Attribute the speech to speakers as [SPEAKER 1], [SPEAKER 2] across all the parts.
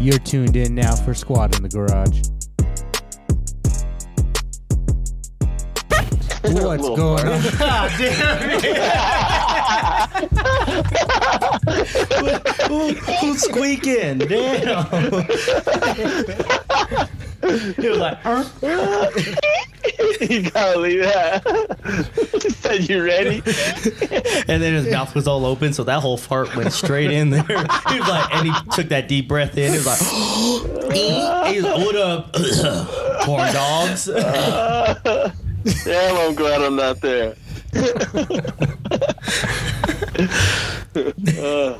[SPEAKER 1] You're tuned in now for Squad in the Garage. What's
[SPEAKER 2] Little
[SPEAKER 1] going on?
[SPEAKER 3] God damn it. who, who squeaking? Damn. he was like, "Huh?"
[SPEAKER 2] you gotta leave that. Said you ready?
[SPEAKER 3] and then his mouth was all open, so that whole fart went straight in there. He was like, and he took that deep breath in. He was like, he was, "What up, corn dogs?"
[SPEAKER 2] Damn, I'm glad I'm not there. Uh,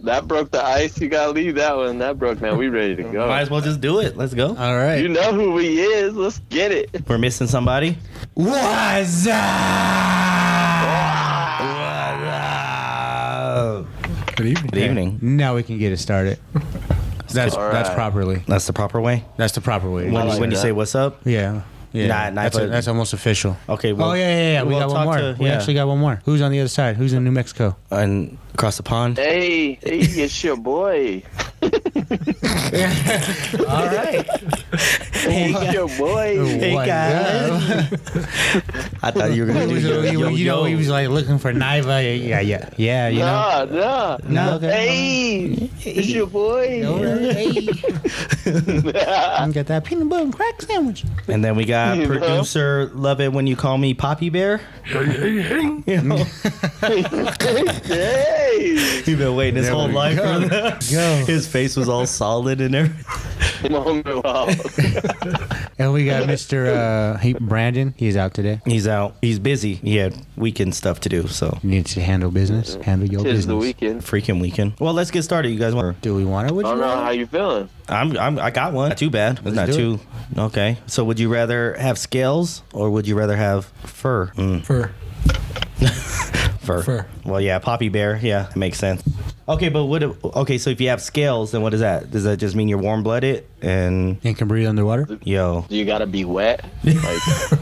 [SPEAKER 2] that broke the ice. You gotta leave that one. That broke. Now we ready to go.
[SPEAKER 3] Might as well just do it. Let's go.
[SPEAKER 1] All right.
[SPEAKER 2] You know who we is. Let's get it.
[SPEAKER 3] We're missing somebody.
[SPEAKER 1] What's up?
[SPEAKER 4] Good evening.
[SPEAKER 3] Good evening.
[SPEAKER 1] Now we can get it started. That's
[SPEAKER 2] All
[SPEAKER 1] that's
[SPEAKER 2] right.
[SPEAKER 1] properly.
[SPEAKER 3] That's the proper way.
[SPEAKER 1] That's the proper way. to do
[SPEAKER 3] When, you-
[SPEAKER 1] it.
[SPEAKER 2] like
[SPEAKER 3] when you
[SPEAKER 2] that.
[SPEAKER 3] say "What's up,"
[SPEAKER 1] yeah. Yeah.
[SPEAKER 3] Nah, nah,
[SPEAKER 1] that's,
[SPEAKER 3] but-
[SPEAKER 1] that's almost official.
[SPEAKER 3] okay. Well,
[SPEAKER 1] oh yeah, yeah, yeah. We
[SPEAKER 3] we'll
[SPEAKER 1] got one
[SPEAKER 3] talk
[SPEAKER 1] more.
[SPEAKER 3] to-
[SPEAKER 1] We
[SPEAKER 3] yeah.
[SPEAKER 1] actually got one more. Who's on the other side? Who's in New Mexico?
[SPEAKER 3] and across the pond.
[SPEAKER 2] Hey, hey, it's your boy.
[SPEAKER 3] All right. hey,
[SPEAKER 2] It's your boy.
[SPEAKER 3] Hey,
[SPEAKER 1] What
[SPEAKER 3] guys.
[SPEAKER 1] up?
[SPEAKER 3] I thought you were gonna
[SPEAKER 1] He
[SPEAKER 3] do
[SPEAKER 1] was-
[SPEAKER 3] yo,
[SPEAKER 1] he-
[SPEAKER 3] yo,
[SPEAKER 1] you know,
[SPEAKER 3] yo.
[SPEAKER 1] he was like looking for Niva. Yeah, yeah, yeah. You know.
[SPEAKER 2] Nah, nah.
[SPEAKER 1] No.
[SPEAKER 2] Uh, Hey, it's your boy.
[SPEAKER 1] I got that peanut butter and crack sandwich.
[SPEAKER 3] and then we got
[SPEAKER 2] You know?
[SPEAKER 3] producer love it when you call me Poppy Bear. you know,
[SPEAKER 2] hey,
[SPEAKER 3] he's been waiting his whole
[SPEAKER 1] we
[SPEAKER 3] life for that.
[SPEAKER 1] Go.
[SPEAKER 3] His face was all solid and everything.
[SPEAKER 2] Mom, wow.
[SPEAKER 1] And we got Mr. Uh, he, Brandon. He's out today.
[SPEAKER 3] He's out. He's busy. He had weekend stuff to do. So
[SPEAKER 1] You need to handle business. Handle your
[SPEAKER 2] Tis
[SPEAKER 1] business.
[SPEAKER 2] the weekend. Oh,
[SPEAKER 3] freaking weekend. Well, let's get started. You guys want?
[SPEAKER 1] Do we want it? Would
[SPEAKER 2] I
[SPEAKER 1] you
[SPEAKER 2] don't know
[SPEAKER 1] want
[SPEAKER 2] how
[SPEAKER 1] it?
[SPEAKER 2] you feeling.
[SPEAKER 3] I'm, I'm I got one. Not too bad. It's not
[SPEAKER 1] do
[SPEAKER 3] too. Okay. So would you rather have scales or would you rather have fur? Mm,
[SPEAKER 4] For
[SPEAKER 3] fur.
[SPEAKER 4] Fur.
[SPEAKER 3] Well, yeah, poppy bear. Yeah, that makes sense. Okay, but what? if- Okay, so if you have scales, then what is that? Does that just mean you're warm blooded and
[SPEAKER 1] And can breathe underwater.
[SPEAKER 3] yo?
[SPEAKER 2] You gotta be wet. Like,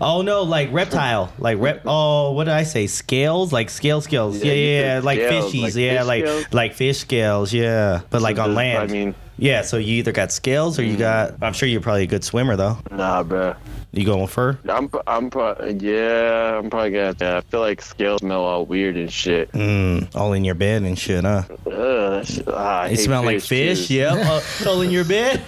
[SPEAKER 3] Oh no, like reptile, like rep. Oh, what did I say? Scales, like scale scales. Yeah,
[SPEAKER 2] Yeah, you
[SPEAKER 3] yeah, yeah.
[SPEAKER 2] said
[SPEAKER 3] like
[SPEAKER 2] scales, like
[SPEAKER 3] fishies. yeah,
[SPEAKER 2] fish
[SPEAKER 3] like
[SPEAKER 2] scales.
[SPEAKER 3] like fish scales. Yeah, but like on
[SPEAKER 2] does-
[SPEAKER 3] land.
[SPEAKER 2] I mean- Mm.
[SPEAKER 3] yeah. So you either got scales or you got. I'm sure you're probably a good swimmer though.
[SPEAKER 2] nah, bruh.
[SPEAKER 3] You going with fur?
[SPEAKER 2] I'm, pro- I'm, pro- yeah, I'm probably gonna. Yeah, I feel like scales smell all weird and shit. Ugh,
[SPEAKER 3] Mm, all in your bed and shit, huh?
[SPEAKER 2] that shit. Ah, I
[SPEAKER 3] It
[SPEAKER 2] hate
[SPEAKER 3] smell like
[SPEAKER 2] too.
[SPEAKER 3] fish. Yep, uh, all in your bed.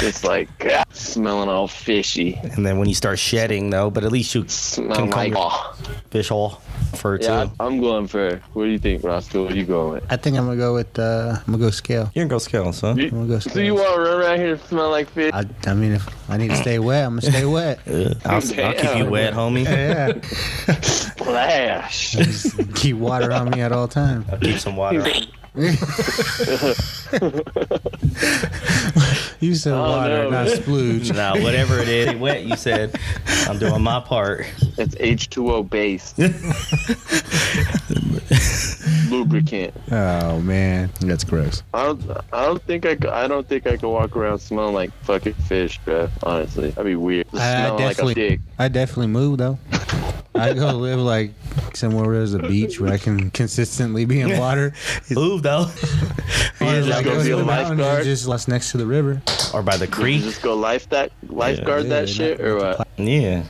[SPEAKER 2] It's like ah, smelling all fishy.
[SPEAKER 3] And then when you start shedding though, but at least you
[SPEAKER 2] Smell like
[SPEAKER 3] Cucumber.
[SPEAKER 2] oh.
[SPEAKER 3] fish all fur too.
[SPEAKER 2] Yeah, I, I'm going for. What do you think, Roscoe? What are you going with?
[SPEAKER 1] I think I'm gonna go with. Uh, I'm gonna go scale.
[SPEAKER 3] You can go scales, huh?
[SPEAKER 2] You,
[SPEAKER 1] gonna go
[SPEAKER 2] so you
[SPEAKER 1] scales.
[SPEAKER 2] want to run around here and smell like fish?
[SPEAKER 1] I, I mean, if I need to stay wet, I'm gonna stay wet.
[SPEAKER 3] I'll, I'll keep you
[SPEAKER 2] Damn.
[SPEAKER 3] wet, homie.
[SPEAKER 1] Yeah,
[SPEAKER 2] Splash.
[SPEAKER 1] keep water on me at all times.
[SPEAKER 3] Keep some water.
[SPEAKER 1] You said water,
[SPEAKER 2] Oh, no.
[SPEAKER 1] not splooge.
[SPEAKER 3] nah, whatever it is, wet. You said I'm doing my part.
[SPEAKER 2] It's H2O based. Lubricant.
[SPEAKER 1] Oh man, that's gross.
[SPEAKER 2] I don't. I don't think I. c- I don't think I could walk around smelling like fucking fish, bro. Honestly, that'd be weird. Just
[SPEAKER 1] I, I
[SPEAKER 2] smelling like a
[SPEAKER 1] definitely,
[SPEAKER 2] dick.
[SPEAKER 1] I definitely move though. I go live like somewhere where there's a beach where I can consistently be in water.
[SPEAKER 3] Move though,
[SPEAKER 1] Or
[SPEAKER 3] Yeah,
[SPEAKER 1] like
[SPEAKER 2] go
[SPEAKER 1] go to
[SPEAKER 2] be a
[SPEAKER 1] the mountains and
[SPEAKER 2] lifeguard.
[SPEAKER 1] just lost next to the river.
[SPEAKER 3] or by the
[SPEAKER 2] You
[SPEAKER 3] creek.
[SPEAKER 2] just go life that lifeguard
[SPEAKER 1] Yeah,
[SPEAKER 2] that shit or what?
[SPEAKER 3] Yeah,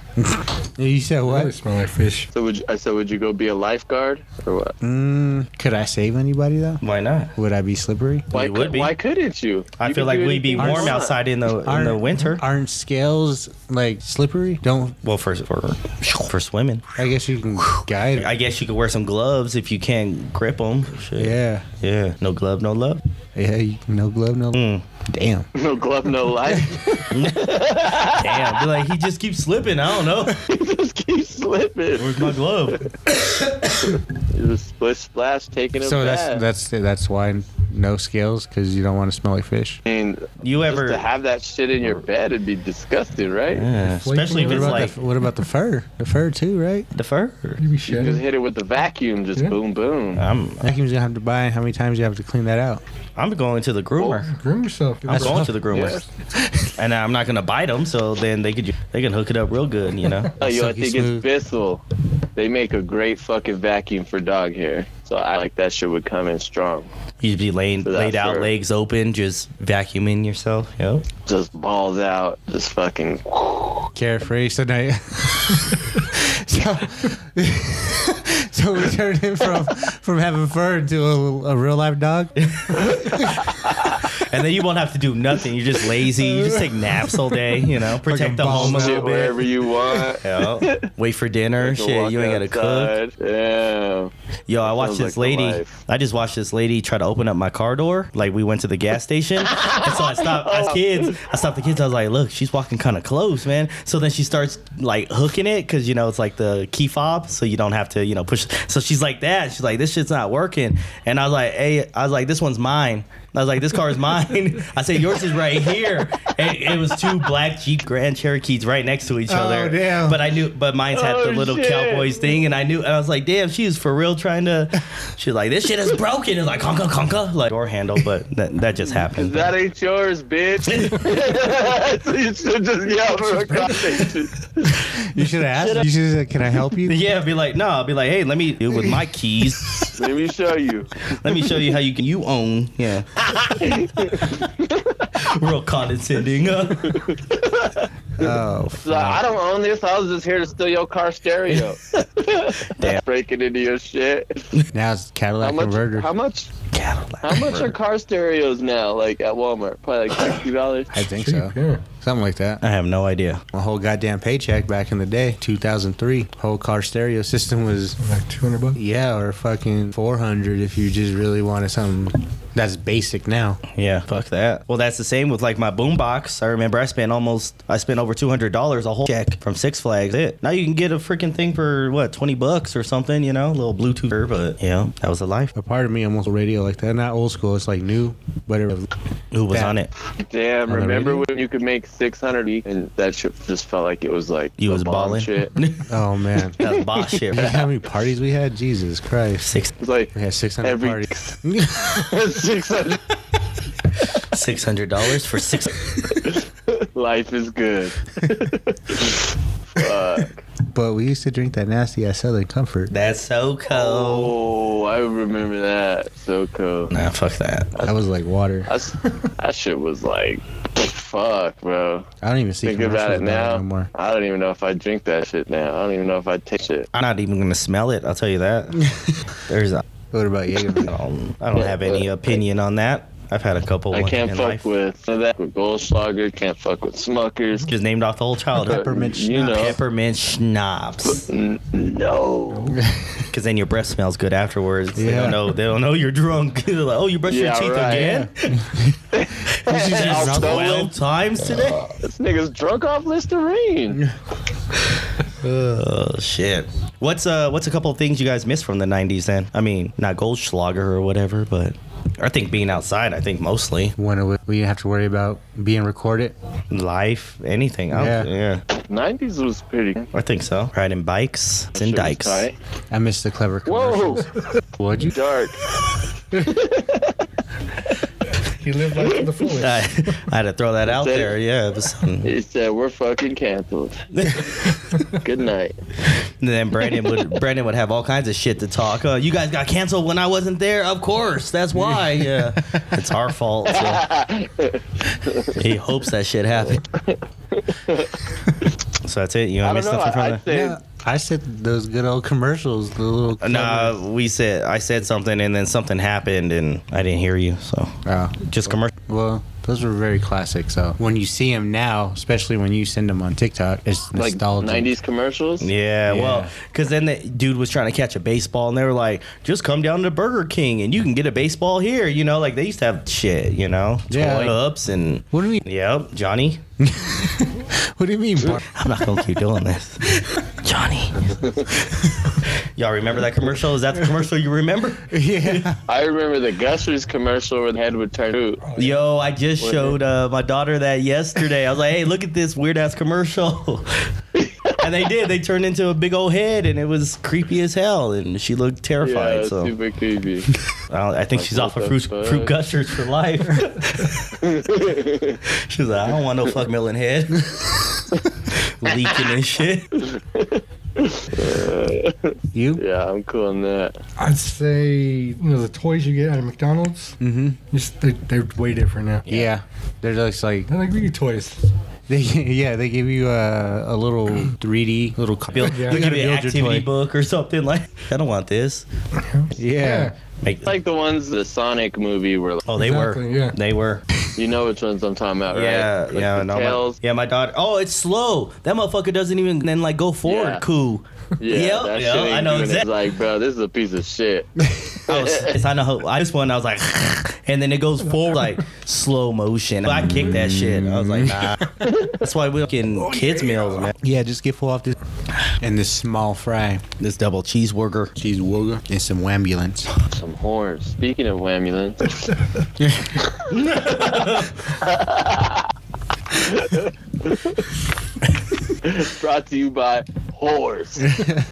[SPEAKER 1] You said
[SPEAKER 4] really
[SPEAKER 1] what?
[SPEAKER 4] smell like fish.
[SPEAKER 2] So would you, I said would you go be a lifeguard or what?
[SPEAKER 1] Mm, could I save anybody though?
[SPEAKER 3] why not?
[SPEAKER 1] Would I be slippery?
[SPEAKER 2] Why,
[SPEAKER 3] You
[SPEAKER 2] cou-
[SPEAKER 3] would be.
[SPEAKER 2] why couldn't you?
[SPEAKER 3] I
[SPEAKER 2] You
[SPEAKER 3] feel
[SPEAKER 2] could
[SPEAKER 3] like
[SPEAKER 2] do
[SPEAKER 3] we'd be
[SPEAKER 2] anything you
[SPEAKER 3] warm
[SPEAKER 2] want.
[SPEAKER 3] outside in the in the
[SPEAKER 1] Aren't-
[SPEAKER 3] winter.
[SPEAKER 1] Aren't scales like slippery? Don't.
[SPEAKER 3] Well, for for for swimming,
[SPEAKER 1] I guess you can guide.
[SPEAKER 3] I guess you could wear some gloves if you can't grip them.
[SPEAKER 1] yeah.
[SPEAKER 3] yeah. No glove, no love.
[SPEAKER 1] Yeah. you- No glove, no.
[SPEAKER 3] Mm.
[SPEAKER 1] Damn.
[SPEAKER 2] No glove, no life.
[SPEAKER 3] Damn, be like he just keeps slipping. I don't know.
[SPEAKER 2] just keep slipping.
[SPEAKER 3] Where's my glove?
[SPEAKER 2] You Just split splash, taking a
[SPEAKER 1] So
[SPEAKER 2] bath.
[SPEAKER 1] that's that's that's why no scales because you don't want to smell like fish.
[SPEAKER 2] I mean,
[SPEAKER 3] You
[SPEAKER 2] just to
[SPEAKER 3] ever?
[SPEAKER 2] have that shit in your bed would be disgusting, right?
[SPEAKER 3] Yeah, especially if
[SPEAKER 1] what
[SPEAKER 3] it's
[SPEAKER 1] about
[SPEAKER 3] like
[SPEAKER 1] the, what about the fur? The fur too, right?
[SPEAKER 3] the fur.
[SPEAKER 4] You be
[SPEAKER 2] Just
[SPEAKER 4] shedding.
[SPEAKER 2] hit it with the vacuum, just
[SPEAKER 4] Yeah.
[SPEAKER 2] boom, boom.
[SPEAKER 3] I'm
[SPEAKER 1] Vacuum's gonna have to buy. How many times you have to clean that out?
[SPEAKER 3] I'm going to the groomer.
[SPEAKER 4] Groom yourself.
[SPEAKER 3] I'm going to the groomers, and I'm not gonna bite them. So then they could they can hook it up real good, you know.
[SPEAKER 2] Oh, you, I
[SPEAKER 1] Silky
[SPEAKER 2] think
[SPEAKER 1] smooth.
[SPEAKER 2] it's Bissell. They make a great fucking vacuum for dog hair. So I like that shit would come in strong.
[SPEAKER 3] You'd be laying,
[SPEAKER 2] So that's
[SPEAKER 3] laid out,
[SPEAKER 2] her.
[SPEAKER 3] legs open, just vacuuming yourself. Yep.
[SPEAKER 2] Just balls out, just fucking.
[SPEAKER 1] Carefree. So now, so, so we turned him from from having fur to a, a real life dog.
[SPEAKER 3] And then you won't have to do nothing. You're just lazy. You just take naps all day. You know, protect the home a
[SPEAKER 1] balls
[SPEAKER 3] little
[SPEAKER 2] Shit wherever
[SPEAKER 3] bit.
[SPEAKER 2] you want.
[SPEAKER 3] Yeah. Wait for dinner. Shit, you ain't gotta cook.
[SPEAKER 2] cook. Yeah.
[SPEAKER 3] Yo, I watched
[SPEAKER 2] sounds
[SPEAKER 3] this
[SPEAKER 2] like the
[SPEAKER 3] lady.
[SPEAKER 2] life.
[SPEAKER 3] I just watched this lady try to open up my car door. Like we went to the gas station, and so I stopped. I kids. I stopped the kids. I was like, "Look, she's walking kind of close, man." So then she starts like hooking it because you know it's like the key fob, so you don't have to you know push. So she's like that. She's like, "This shit's not working," and I was like, "Hey," I was like, "This one's mine." I was like, "This car is mine." I said, "Yours is right here." And it was two black Jeep Grand Cherokees right next to each other.
[SPEAKER 1] damn.
[SPEAKER 3] But I knew, but mine's had the
[SPEAKER 2] Oh,
[SPEAKER 3] little
[SPEAKER 2] shit.
[SPEAKER 3] Cowboys thing, and I knew, and I was like, damn, she was for real trying to. She's like, this shit is broken. It's like conka conka, like door handle, but that, that just happened.
[SPEAKER 2] That ain't yours, bitch. so you should just yell for a conversation.
[SPEAKER 1] You should have asked. You should have said, "Can I help you?"
[SPEAKER 3] yeah, be like, no, be like, hey, let me do it with my keys.
[SPEAKER 2] Let me show you.
[SPEAKER 3] Let me show you how you can you own. Yeah. Real condescending.
[SPEAKER 1] Oh,
[SPEAKER 2] So I don't own this. I was just here to steal your car stereo.
[SPEAKER 3] Damn.
[SPEAKER 2] Breaking into your shit.
[SPEAKER 1] now it's Cadillac
[SPEAKER 2] How much?
[SPEAKER 1] converter.
[SPEAKER 2] How much?
[SPEAKER 3] Cadillac.
[SPEAKER 2] How much are car stereos now? Like at Walmart, probably like sixty dollars.
[SPEAKER 1] I think so.
[SPEAKER 4] Yeah.
[SPEAKER 1] Something like that.
[SPEAKER 3] I have no idea.
[SPEAKER 1] My whole goddamn paycheck back in the day, 2003, whole car stereo system was
[SPEAKER 4] Like 200 bucks?
[SPEAKER 1] yeah, or fucking 400 if you just really wanted something that's basic now.
[SPEAKER 3] Yeah, fuck that. Well, that's the same with like my boombox. I remember I spent almost, I spent over two hundred dollars a whole check from Six Flags. It now you can get a freaking thing for what twenty bucks or something, you know, a little Bluetooth. But yeah, that was a life.
[SPEAKER 1] A part of me almost radio like that. Not old school. It's like new, but it,
[SPEAKER 3] Who was
[SPEAKER 1] That-
[SPEAKER 3] on it?
[SPEAKER 2] Damn!
[SPEAKER 1] On the
[SPEAKER 2] Remember
[SPEAKER 1] radio?
[SPEAKER 2] when you could make six hundred and that shit just felt like it was like
[SPEAKER 3] You
[SPEAKER 2] the
[SPEAKER 3] was
[SPEAKER 2] bomb
[SPEAKER 3] balling.
[SPEAKER 2] Shit. It
[SPEAKER 3] that
[SPEAKER 1] oh man.
[SPEAKER 3] was boss shit.
[SPEAKER 1] You know
[SPEAKER 3] Right?
[SPEAKER 1] how many parties we had? Jesus Christ.
[SPEAKER 3] Six
[SPEAKER 2] was like
[SPEAKER 1] We had 600
[SPEAKER 2] Every-
[SPEAKER 1] parties.
[SPEAKER 2] six hundred.
[SPEAKER 3] six hundred dollars for six.
[SPEAKER 2] Life is good. Fuck.
[SPEAKER 1] but we used to drink that nasty ass Southern Comfort.
[SPEAKER 3] That's so cold.
[SPEAKER 2] Oh, I remember that. So cool.
[SPEAKER 3] Nah, fuck that.
[SPEAKER 1] That was like water.
[SPEAKER 2] I s that shit was like, fuck, bro.
[SPEAKER 1] I don't even see
[SPEAKER 2] Think about it
[SPEAKER 1] commercials
[SPEAKER 2] now.
[SPEAKER 1] no more.
[SPEAKER 2] I don't even know if I drink that shit now. I don't even know if I taste it.
[SPEAKER 3] I'm not even gonna smell it. I'll tell you that. There's, a,
[SPEAKER 1] What about
[SPEAKER 3] I
[SPEAKER 1] Jaeger?
[SPEAKER 3] don't, I don't have any opinion on that. I've had a couple.
[SPEAKER 2] I can't
[SPEAKER 3] in
[SPEAKER 2] fuck
[SPEAKER 3] life.
[SPEAKER 2] with that with Goldschlager. Can't fuck with Smuckers.
[SPEAKER 3] Just named off the whole childhood.
[SPEAKER 1] Peppermint
[SPEAKER 2] You
[SPEAKER 1] schnapps.
[SPEAKER 2] know.
[SPEAKER 3] peppermint schnapps
[SPEAKER 2] N- no.
[SPEAKER 3] because then your breath smells good afterwards they
[SPEAKER 1] Yeah.
[SPEAKER 3] don't know they don't know you're drunk They're like, oh you brushed
[SPEAKER 2] Yeah,
[SPEAKER 3] your teeth
[SPEAKER 2] right.
[SPEAKER 3] again
[SPEAKER 2] I'll
[SPEAKER 1] rub
[SPEAKER 2] tell
[SPEAKER 3] twelve
[SPEAKER 2] it. Uh.
[SPEAKER 3] times today
[SPEAKER 2] This nigga's drunk off Listerine.
[SPEAKER 3] oh shit what's uh what's a couple of things you guys missed from the 90s then i mean not goldschlager or whatever but i think being outside i think mostly
[SPEAKER 1] When it, we didn't have to worry about being recorded.
[SPEAKER 3] life anything I don't- yeah.
[SPEAKER 2] Nineties was pretty.
[SPEAKER 3] i think so riding bikes
[SPEAKER 2] Shit
[SPEAKER 3] and
[SPEAKER 2] was
[SPEAKER 3] dikes
[SPEAKER 2] tight.
[SPEAKER 1] I missed the clever
[SPEAKER 2] Whoa,
[SPEAKER 1] commercials. Would you?
[SPEAKER 2] dark.
[SPEAKER 4] He lived life to the fullest.
[SPEAKER 3] I, I had to throw that out
[SPEAKER 2] That's it.
[SPEAKER 3] there yeah it was-
[SPEAKER 2] He said we're fucking canceled. Good night.
[SPEAKER 3] And then Brandon would Brandon would have all kinds of shit to talk. Uh, you guys got canceled when I wasn't there. Of course, that's why. Yeah, it's our fault. so. He hopes that shit happened. so that's it. You
[SPEAKER 2] I don't
[SPEAKER 3] want to miss
[SPEAKER 2] know.
[SPEAKER 3] something
[SPEAKER 2] I,
[SPEAKER 3] from
[SPEAKER 2] I'd
[SPEAKER 3] the?
[SPEAKER 2] say
[SPEAKER 1] Yeah, I said those good old commercials. The little. clever-
[SPEAKER 3] Uh, Nah, we said I said something and then something happened and I didn't hear you. So
[SPEAKER 1] Oh,
[SPEAKER 3] just commercial.
[SPEAKER 1] well, those were very classic. So when you see them now, especially when you send them on TikTok, it's
[SPEAKER 2] like
[SPEAKER 1] nostalgic.
[SPEAKER 2] nineties commercials.
[SPEAKER 3] Yeah,
[SPEAKER 1] Yeah.
[SPEAKER 3] well, because then the dude was trying to catch a baseball, and they were like, "Just come down to Burger King, and you can get a baseball here." You know, like they used to have shit, you know,
[SPEAKER 1] Yeah.
[SPEAKER 3] toy ups and
[SPEAKER 1] What do you mean?
[SPEAKER 3] Yep, Johnny.
[SPEAKER 1] What do you mean? Bar-
[SPEAKER 3] I'm not gonna keep doing this, Johnny. Y'all remember that commercial? Is that the commercial you remember?
[SPEAKER 1] yeah.
[SPEAKER 2] I remember the Gushers commercial where the head would turn out.
[SPEAKER 3] Yo, I just showed uh, my daughter that yesterday. I was like, "Hey, look at this weird ass commercial," and they did. They turned into a big old head, and it was creepy as hell, and she looked terrified.
[SPEAKER 2] Yeah,
[SPEAKER 3] so
[SPEAKER 2] super creepy.
[SPEAKER 3] I, don't- I think she's
[SPEAKER 2] what
[SPEAKER 3] off of
[SPEAKER 2] the
[SPEAKER 3] fruit,
[SPEAKER 2] fuck?
[SPEAKER 3] fruit gushers for life. she's like, I don't want no fuck melon head leaking and shit.
[SPEAKER 1] You?
[SPEAKER 2] yeah, I'm cool on that.
[SPEAKER 4] I'd say you know the toys you get out of McDonald's.
[SPEAKER 1] Mm-hmm.
[SPEAKER 4] Just they, they're way different now.
[SPEAKER 1] Yeah. They're just like
[SPEAKER 4] They're like Wii toys.
[SPEAKER 1] they yeah they give you a, a little 3D little co-
[SPEAKER 3] Build,
[SPEAKER 4] Yeah.
[SPEAKER 3] They'll give
[SPEAKER 4] You
[SPEAKER 1] gotta
[SPEAKER 3] you an
[SPEAKER 1] build your
[SPEAKER 3] activity
[SPEAKER 1] toy.
[SPEAKER 3] book or something like. I don't want this.
[SPEAKER 1] yeah.
[SPEAKER 3] Make,
[SPEAKER 2] Like the ones the Sonic movie were like,
[SPEAKER 3] oh, they
[SPEAKER 4] Exactly,
[SPEAKER 3] were.
[SPEAKER 4] yeah.
[SPEAKER 3] They were.
[SPEAKER 2] you know which ones I'm talking about,
[SPEAKER 3] Yeah,
[SPEAKER 2] right? Like
[SPEAKER 3] yeah,
[SPEAKER 2] the
[SPEAKER 3] no, my,
[SPEAKER 2] tails.
[SPEAKER 3] yeah. My daughter. Oh, it's slow. That motherfucker doesn't even then like go forward.
[SPEAKER 2] Yeah.
[SPEAKER 3] Cool.
[SPEAKER 2] Yeah,
[SPEAKER 3] Yep,
[SPEAKER 2] that
[SPEAKER 3] yep,
[SPEAKER 2] shit ain't
[SPEAKER 3] I know
[SPEAKER 2] doing it.
[SPEAKER 3] exact-
[SPEAKER 2] It's like, bro, this is a piece of shit.
[SPEAKER 3] I was, it's, I know. How, I just went. I was like, and then it goes forward like slow motion. I kicked that shit. I was like, nah. That's why we're getting kids meals, man.
[SPEAKER 1] Yeah, just get full off this and this small fry,
[SPEAKER 3] This double cheeseburger.
[SPEAKER 1] cheeseburger, and some wambulance.
[SPEAKER 2] Some whores. Speaking of whamulence, brought to you by whores.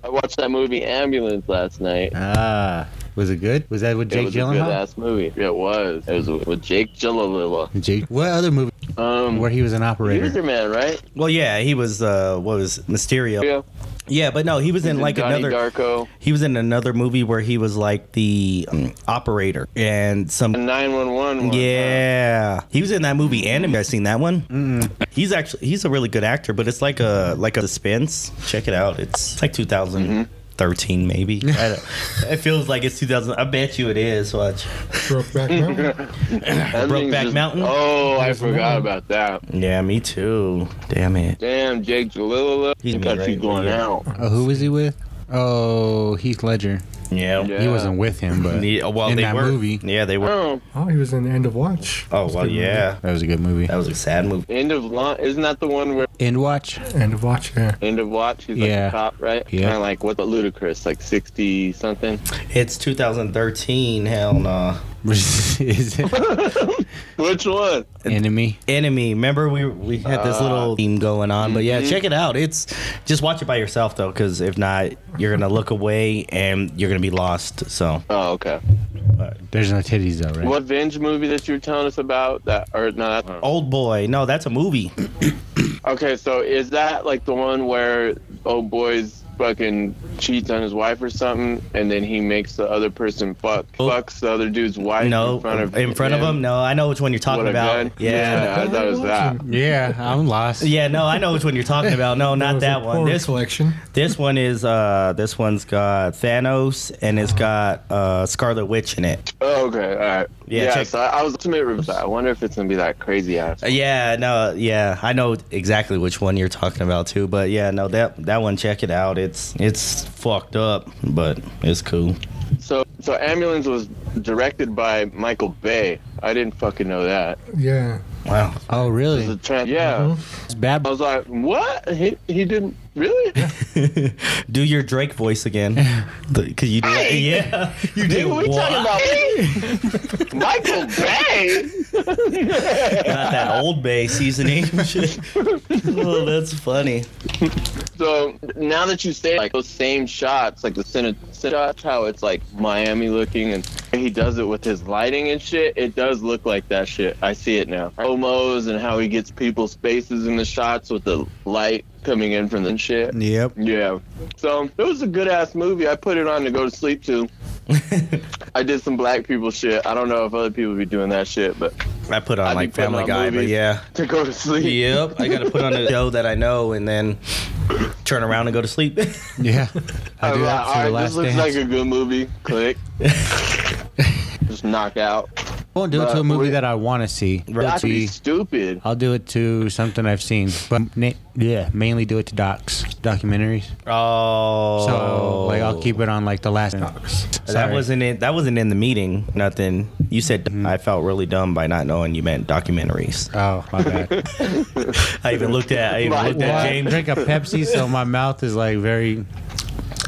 [SPEAKER 2] I watched that movie Ambulance last
[SPEAKER 3] Uh,
[SPEAKER 2] night.
[SPEAKER 1] Ah, was it good? Was that with
[SPEAKER 2] it
[SPEAKER 1] Jake
[SPEAKER 2] was a good
[SPEAKER 1] Gyllenhaal?
[SPEAKER 2] ass movie. It was. It was with Jake Gyllenhaal.
[SPEAKER 1] Jake. What other movie
[SPEAKER 2] Um,
[SPEAKER 1] where he was an operator?
[SPEAKER 2] User man, right?
[SPEAKER 3] Well, yeah, he was. uh What was it? Mysterio?
[SPEAKER 2] Yeah.
[SPEAKER 3] Yeah, but no, he was in like
[SPEAKER 2] Donnie
[SPEAKER 3] another.
[SPEAKER 2] Darko.
[SPEAKER 3] He was in another movie where he was like the um, operator and some.
[SPEAKER 2] 911. one.
[SPEAKER 3] Yeah, he was in that movie Anime. I seen that one.
[SPEAKER 1] Mm-hmm.
[SPEAKER 3] He's actually he's a really good actor, but it's like a like a suspense. Check it out. It's like 2013
[SPEAKER 1] Mm-hmm.
[SPEAKER 3] maybe. I don't, it feels like it's 2000. I bet you it is. Watch.
[SPEAKER 4] Brokeback Mountain.
[SPEAKER 2] That
[SPEAKER 3] Brokeback
[SPEAKER 2] thing's
[SPEAKER 3] Mountain?
[SPEAKER 2] Oh, I
[SPEAKER 4] There's
[SPEAKER 2] forgot
[SPEAKER 4] one.
[SPEAKER 2] about that.
[SPEAKER 3] Yeah, me too. Damn it.
[SPEAKER 2] Damn, Jake Jalila.
[SPEAKER 3] He's
[SPEAKER 2] He got
[SPEAKER 3] right
[SPEAKER 2] you going
[SPEAKER 3] here.
[SPEAKER 2] out.
[SPEAKER 1] Oh, who was he with? Oh, Heath Ledger.
[SPEAKER 3] Yeah.
[SPEAKER 2] Yeah.
[SPEAKER 1] He wasn't with him, but
[SPEAKER 3] Yeah, well,
[SPEAKER 1] in
[SPEAKER 3] they
[SPEAKER 1] that
[SPEAKER 3] were.
[SPEAKER 1] movie,
[SPEAKER 3] Yeah, they were.
[SPEAKER 2] Oh,
[SPEAKER 4] Oh, he was in End of Watch.
[SPEAKER 3] Oh well, yeah.
[SPEAKER 1] that was a good movie.
[SPEAKER 3] That was a sad movie.
[SPEAKER 2] end of launch. Isn't that the one where
[SPEAKER 1] End watch.
[SPEAKER 4] End of Watch. Yeah.
[SPEAKER 2] end of watch? He's like
[SPEAKER 1] Yeah.
[SPEAKER 2] a cop, right?
[SPEAKER 1] Yeah.
[SPEAKER 2] Kind of like what the ludicrous, like 60 something.
[SPEAKER 3] It's 2013. Hell no.
[SPEAKER 1] Is it
[SPEAKER 2] Which one?
[SPEAKER 1] enemy?
[SPEAKER 3] Enemy. Remember we we had this
[SPEAKER 2] Uh,
[SPEAKER 3] little theme going on, but yeah,
[SPEAKER 2] mm-hmm.
[SPEAKER 3] check it out. It's just watch it by yourself though, because if not, you're gonna look away and you're gonna be lost. So
[SPEAKER 2] Oh, okay.
[SPEAKER 1] There's no titties though, right?
[SPEAKER 2] What Venge movie that you were telling us about? That or not?
[SPEAKER 3] old boy, no, that's a movie.
[SPEAKER 2] Okay, so is that like the one where old boys fucking cheats on his wife or something, and then he makes the other person fuck
[SPEAKER 3] Oh.
[SPEAKER 2] fucks the other dude's wife
[SPEAKER 3] no,
[SPEAKER 2] in front of
[SPEAKER 3] him. No, I know which one you're talking
[SPEAKER 2] What a
[SPEAKER 3] about.
[SPEAKER 2] gun.
[SPEAKER 3] Yeah.
[SPEAKER 2] I thought it was that.
[SPEAKER 1] Yeah, I'm lost.
[SPEAKER 3] yeah, no, I know which one you're talking about. No,
[SPEAKER 4] It
[SPEAKER 3] not
[SPEAKER 4] was a
[SPEAKER 3] that one.
[SPEAKER 4] porn
[SPEAKER 3] This
[SPEAKER 4] collection.
[SPEAKER 3] this one is uh this one's got Thanos and it's
[SPEAKER 2] Uh-huh.
[SPEAKER 3] got uh Scarlet Witch in it.
[SPEAKER 2] Oh, okay, all right.
[SPEAKER 3] Yeah,
[SPEAKER 2] Yeah,
[SPEAKER 3] check-
[SPEAKER 2] so I, I was ultimate review. I wonder if it's gonna be that crazy ass.
[SPEAKER 3] Yeah, no, yeah, I know exactly which one you're talking about too, but yeah, no, that that one, check it out. It's it's fucked up, but it's cool.
[SPEAKER 2] So, so ambulance was directed by Michael Bay. I didn't fucking know that.
[SPEAKER 4] Yeah.
[SPEAKER 3] Wow,
[SPEAKER 1] Oh, really?
[SPEAKER 2] The trans- yeah,
[SPEAKER 4] Mm-hmm.
[SPEAKER 1] It's bad.
[SPEAKER 2] I was like, what? He he didn't really.
[SPEAKER 3] do your Drake voice again, because you did,
[SPEAKER 2] Hey!
[SPEAKER 3] yeah, you did.
[SPEAKER 2] Nigga, we talking
[SPEAKER 3] what?
[SPEAKER 2] about Michael Bay.
[SPEAKER 3] Not that old bay seasoning. Shit. oh, that's funny.
[SPEAKER 2] So now that you say like those same shots, like the cine cine shots, how it's like Miami looking, and he does it with his lighting and shit. It does look like that shit. I see it now. Homos and how he gets people's faces in the shots with the light coming in from the shit.
[SPEAKER 1] Yep.
[SPEAKER 2] Yeah. So it was a good ass movie. I put it on to go to sleep to. I did some black people shit. I don't know if other people be doing that shit, but
[SPEAKER 3] I put on
[SPEAKER 2] I be
[SPEAKER 3] like
[SPEAKER 2] putting
[SPEAKER 3] Family
[SPEAKER 2] on
[SPEAKER 3] Guy, but
[SPEAKER 2] movies.
[SPEAKER 3] yeah,
[SPEAKER 2] to go to sleep.
[SPEAKER 3] yep, I gotta put on a show that I know and then turn around and go to sleep.
[SPEAKER 1] Yeah. I
[SPEAKER 2] I'm
[SPEAKER 1] do that for
[SPEAKER 2] like,
[SPEAKER 1] the
[SPEAKER 2] "All right,
[SPEAKER 1] last
[SPEAKER 2] this looks
[SPEAKER 1] dance.
[SPEAKER 2] like a good movie. Click. Just knock out.
[SPEAKER 1] won't do it to a
[SPEAKER 2] Uh,
[SPEAKER 1] movie
[SPEAKER 2] we-
[SPEAKER 1] that I want to see. It'll
[SPEAKER 2] That'd be
[SPEAKER 1] be-
[SPEAKER 2] stupid.
[SPEAKER 1] I'll do it to something I've seen, but na- yeah, mainly do it to docs, documentaries.
[SPEAKER 3] oh,
[SPEAKER 1] So like I'll keep it on like the last.
[SPEAKER 3] That
[SPEAKER 1] Sorry.
[SPEAKER 3] wasn't it. That wasn't in the meeting. Nothing. You said I felt really dumb by not knowing you meant documentaries.
[SPEAKER 1] Oh my bad.
[SPEAKER 3] I even looked at. I even
[SPEAKER 2] Like
[SPEAKER 3] looked at
[SPEAKER 1] I
[SPEAKER 3] James.
[SPEAKER 1] drink a Pepsi, so my mouth is like very.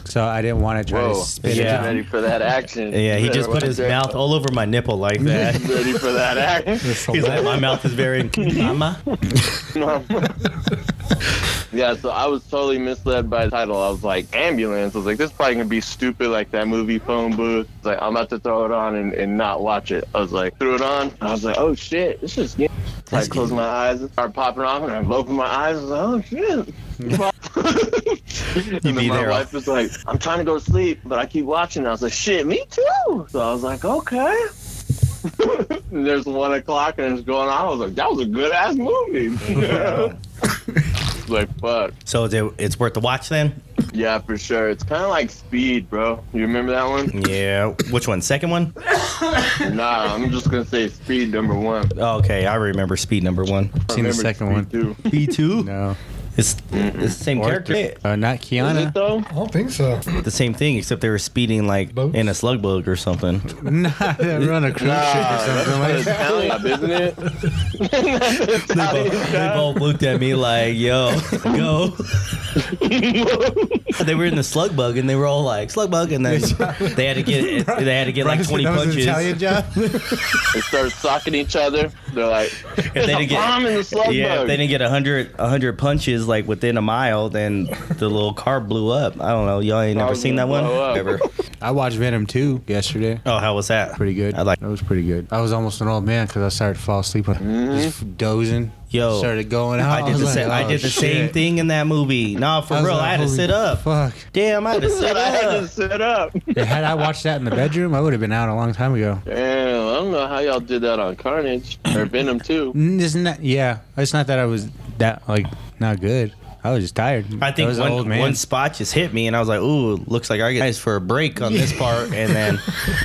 [SPEAKER 1] So I didn't want to try
[SPEAKER 2] Whoa,
[SPEAKER 1] to spit
[SPEAKER 2] he's
[SPEAKER 1] it
[SPEAKER 3] Yeah.
[SPEAKER 1] out.
[SPEAKER 2] ready for that action.
[SPEAKER 3] Yeah, he
[SPEAKER 2] Better
[SPEAKER 3] just put
[SPEAKER 2] watch
[SPEAKER 3] his
[SPEAKER 2] that.
[SPEAKER 3] mouth all over my nipple like that.
[SPEAKER 2] Ready for that action.
[SPEAKER 4] It's a
[SPEAKER 3] He's like,
[SPEAKER 4] lot.
[SPEAKER 3] my mouth is very. Mama.
[SPEAKER 2] yeah, so I was totally misled by the title. I was like, ambulance. I was like, this is probably gonna be stupid, like that movie Phone Booth. It's like, I'm about to throw it on and, and not watch it. I was like, threw it on. I was like, oh shit, this is. I closed my eyes, started popping off, and I opened my eyes. I was like, oh shit. and then
[SPEAKER 3] be
[SPEAKER 2] my
[SPEAKER 3] there.
[SPEAKER 2] wife was like, I'm trying to go to sleep, but I keep watching. I was like, shit, me too. So I was like, okay. And there's one o'clock and it's going on. I was like, that was a good ass movie. It's like, fuck.
[SPEAKER 3] So is it, it's worth the watch then?
[SPEAKER 2] Yeah, for sure. It's kind of like Speed, bro. You remember that one?
[SPEAKER 3] Yeah. Which one? Second one?
[SPEAKER 2] nah, I'm just going to say Speed number one.
[SPEAKER 3] Okay, I remember Speed number one.
[SPEAKER 2] I
[SPEAKER 1] Seen the
[SPEAKER 2] remember
[SPEAKER 1] second
[SPEAKER 2] Speed
[SPEAKER 1] one.
[SPEAKER 2] Too.
[SPEAKER 3] B two.
[SPEAKER 1] No.
[SPEAKER 3] It's, it's the same character,
[SPEAKER 1] Uh, not
[SPEAKER 2] Is it
[SPEAKER 1] Kiana.
[SPEAKER 2] though?
[SPEAKER 4] I don't think so.
[SPEAKER 3] the same thing, except they were speeding like
[SPEAKER 4] Boats?
[SPEAKER 3] in a slug bug or something.
[SPEAKER 1] nah, they were on a cruise ship or something like
[SPEAKER 2] That's
[SPEAKER 1] that.
[SPEAKER 2] Italian, job, isn't it? That's
[SPEAKER 3] They
[SPEAKER 2] Italian
[SPEAKER 3] both, they
[SPEAKER 2] job.
[SPEAKER 3] both looked at me like, "Yo, go." they were in the slug bug, and they were all like slug bug, and then they had to get they had to get like
[SPEAKER 1] Bryson,
[SPEAKER 3] twenty
[SPEAKER 1] that was an
[SPEAKER 3] punches.
[SPEAKER 1] Italian job.
[SPEAKER 2] They start socking each other. They're like,
[SPEAKER 3] If they
[SPEAKER 2] "There's a
[SPEAKER 3] didn't get-
[SPEAKER 2] bomb in the slug
[SPEAKER 3] yeah, if
[SPEAKER 2] bug."
[SPEAKER 3] they didn't get a hundred a hundred punches like within a mile, then the little car blew up. I don't know. Y'all ain't never
[SPEAKER 2] was
[SPEAKER 3] seen that
[SPEAKER 2] gonna
[SPEAKER 3] one?
[SPEAKER 2] blow up.
[SPEAKER 3] Ever.
[SPEAKER 1] I watched Venom 2 yesterday.
[SPEAKER 3] Oh, how was that?
[SPEAKER 1] Pretty good.
[SPEAKER 3] I like
[SPEAKER 1] That was pretty good. I was almost an old man because I started to fall asleep on
[SPEAKER 3] Mm-hmm.
[SPEAKER 1] just dozing.
[SPEAKER 3] Yo.
[SPEAKER 1] started going out.
[SPEAKER 3] I did
[SPEAKER 1] was
[SPEAKER 3] the
[SPEAKER 1] like,
[SPEAKER 3] same. I
[SPEAKER 1] oh,
[SPEAKER 3] did the same
[SPEAKER 1] shit.
[SPEAKER 3] thing in that movie. Nah, for
[SPEAKER 1] I was
[SPEAKER 3] real,
[SPEAKER 1] like,
[SPEAKER 3] I had to
[SPEAKER 1] holy
[SPEAKER 3] sit up.
[SPEAKER 1] Fuck.
[SPEAKER 3] Damn, I had to sit
[SPEAKER 2] But I had to
[SPEAKER 3] up.
[SPEAKER 2] sit up. Damn,
[SPEAKER 1] Had I watched that in the bedroom, I would have been out a long time ago.
[SPEAKER 2] I don't know how y'all did that on Carnage or Venom too.
[SPEAKER 1] Mm, Isn't that? Yeah, it's not that I was that like not good. I was just tired.
[SPEAKER 3] I
[SPEAKER 1] I
[SPEAKER 3] think
[SPEAKER 1] was an
[SPEAKER 3] one,
[SPEAKER 1] old man.
[SPEAKER 3] one spot just hit me, and I was like, "Ooh, looks like I get guys for a break on this part." And then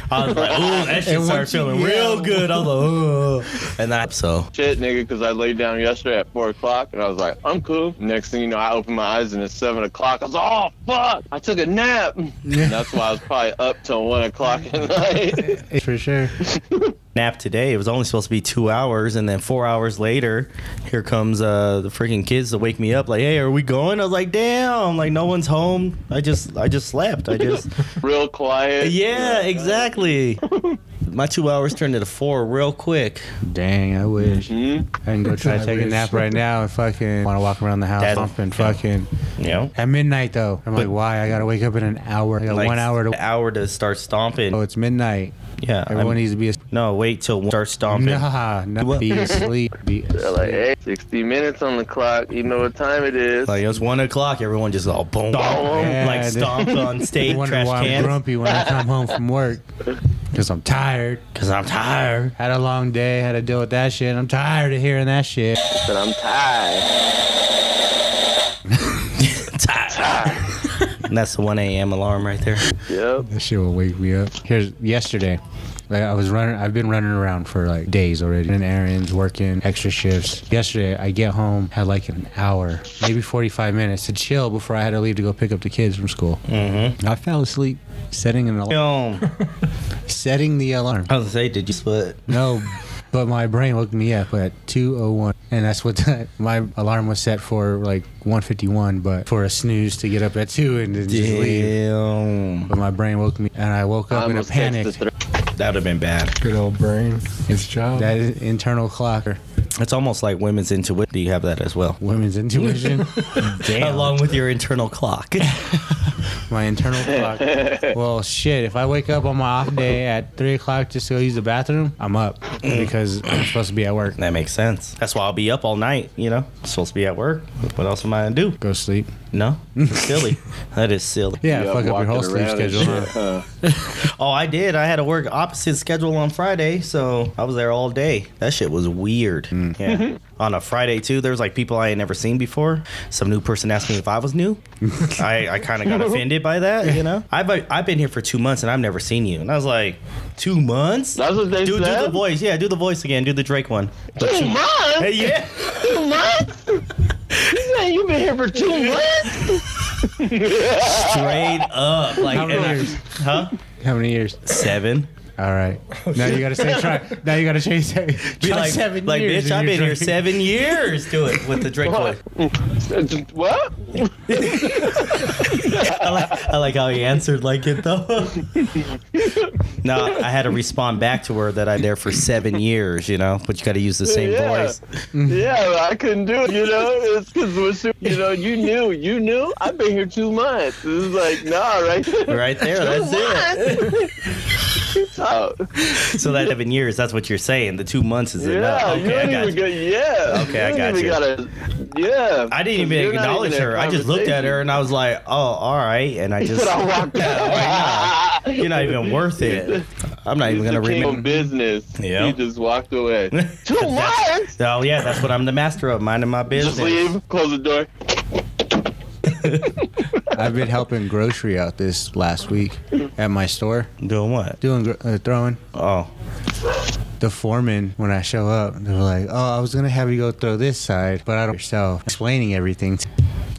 [SPEAKER 3] I was like, "Ooh, that shit
[SPEAKER 1] And
[SPEAKER 3] started
[SPEAKER 1] once you-
[SPEAKER 3] feeling
[SPEAKER 1] yeah.
[SPEAKER 3] real good." I was like, "Ooh," and that so
[SPEAKER 2] Shit, nigga, because I laid down yesterday at four o'clock and I was like, I'm cool. Next thing you know, I opened my eyes and it's seven o'clock. I was like, oh fuck, I took a nap. And that's why I was probably up till one o'clock at night.
[SPEAKER 1] for sure.
[SPEAKER 3] nap today. It was only supposed to be two hours, and then four hours later, here comes uh, the freaking kids to wake me up. Like, "Hey, are we going?" I was like, "Damn!" Like, no one's home. I just, I just slept. I just.
[SPEAKER 2] Real quiet.
[SPEAKER 3] Yeah, exactly. My two hours turned into four real quick.
[SPEAKER 1] Dang, I wish
[SPEAKER 2] Mhm.
[SPEAKER 3] Mm-hmm.
[SPEAKER 1] I can go try to
[SPEAKER 4] I
[SPEAKER 1] take a
[SPEAKER 4] wish.
[SPEAKER 1] nap right now and fucking want to walk around the house
[SPEAKER 3] That's-
[SPEAKER 1] pumping fucking
[SPEAKER 3] Yeah.
[SPEAKER 1] at midnight though. I'm like, why? I gotta wake up in an hour. I got one hour to.
[SPEAKER 3] hour to start stomping.
[SPEAKER 1] Oh, it's midnight.
[SPEAKER 3] yeah. I'm-
[SPEAKER 1] Everyone needs to be. As-
[SPEAKER 3] no, wait till one start stomping.
[SPEAKER 1] nah, not
[SPEAKER 3] What?
[SPEAKER 1] be asleep. Be
[SPEAKER 2] They're like,
[SPEAKER 1] asleep.
[SPEAKER 2] hey, 60 minutes on the clock. You know what time it is.
[SPEAKER 3] Like it was one o'clock. Everyone just all boom,
[SPEAKER 2] Yeah,
[SPEAKER 3] like
[SPEAKER 1] dude.
[SPEAKER 3] stomped on stage
[SPEAKER 1] Wonder
[SPEAKER 3] trash
[SPEAKER 1] why I'm
[SPEAKER 3] cans
[SPEAKER 1] grumpy when I come home from work because I'm tired.
[SPEAKER 3] because I'm tired.
[SPEAKER 1] Had a long day. Had to deal with that shit. I'm tired of hearing that shit.
[SPEAKER 2] but I'm tired.
[SPEAKER 3] tired. and that's the one a.m. alarm right there.
[SPEAKER 2] Yep.
[SPEAKER 1] That shit will wake me up. Here's yesterday. Like I was running. I've been running around for like days already. In errands, working extra shifts. Yesterday, I get home had like an hour, maybe 45 minutes to chill before I had to leave to go pick up the kids from school. Mm-hmm. I fell asleep setting an alarm.
[SPEAKER 3] Yo,
[SPEAKER 1] Setting the alarm.
[SPEAKER 3] I was gonna say, did you split?
[SPEAKER 1] No, but my brain woke me up at 2:01, and that's what the, my alarm was set for, like 1:51, but for a snooze to get up at two and then just leave.
[SPEAKER 3] Damn,
[SPEAKER 1] But my brain woke me, and I woke up in a
[SPEAKER 2] almost texted
[SPEAKER 1] panic.
[SPEAKER 2] three-
[SPEAKER 3] that'd have been bad.
[SPEAKER 4] Good old brain. It's job.
[SPEAKER 1] That is internal clocker,
[SPEAKER 3] It's almost like women's intuition. Do you have that as well?
[SPEAKER 1] women's intuition,
[SPEAKER 3] Damn. Along with your internal clock.
[SPEAKER 1] my internal clock. Well, shit, if I wake up on my off day at three o'clock just to go use the bathroom, I'm up
[SPEAKER 3] Mm.
[SPEAKER 1] because I'm supposed to be at work.
[SPEAKER 3] that makes sense. That's why I'll be up all night. You know, supposed to be at work. What else am I gonna do?
[SPEAKER 1] Go sleep.
[SPEAKER 3] No, silly. That is silly.
[SPEAKER 1] Yeah, fuck up your
[SPEAKER 2] walking
[SPEAKER 1] whole sleep
[SPEAKER 2] around and
[SPEAKER 1] schedule. huh?
[SPEAKER 2] shit, huh?
[SPEAKER 3] Oh, I did. I had to work opposite schedule on Friday, so I was there all day. That shit was weird. Yeah. on a Friday too, there was like people I had never seen before. Some new person asked me if I was new. I, I kind of got offended by that, you know. I've I've been here for two months and I've never seen you, and I was like, two months.
[SPEAKER 2] That's what they
[SPEAKER 3] do, do
[SPEAKER 2] said?
[SPEAKER 3] the voice, yeah. Do the voice again. Do the Drake one.
[SPEAKER 2] Two months?
[SPEAKER 3] Hey, yeah.
[SPEAKER 2] Two months? You say You've been here for two months?
[SPEAKER 3] Straight up, like,
[SPEAKER 1] How many
[SPEAKER 3] and I-
[SPEAKER 1] years?
[SPEAKER 3] huh?
[SPEAKER 1] How many years?
[SPEAKER 3] Seven.
[SPEAKER 1] All right. Now you gotta say try. Now you gotta change. Try
[SPEAKER 3] Oh, Be like,
[SPEAKER 1] seven
[SPEAKER 3] like,
[SPEAKER 1] years.
[SPEAKER 3] bitch,
[SPEAKER 1] and
[SPEAKER 3] I've
[SPEAKER 1] you're
[SPEAKER 3] been
[SPEAKER 1] drinking.
[SPEAKER 3] here seven years. Do it with the Drake voice.
[SPEAKER 2] what?
[SPEAKER 3] I like, I like how he answered like it though. no, I had to respond back to her that I'm there for seven years, you know. But you got to use the same
[SPEAKER 2] Yeah.
[SPEAKER 3] voice.
[SPEAKER 2] Yeah, I couldn't do it. You know, it's because you know, you knew, you knew. I've been here two Oh, months. It's like, nah, right?
[SPEAKER 3] Right there, that's it.
[SPEAKER 2] It's out.
[SPEAKER 3] So that seven years, that's what you're saying. The two months is enough.
[SPEAKER 2] Yeah, you
[SPEAKER 3] Okay, I
[SPEAKER 2] don't
[SPEAKER 3] got
[SPEAKER 2] even
[SPEAKER 3] you.
[SPEAKER 2] get. Yeah.
[SPEAKER 3] Okay, I got
[SPEAKER 2] don't even
[SPEAKER 3] you.
[SPEAKER 2] Gotta, yeah.
[SPEAKER 3] I didn't
[SPEAKER 2] 'cause you're
[SPEAKER 3] even
[SPEAKER 2] not
[SPEAKER 3] acknowledge
[SPEAKER 2] in a
[SPEAKER 3] her. I just looked at
[SPEAKER 2] conversation.
[SPEAKER 3] her and I was like, "Oh, all right," and I just
[SPEAKER 2] And I walked out.
[SPEAKER 3] you're not even worth it. I'm not even
[SPEAKER 2] He's
[SPEAKER 3] gonna
[SPEAKER 2] the king
[SPEAKER 3] remember.
[SPEAKER 2] of business.
[SPEAKER 3] Yeah.
[SPEAKER 2] He just walked away. Two months.
[SPEAKER 3] Oh yeah, that's what I'm the master of, minding my
[SPEAKER 2] Just
[SPEAKER 3] business.
[SPEAKER 2] leave. Close the door.
[SPEAKER 1] I've been helping grocery out this last week at my store,
[SPEAKER 3] Doing what?
[SPEAKER 1] doing gr- uh, throwing.
[SPEAKER 3] Oh,
[SPEAKER 1] The foreman, when I show up, they were like, "Oh, I was gonna have you go throw this side, but I don't." So explaining everything. To-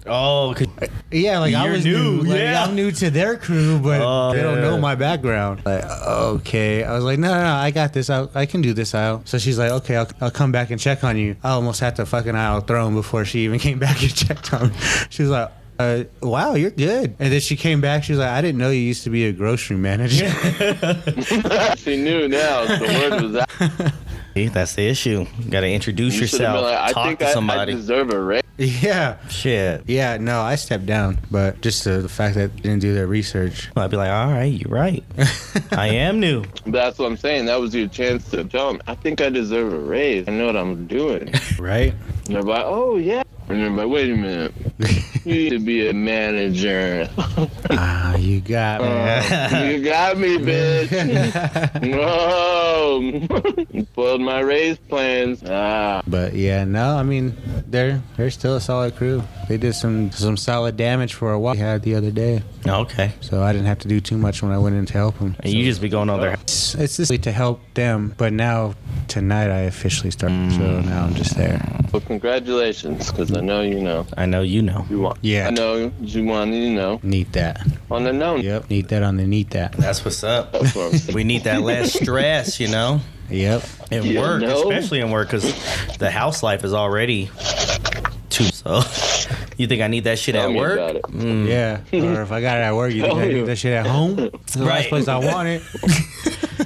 [SPEAKER 3] oh, 'cause-
[SPEAKER 1] yeah, like I
[SPEAKER 3] You're
[SPEAKER 1] was
[SPEAKER 3] new,
[SPEAKER 1] new. like,
[SPEAKER 3] yeah.
[SPEAKER 1] I'm new to their crew, but
[SPEAKER 3] Oh,
[SPEAKER 1] they don't know
[SPEAKER 3] yeah.
[SPEAKER 1] my background. Like, okay, I was like, "No, no, no I got this. I, I can do this aisle." So she's like, "Okay, I'll, I'll come back and check on you." I almost had to fucking aisle throw him before she even came back and checked on me. She was like. Uh, wow, you're good. And then she came back. She was like, "I didn't know you used to be a grocery manager."
[SPEAKER 2] she knew now. The word was out.
[SPEAKER 3] see, that's the issue. You gotta introduce
[SPEAKER 2] You should have
[SPEAKER 3] yourself.
[SPEAKER 2] been like, I
[SPEAKER 3] talk
[SPEAKER 2] think
[SPEAKER 3] to
[SPEAKER 2] I, I
[SPEAKER 3] somebody.
[SPEAKER 2] deserve a raise.
[SPEAKER 1] yeah,
[SPEAKER 3] Shit.
[SPEAKER 1] Yeah, no, I stepped down, but just the, the fact that they didn't do their research.
[SPEAKER 3] I'd be like, all right, you're right. I am new.
[SPEAKER 2] That's what I'm saying. That was your chance to tell him. I think I deserve a raise. I know what I'm doing.
[SPEAKER 1] Right?
[SPEAKER 2] And they're like, oh, yeah. And they're like, wait a minute. You need to be a manager. Uh,
[SPEAKER 1] ah, you got me.
[SPEAKER 2] you got me, bitch. no. Spoiled my raise plans. Ah.
[SPEAKER 1] but yeah, no, I mean, they're they're still a solid crew. They did some some solid damage for a while we had the other day,
[SPEAKER 3] Okay.
[SPEAKER 1] so I didn't have to do too much when I went in to help them.
[SPEAKER 3] And you just be going on there.
[SPEAKER 1] It's, it's just to help them, but now tonight I officially started, so now I'm just there.
[SPEAKER 2] Well, congratulations, because I know you know.
[SPEAKER 3] I know you know.
[SPEAKER 2] You want.
[SPEAKER 1] Yeah.
[SPEAKER 2] I know you want to know.
[SPEAKER 1] Need that.
[SPEAKER 2] On the known.
[SPEAKER 1] Yep. Need that on the need that.
[SPEAKER 3] That's what's up.
[SPEAKER 2] That's what I'm saying.
[SPEAKER 3] We need that less stress, you know,
[SPEAKER 1] Yep.
[SPEAKER 3] in
[SPEAKER 2] You
[SPEAKER 3] work,
[SPEAKER 2] know?
[SPEAKER 3] especially in work, because the house life is already too. So, you think I need that shit
[SPEAKER 2] Tell
[SPEAKER 3] at
[SPEAKER 2] me
[SPEAKER 3] work?
[SPEAKER 2] about it.
[SPEAKER 1] Yeah. or if I got it at work, you think I need that shit at home? It's the last
[SPEAKER 3] Right.
[SPEAKER 1] place I want it.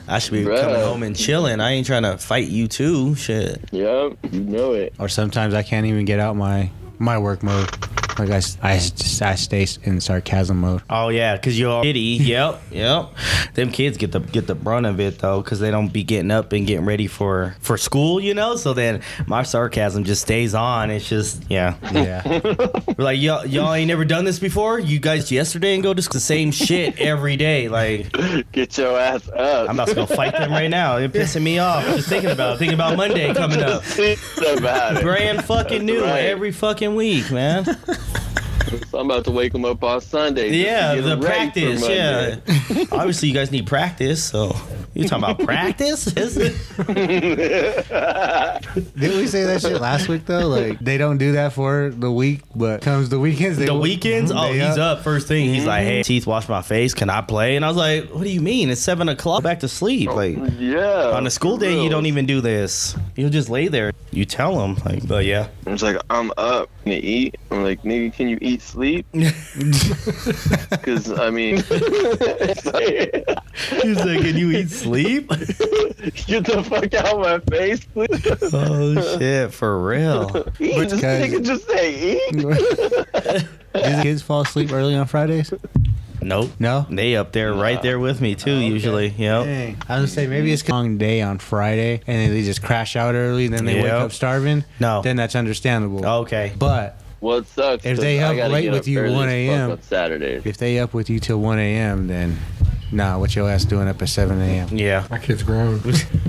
[SPEAKER 3] I should be
[SPEAKER 2] Bruh.
[SPEAKER 3] coming home and chilling. I ain't trying to fight you too. Shit.
[SPEAKER 2] Yep, you know it.
[SPEAKER 1] or sometimes I can't even get out my my work mode. Like I, s- I, s- I stay in sarcasm mode.
[SPEAKER 3] Oh yeah, cause you're all shitty. Yep, yep. Them kids get the get the brunt of it though, cause they don't be getting up and getting ready for for school, you know. So then my sarcasm just stays on. It's just yeah.
[SPEAKER 1] Yeah,
[SPEAKER 3] We're like y'all y'all ain't never done this before. You guys yesterday and go to school. the same shit every day. Like
[SPEAKER 2] Get your ass up.
[SPEAKER 3] I'm about to go fight them right now. They're pissing me off. Just thinking about it. thinking about Monday coming up.
[SPEAKER 2] See about it.
[SPEAKER 3] Brand fucking new
[SPEAKER 2] Right.
[SPEAKER 3] every fucking week, man.
[SPEAKER 2] So I'm about to wake him up on Sunday. just to
[SPEAKER 3] Yeah,
[SPEAKER 2] get
[SPEAKER 3] the
[SPEAKER 2] him ready for
[SPEAKER 3] practice.
[SPEAKER 2] Monday.
[SPEAKER 3] Yeah. Obviously, you guys need practice. So you talking about practice? Is it?
[SPEAKER 1] didn't we say that shit last week though? Like they don't do that for the week, but comes the weekends. They
[SPEAKER 3] The weekends? Oh,
[SPEAKER 1] they
[SPEAKER 3] he's up Mhm. first thing. He's like, "Hey, teeth, wash my face. Can I play?" And I was like, "What do you mean? It's seven o'clock. Back to sleep. Like
[SPEAKER 2] Yeah.
[SPEAKER 3] on a school day, you don't even do this. You'll just lay there. You tell them. Like, but yeah,
[SPEAKER 2] It's like I'm up to eat. I'm like, nigga, can you eat sleep? Because I mean, it's like,
[SPEAKER 3] he's like, "Can you eat sleep?"
[SPEAKER 2] get the fuck out of my face, please.
[SPEAKER 3] oh shit, for real.
[SPEAKER 2] Eat. This
[SPEAKER 1] guys-
[SPEAKER 2] nigga just say eat.
[SPEAKER 1] Do the kids fall asleep early on Fridays?
[SPEAKER 3] Nope.
[SPEAKER 1] No.
[SPEAKER 3] They up there, right there with me too. Usually, yep.
[SPEAKER 1] Dang. I was gonna say maybe it's a long day on Friday and then they just crash out early, then they wake
[SPEAKER 3] Yep.
[SPEAKER 1] up starving.
[SPEAKER 3] No. Oh.
[SPEAKER 1] then that's understandable.
[SPEAKER 3] Okay.
[SPEAKER 1] But
[SPEAKER 2] Well, it sucks.
[SPEAKER 1] If they
[SPEAKER 2] 'cause I
[SPEAKER 1] up
[SPEAKER 2] gotta
[SPEAKER 1] late
[SPEAKER 2] get
[SPEAKER 1] with
[SPEAKER 2] up
[SPEAKER 1] you
[SPEAKER 2] early as
[SPEAKER 1] 1
[SPEAKER 2] fuck
[SPEAKER 1] a.m..
[SPEAKER 2] on Saturday.
[SPEAKER 1] if they up with you till 1 a.m., then nah, what your ass doing up at 7 a.m.?
[SPEAKER 3] Yeah.
[SPEAKER 4] My kid's grown.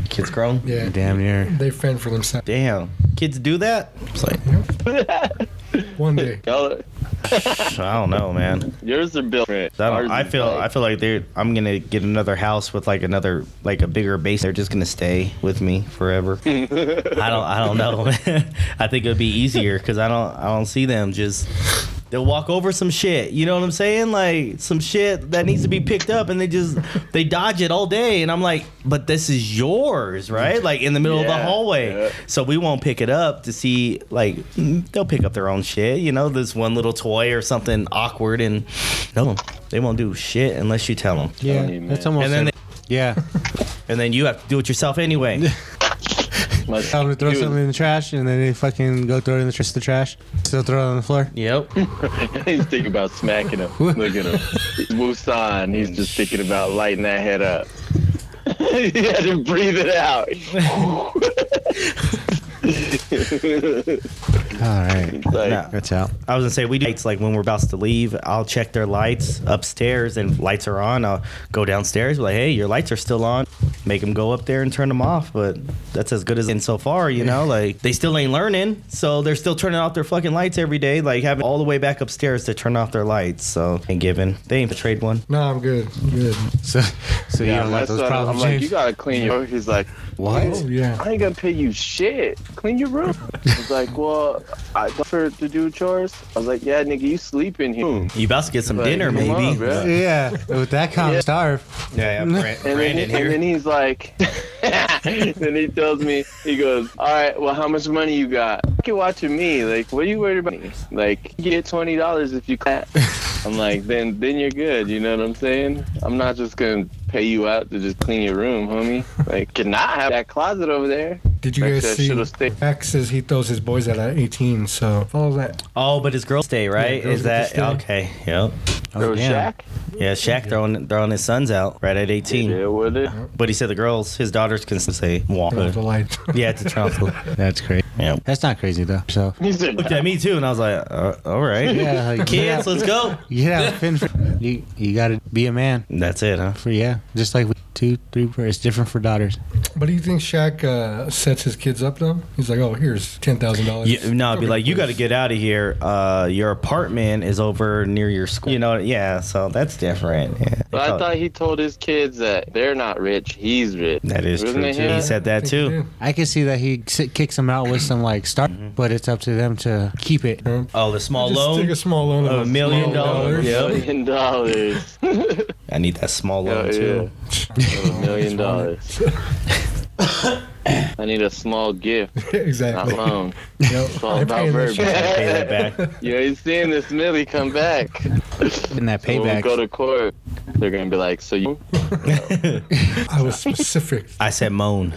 [SPEAKER 3] Kids grown.
[SPEAKER 4] Yeah.
[SPEAKER 1] Damn near.
[SPEAKER 4] They fend for themselves.
[SPEAKER 3] Damn. Kids do that? It's like,
[SPEAKER 4] One day.
[SPEAKER 2] Y'all,
[SPEAKER 3] I don't know, man.
[SPEAKER 2] yours are built. I,
[SPEAKER 3] I, don't, I feel I feel like they're I'm gonna get another house with like another like a bigger base. They're just gonna stay with me forever. I don't I don't know. I think it would be easier because I don't I don't see them just. They'll walk over some shit, you know what I'm saying? Like some shit that needs to be picked up, and they just they dodge it all day. And I'm like, but this is yours, right? Like in the middle of the
[SPEAKER 2] Yeah,
[SPEAKER 3] hallway.
[SPEAKER 2] yeah.
[SPEAKER 3] So we won't pick it up to see like mm, they'll pick up their own shit, you know, this one little toy or something awkward and no, they won't do shit unless you tell them.
[SPEAKER 1] Yeah,
[SPEAKER 2] Funny, man.
[SPEAKER 1] that's almost.
[SPEAKER 3] And then
[SPEAKER 1] it. yeah,
[SPEAKER 3] And then you have to do it yourself anyway.
[SPEAKER 2] My,
[SPEAKER 1] tell them to throw
[SPEAKER 2] Dude,
[SPEAKER 1] something in the trash, and then they fucking go throw it in the trash. The trash, still throw it on the floor.
[SPEAKER 3] yep.
[SPEAKER 2] He's thinking about smacking him. Look at him. He's Wusan. He's just thinking about lighting that head up. you had to breathe it out.
[SPEAKER 1] All right.
[SPEAKER 2] like,
[SPEAKER 3] Nah.
[SPEAKER 1] That's out.
[SPEAKER 3] I was gonna say we do lights like when we're about to leave. I'll check their lights upstairs, and if lights are on. I'll go downstairs, be like, hey, your lights are still on. Make them go up there and turn them off. But that's as good as in so far, you know. Like they still ain't learning, so they're still turning off their fucking lights every day. Like having all the way back upstairs to turn off their lights. So ain't giving. They ain't trade one.
[SPEAKER 4] No, I'm good. I'm good.
[SPEAKER 1] So, so you
[SPEAKER 2] yeah,
[SPEAKER 1] don't like
[SPEAKER 2] that's
[SPEAKER 1] those
[SPEAKER 2] what I'm
[SPEAKER 1] problems,
[SPEAKER 2] like, you
[SPEAKER 1] James?
[SPEAKER 2] gotta clean your. He's like,
[SPEAKER 4] Oh yeah.
[SPEAKER 2] I ain't gonna pay you shit. Clean your room. I was like, well, I for to do chores. I was like, yeah, nigga, you sleep in here. And
[SPEAKER 3] You about to get some
[SPEAKER 2] Like,
[SPEAKER 3] dinner,
[SPEAKER 2] come
[SPEAKER 3] maybe?
[SPEAKER 2] on, bro.
[SPEAKER 1] Yeah,
[SPEAKER 3] yeah,
[SPEAKER 1] with that kind
[SPEAKER 2] Yeah.
[SPEAKER 1] of starve.
[SPEAKER 3] yeah. Brand,
[SPEAKER 2] then,
[SPEAKER 3] Brandon
[SPEAKER 2] he- and
[SPEAKER 3] here.
[SPEAKER 2] then he's like, then he tells me, he goes, all right, well, how much money you got? You're watching me. Like, what are you worried about? me? Like, you get twenty dollars if you clap. I'm like, then, then you're good. You know what I'm saying? I'm not just gonna pay you out to just clean your room, homie. Like, cannot have that closet over there.
[SPEAKER 4] Did you
[SPEAKER 2] Like,
[SPEAKER 4] guys
[SPEAKER 2] that
[SPEAKER 4] see?
[SPEAKER 2] should've stayed.
[SPEAKER 4] X says he throws his boys out at 18, so follow that.
[SPEAKER 3] Oh, but it's girls' day, right?
[SPEAKER 4] girls
[SPEAKER 3] Is
[SPEAKER 4] get
[SPEAKER 3] that
[SPEAKER 4] to stay.
[SPEAKER 3] okay? Yep.
[SPEAKER 2] Bro,
[SPEAKER 1] Oh, damn.
[SPEAKER 2] Shaq,
[SPEAKER 3] Yeah, Shaq throwing throwing his sons out right at
[SPEAKER 2] he
[SPEAKER 3] 18.
[SPEAKER 2] did with it.
[SPEAKER 3] But he said the girls, his daughters, can say walk.
[SPEAKER 4] Turn off the light.
[SPEAKER 3] Yeah, it's a trouble.
[SPEAKER 1] That's crazy.
[SPEAKER 3] yeah.
[SPEAKER 1] That's not crazy though. So
[SPEAKER 2] He said,
[SPEAKER 3] Looked at me too, and I was like, uh, all right,
[SPEAKER 1] yeah, like,
[SPEAKER 3] kids, let's go.
[SPEAKER 1] Yeah, fin- you you gotta be a man
[SPEAKER 3] That's it, huh?
[SPEAKER 1] for yeah. Just like with two, three, four, it's different for daughters.
[SPEAKER 4] But do you think Shaq uh, sets his kids up though? He's like, oh, here's ten thousand dollars.
[SPEAKER 3] You, no, I'd be like, you got to get out of here. Uh, your apartment is over near your school. You know, yeah. So that's different. Yeah.
[SPEAKER 2] But I thought he told his kids that they're not rich, he's rich.
[SPEAKER 3] Oh, that is
[SPEAKER 2] Wasn't
[SPEAKER 3] true.
[SPEAKER 2] it
[SPEAKER 3] Too.
[SPEAKER 2] him?
[SPEAKER 3] He said that too.
[SPEAKER 1] I can see that he si- kicks them out with some like start,
[SPEAKER 2] Mm-hmm.
[SPEAKER 1] but it's up to them to keep it.
[SPEAKER 3] Oh, the small
[SPEAKER 4] Just take
[SPEAKER 3] loan.
[SPEAKER 4] a small loan
[SPEAKER 3] of a million
[SPEAKER 4] small
[SPEAKER 3] dollars. Yep.
[SPEAKER 2] Million dollars.
[SPEAKER 3] I need that small loan
[SPEAKER 2] Yeah,
[SPEAKER 3] too.
[SPEAKER 2] A million dollars. I need a small gift, not
[SPEAKER 4] exactly.
[SPEAKER 2] loan.
[SPEAKER 4] Yep.
[SPEAKER 2] It's all
[SPEAKER 4] I'm
[SPEAKER 2] about
[SPEAKER 4] paying this
[SPEAKER 2] verbiage.
[SPEAKER 4] shit.
[SPEAKER 3] Pay that back.
[SPEAKER 2] Yeah, he's seeing this Millie come back.
[SPEAKER 1] And that
[SPEAKER 2] When we
[SPEAKER 1] payback.
[SPEAKER 2] go to court, they're gonna be like, "So you?"
[SPEAKER 4] I was specific.
[SPEAKER 3] I said moan.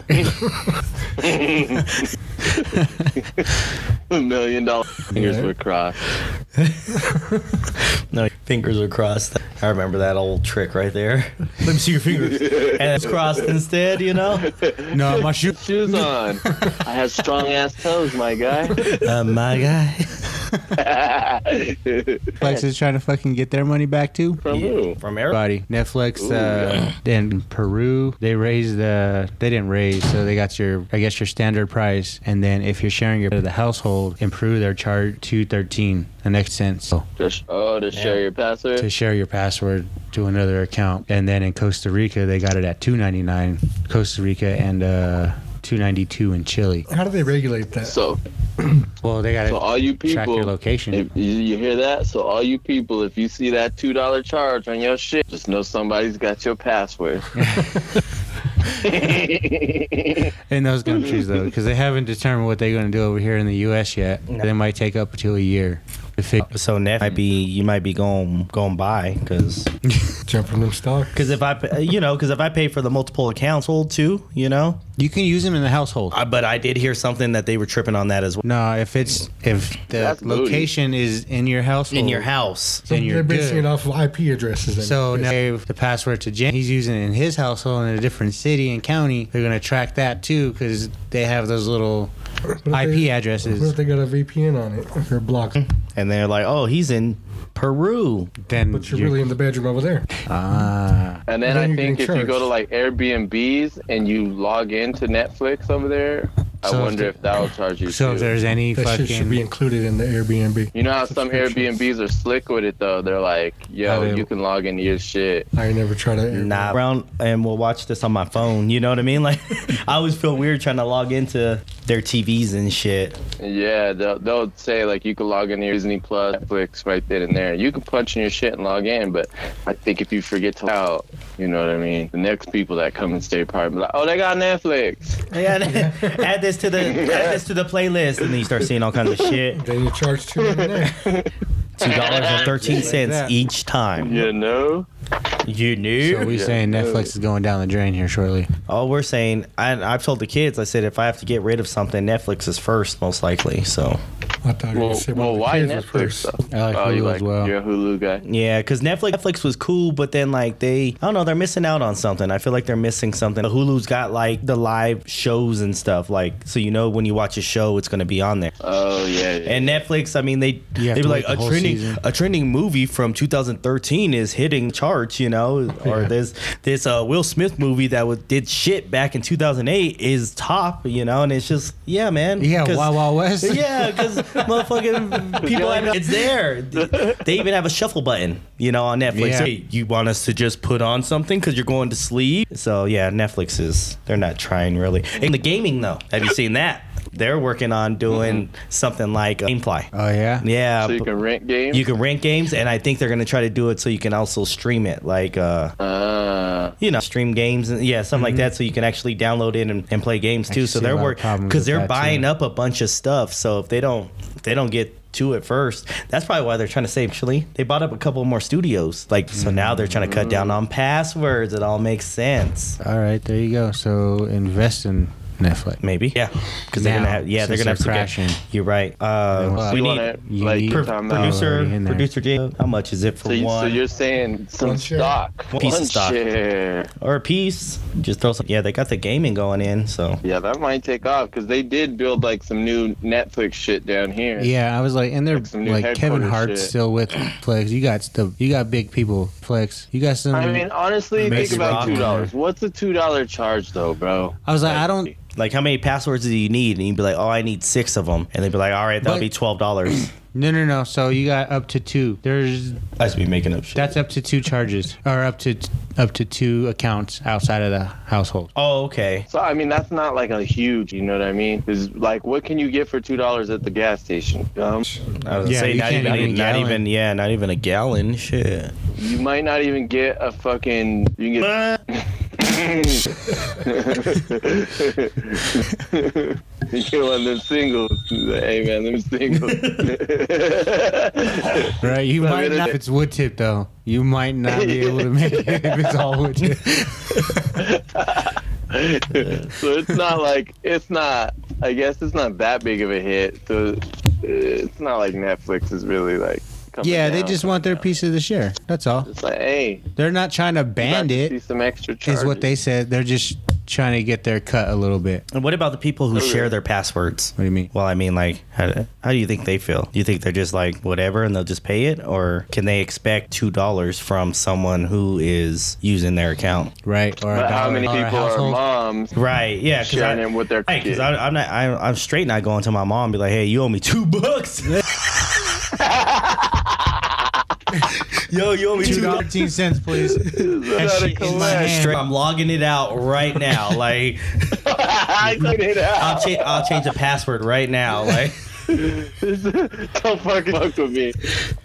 [SPEAKER 2] A million dollar fingers
[SPEAKER 4] Yeah.
[SPEAKER 2] were crossed.
[SPEAKER 3] No, your fingers are crossed. I remember that old trick right there. Let me see your fingers. And it's crossed instead, you know?
[SPEAKER 1] no, my shoe.
[SPEAKER 2] Shoes on. I have strong ass toes, my guy.
[SPEAKER 3] Uh, my guy.
[SPEAKER 1] Netflix is trying to fucking get their money back too.
[SPEAKER 2] From who?
[SPEAKER 3] From Eric?
[SPEAKER 1] Buddy, Netflix
[SPEAKER 2] Ooh,
[SPEAKER 1] uh, in Peru, they raised the they didn't raise, so they got your I guess your standard price, and then if you're sharing your the household in Peru, they're charged two thirteen the next cent. So
[SPEAKER 2] Just, oh, to share your
[SPEAKER 1] to
[SPEAKER 2] password.
[SPEAKER 1] share your password to another account. And then in Costa Rica, they got it at 2.99 Costa Rica and uh 292 in Chile.
[SPEAKER 4] How do they regulate that?
[SPEAKER 2] So,
[SPEAKER 1] Well, they got
[SPEAKER 2] so
[SPEAKER 1] to
[SPEAKER 2] all you people,
[SPEAKER 1] track your location.
[SPEAKER 2] If you, you hear that? So all you people, if you see that two dollar charge on your shit, just know somebody's got your password.
[SPEAKER 1] in those countries though, because they haven't determined what they're going to do over here in the U.S. yet. They might take up to a year to figure.
[SPEAKER 3] So Neff might be you might be going going by because
[SPEAKER 4] Jump from them stock.
[SPEAKER 3] because if I pa- you know because if I pay for the multiple accounts well too you know
[SPEAKER 1] You can use them in the household.
[SPEAKER 3] I, but I did hear something that they were tripping on that as well
[SPEAKER 1] No, if it's if the
[SPEAKER 2] That's booty.
[SPEAKER 1] location is in your household,
[SPEAKER 3] in your house
[SPEAKER 1] then you're
[SPEAKER 4] They're basing
[SPEAKER 1] good.
[SPEAKER 4] it off of IP addresses. then.
[SPEAKER 1] So
[SPEAKER 4] Yes.
[SPEAKER 1] now if the password to Jen. He's using it in his household in a different city and county. They're gonna track that too because they have those little
[SPEAKER 4] What if they-
[SPEAKER 1] IP
[SPEAKER 4] What
[SPEAKER 1] addresses. Mm-hmm.
[SPEAKER 4] if they got a VPN on it? If you're blocked,
[SPEAKER 3] and they're like oh he's in Peru
[SPEAKER 1] Then
[SPEAKER 4] but you're really in the bedroom over there.
[SPEAKER 1] ah.
[SPEAKER 2] and then
[SPEAKER 4] Then
[SPEAKER 2] I
[SPEAKER 4] you're
[SPEAKER 2] think if
[SPEAKER 4] getting
[SPEAKER 2] you go to like Airbnb's and you log into Netflix over there, I
[SPEAKER 1] So if
[SPEAKER 2] wonder
[SPEAKER 1] the-
[SPEAKER 2] if that'll charge you
[SPEAKER 1] So
[SPEAKER 2] too.
[SPEAKER 1] if there's any
[SPEAKER 4] That shit should be
[SPEAKER 1] fucking
[SPEAKER 4] included in the Airbnb.
[SPEAKER 2] you know how some
[SPEAKER 4] Subscriptions.
[SPEAKER 2] Airbnbs are slick with it though. They're like,
[SPEAKER 1] How
[SPEAKER 2] "Yo,
[SPEAKER 1] they-
[SPEAKER 2] you can log into your shit."
[SPEAKER 4] I never try to. Airbnb.
[SPEAKER 3] nah around and we'll watch this on my phone you know what I mean like I always feel weird trying to log into their TVs and shit
[SPEAKER 2] Yeah, they'll, they'll say like you can log into your Disney Plus, Netflix, right then and there. You can punch in your shit and log in, but I think if you forget to log out, you know what I mean. The next people that come and stay part, like, oh, they got Netflix.
[SPEAKER 3] yeah add this to the add this to the playlist and then you start seeing all kinds of shit
[SPEAKER 4] Then you charge two hundred. a night.
[SPEAKER 3] two dollars and thirteen cents
[SPEAKER 1] that.
[SPEAKER 3] each time
[SPEAKER 2] You know,
[SPEAKER 3] you knew
[SPEAKER 1] so we
[SPEAKER 2] Yeah.
[SPEAKER 1] saying Netflix is going down the drain here shortly.
[SPEAKER 3] All we're saying, I, I've told the kids, I said, if I have to get rid of something, Netflix is first, most likely. So
[SPEAKER 4] I thought you were
[SPEAKER 2] Well,
[SPEAKER 4] gonna say one
[SPEAKER 2] well
[SPEAKER 4] of the
[SPEAKER 2] why
[SPEAKER 4] kids
[SPEAKER 2] Netflix?
[SPEAKER 4] was first.
[SPEAKER 2] though?
[SPEAKER 1] I like
[SPEAKER 2] oh, you
[SPEAKER 1] Hulu as
[SPEAKER 2] like
[SPEAKER 1] well.
[SPEAKER 2] You're a Hulu guy.
[SPEAKER 3] Yeah, because Netflix, Netflix was cool, but then like they, I don't know, they're missing out on something. I feel like they're missing something. Hulu's got like the live shows and stuff, like so you know when you watch a show, it's gonna be on there.
[SPEAKER 2] Oh yeah. yeah.
[SPEAKER 3] And Netflix, I mean, they
[SPEAKER 1] You
[SPEAKER 3] they
[SPEAKER 1] have
[SPEAKER 3] be
[SPEAKER 1] to wait
[SPEAKER 3] like
[SPEAKER 1] the
[SPEAKER 3] a
[SPEAKER 1] whole
[SPEAKER 3] trending
[SPEAKER 1] season."
[SPEAKER 3] a trending movie from 2013 is hitting charts, you know, or
[SPEAKER 1] Yeah.
[SPEAKER 3] this this uh, Will Smith movie that was, did shit back in 2008 is top, you know, and it's just yeah, man,
[SPEAKER 1] Yeah,
[SPEAKER 3] 'cause-
[SPEAKER 1] Wild Wild West.
[SPEAKER 3] yeah, because motherfucking people, have, it's there. They even have a shuffle button, you know, on Netflix.
[SPEAKER 1] Yeah.
[SPEAKER 3] Hey, you want us to just put on something because you're going to sleep? So yeah, Netflix is they're not trying really. And the gaming though, have you seen that? They're working on doing something like uh, GameFly.
[SPEAKER 1] Oh yeah.
[SPEAKER 3] yeah,
[SPEAKER 2] Mm-hmm. so you
[SPEAKER 3] but-
[SPEAKER 2] can rent games.
[SPEAKER 3] uh, you can rent games, and I think they're gonna try to do it so you can also stream it, like uh,
[SPEAKER 2] Ah.
[SPEAKER 3] you know, stream games and yeah, something like that, so you can actually download it and, and play games too.
[SPEAKER 1] Mm-hmm. can see
[SPEAKER 3] So
[SPEAKER 1] a
[SPEAKER 3] they're
[SPEAKER 1] lot of
[SPEAKER 3] work
[SPEAKER 1] problems
[SPEAKER 3] because
[SPEAKER 1] with
[SPEAKER 3] they're
[SPEAKER 1] that,
[SPEAKER 3] buying
[SPEAKER 1] too.
[SPEAKER 3] up a bunch of stuff. So if they don't, if they don't get to it first, that's probably why they're trying to save. Actually, they bought up a couple more studios, like so now they're trying to cut down on passwords. It all makes sense.
[SPEAKER 1] All right, there you go. So invest in Netflix.
[SPEAKER 3] Maybe, yeah, because they're
[SPEAKER 1] Now,
[SPEAKER 3] gonna have, yeah, they're
[SPEAKER 1] since
[SPEAKER 3] gonna have
[SPEAKER 1] they're
[SPEAKER 3] to
[SPEAKER 1] crashing.
[SPEAKER 3] get, You're right. Uh,
[SPEAKER 1] Well,
[SPEAKER 3] we
[SPEAKER 2] you
[SPEAKER 3] need
[SPEAKER 2] wanna,
[SPEAKER 1] you
[SPEAKER 2] like
[SPEAKER 1] need-
[SPEAKER 3] pr-
[SPEAKER 2] time out.
[SPEAKER 3] producer,
[SPEAKER 1] already in there.
[SPEAKER 3] producer Jay. How much is it for
[SPEAKER 2] So, you,
[SPEAKER 3] one?
[SPEAKER 2] so you're saying some
[SPEAKER 4] One share.
[SPEAKER 2] stock,
[SPEAKER 3] Piece of
[SPEAKER 2] one
[SPEAKER 3] stock.
[SPEAKER 2] share.
[SPEAKER 3] or a piece. Just throw some. Yeah, they got the gaming going in. So
[SPEAKER 2] Yeah, that might take off because they did build like some new Netflix shit down here.
[SPEAKER 1] Yeah, I was like, and they're
[SPEAKER 2] Like some new
[SPEAKER 1] like, Kevin
[SPEAKER 2] headquarters
[SPEAKER 1] Hart's
[SPEAKER 2] shit.
[SPEAKER 1] still with Plex. You got the you got big people, Plex. You got some.
[SPEAKER 2] I mean, honestly,
[SPEAKER 1] Makes
[SPEAKER 2] think about
[SPEAKER 1] you
[SPEAKER 2] two
[SPEAKER 1] rock.
[SPEAKER 2] dollars. What's a two dollar charge though, bro?
[SPEAKER 1] I was like, I don't.
[SPEAKER 3] like, how many passwords do you need? And you'd be like, oh, I need six of them. And they'd be like, all right, that'll
[SPEAKER 1] But-
[SPEAKER 3] be twelve dollars.
[SPEAKER 1] No, no, no. So you got up to two. There's
[SPEAKER 3] I should be making up shit.
[SPEAKER 1] that's up to two charges, or up to up to two accounts outside of the household.
[SPEAKER 3] oh, okay.
[SPEAKER 2] So I mean, that's not like a huge. You know what I mean? Is like, what can you get for two dollars at the gas station? Um,
[SPEAKER 3] I was
[SPEAKER 1] Yeah,
[SPEAKER 3] yeah, say
[SPEAKER 1] you
[SPEAKER 3] not
[SPEAKER 1] can't
[SPEAKER 3] even,
[SPEAKER 1] even
[SPEAKER 3] not
[SPEAKER 1] gallon.
[SPEAKER 3] even, yeah, not even a gallon. Shit.
[SPEAKER 2] you might not even get a fucking. You can get. you get one of them singles. Hey man, them singles.
[SPEAKER 1] Right? You
[SPEAKER 2] But
[SPEAKER 1] might
[SPEAKER 2] it-
[SPEAKER 1] not. If it's wood tip though, you might not be able to make it if it's all wood tip.
[SPEAKER 2] so it's not like it's not. I guess it's not that big of a hit. So uh, it's not like Netflix is really like. coming
[SPEAKER 1] Yeah, they
[SPEAKER 2] down.
[SPEAKER 1] just want their piece of the share. That's all.
[SPEAKER 2] It's like, hey,
[SPEAKER 1] They're not trying to
[SPEAKER 2] and
[SPEAKER 1] ban
[SPEAKER 2] it see
[SPEAKER 1] it,
[SPEAKER 2] some extra charges.
[SPEAKER 1] is what they said. They're just trying to get their cut a little bit.
[SPEAKER 3] And what about the people who
[SPEAKER 2] Okay.
[SPEAKER 3] share their passwords?
[SPEAKER 1] What do you mean?
[SPEAKER 3] Well, I mean, like, how, how do you think they feel? Do you think they're just like whatever, and they'll just pay it, or can they expect two dollars from someone who is using their account?
[SPEAKER 1] Right? Or a
[SPEAKER 2] But how
[SPEAKER 1] dollar-
[SPEAKER 2] many
[SPEAKER 1] or a
[SPEAKER 2] people are
[SPEAKER 1] household.
[SPEAKER 2] moms?
[SPEAKER 3] Right. Yeah. Cause
[SPEAKER 2] Sharing
[SPEAKER 3] I-
[SPEAKER 2] them with their
[SPEAKER 3] Right, because
[SPEAKER 2] kids.
[SPEAKER 3] I'm not, I'm, I'm straight not going to my mom and be like, hey, you owe me two bucks. Yo, you owe me two dollars.
[SPEAKER 1] Thirteen cents, please.
[SPEAKER 2] Gotta
[SPEAKER 1] shit in my
[SPEAKER 2] collect.
[SPEAKER 1] hand.
[SPEAKER 3] Straight- I'm logging it out right now. Like,
[SPEAKER 2] I clean it
[SPEAKER 3] I'll,
[SPEAKER 2] out.
[SPEAKER 3] cha- I'll change the password right now. Like,
[SPEAKER 2] Don't fucking fuck with me.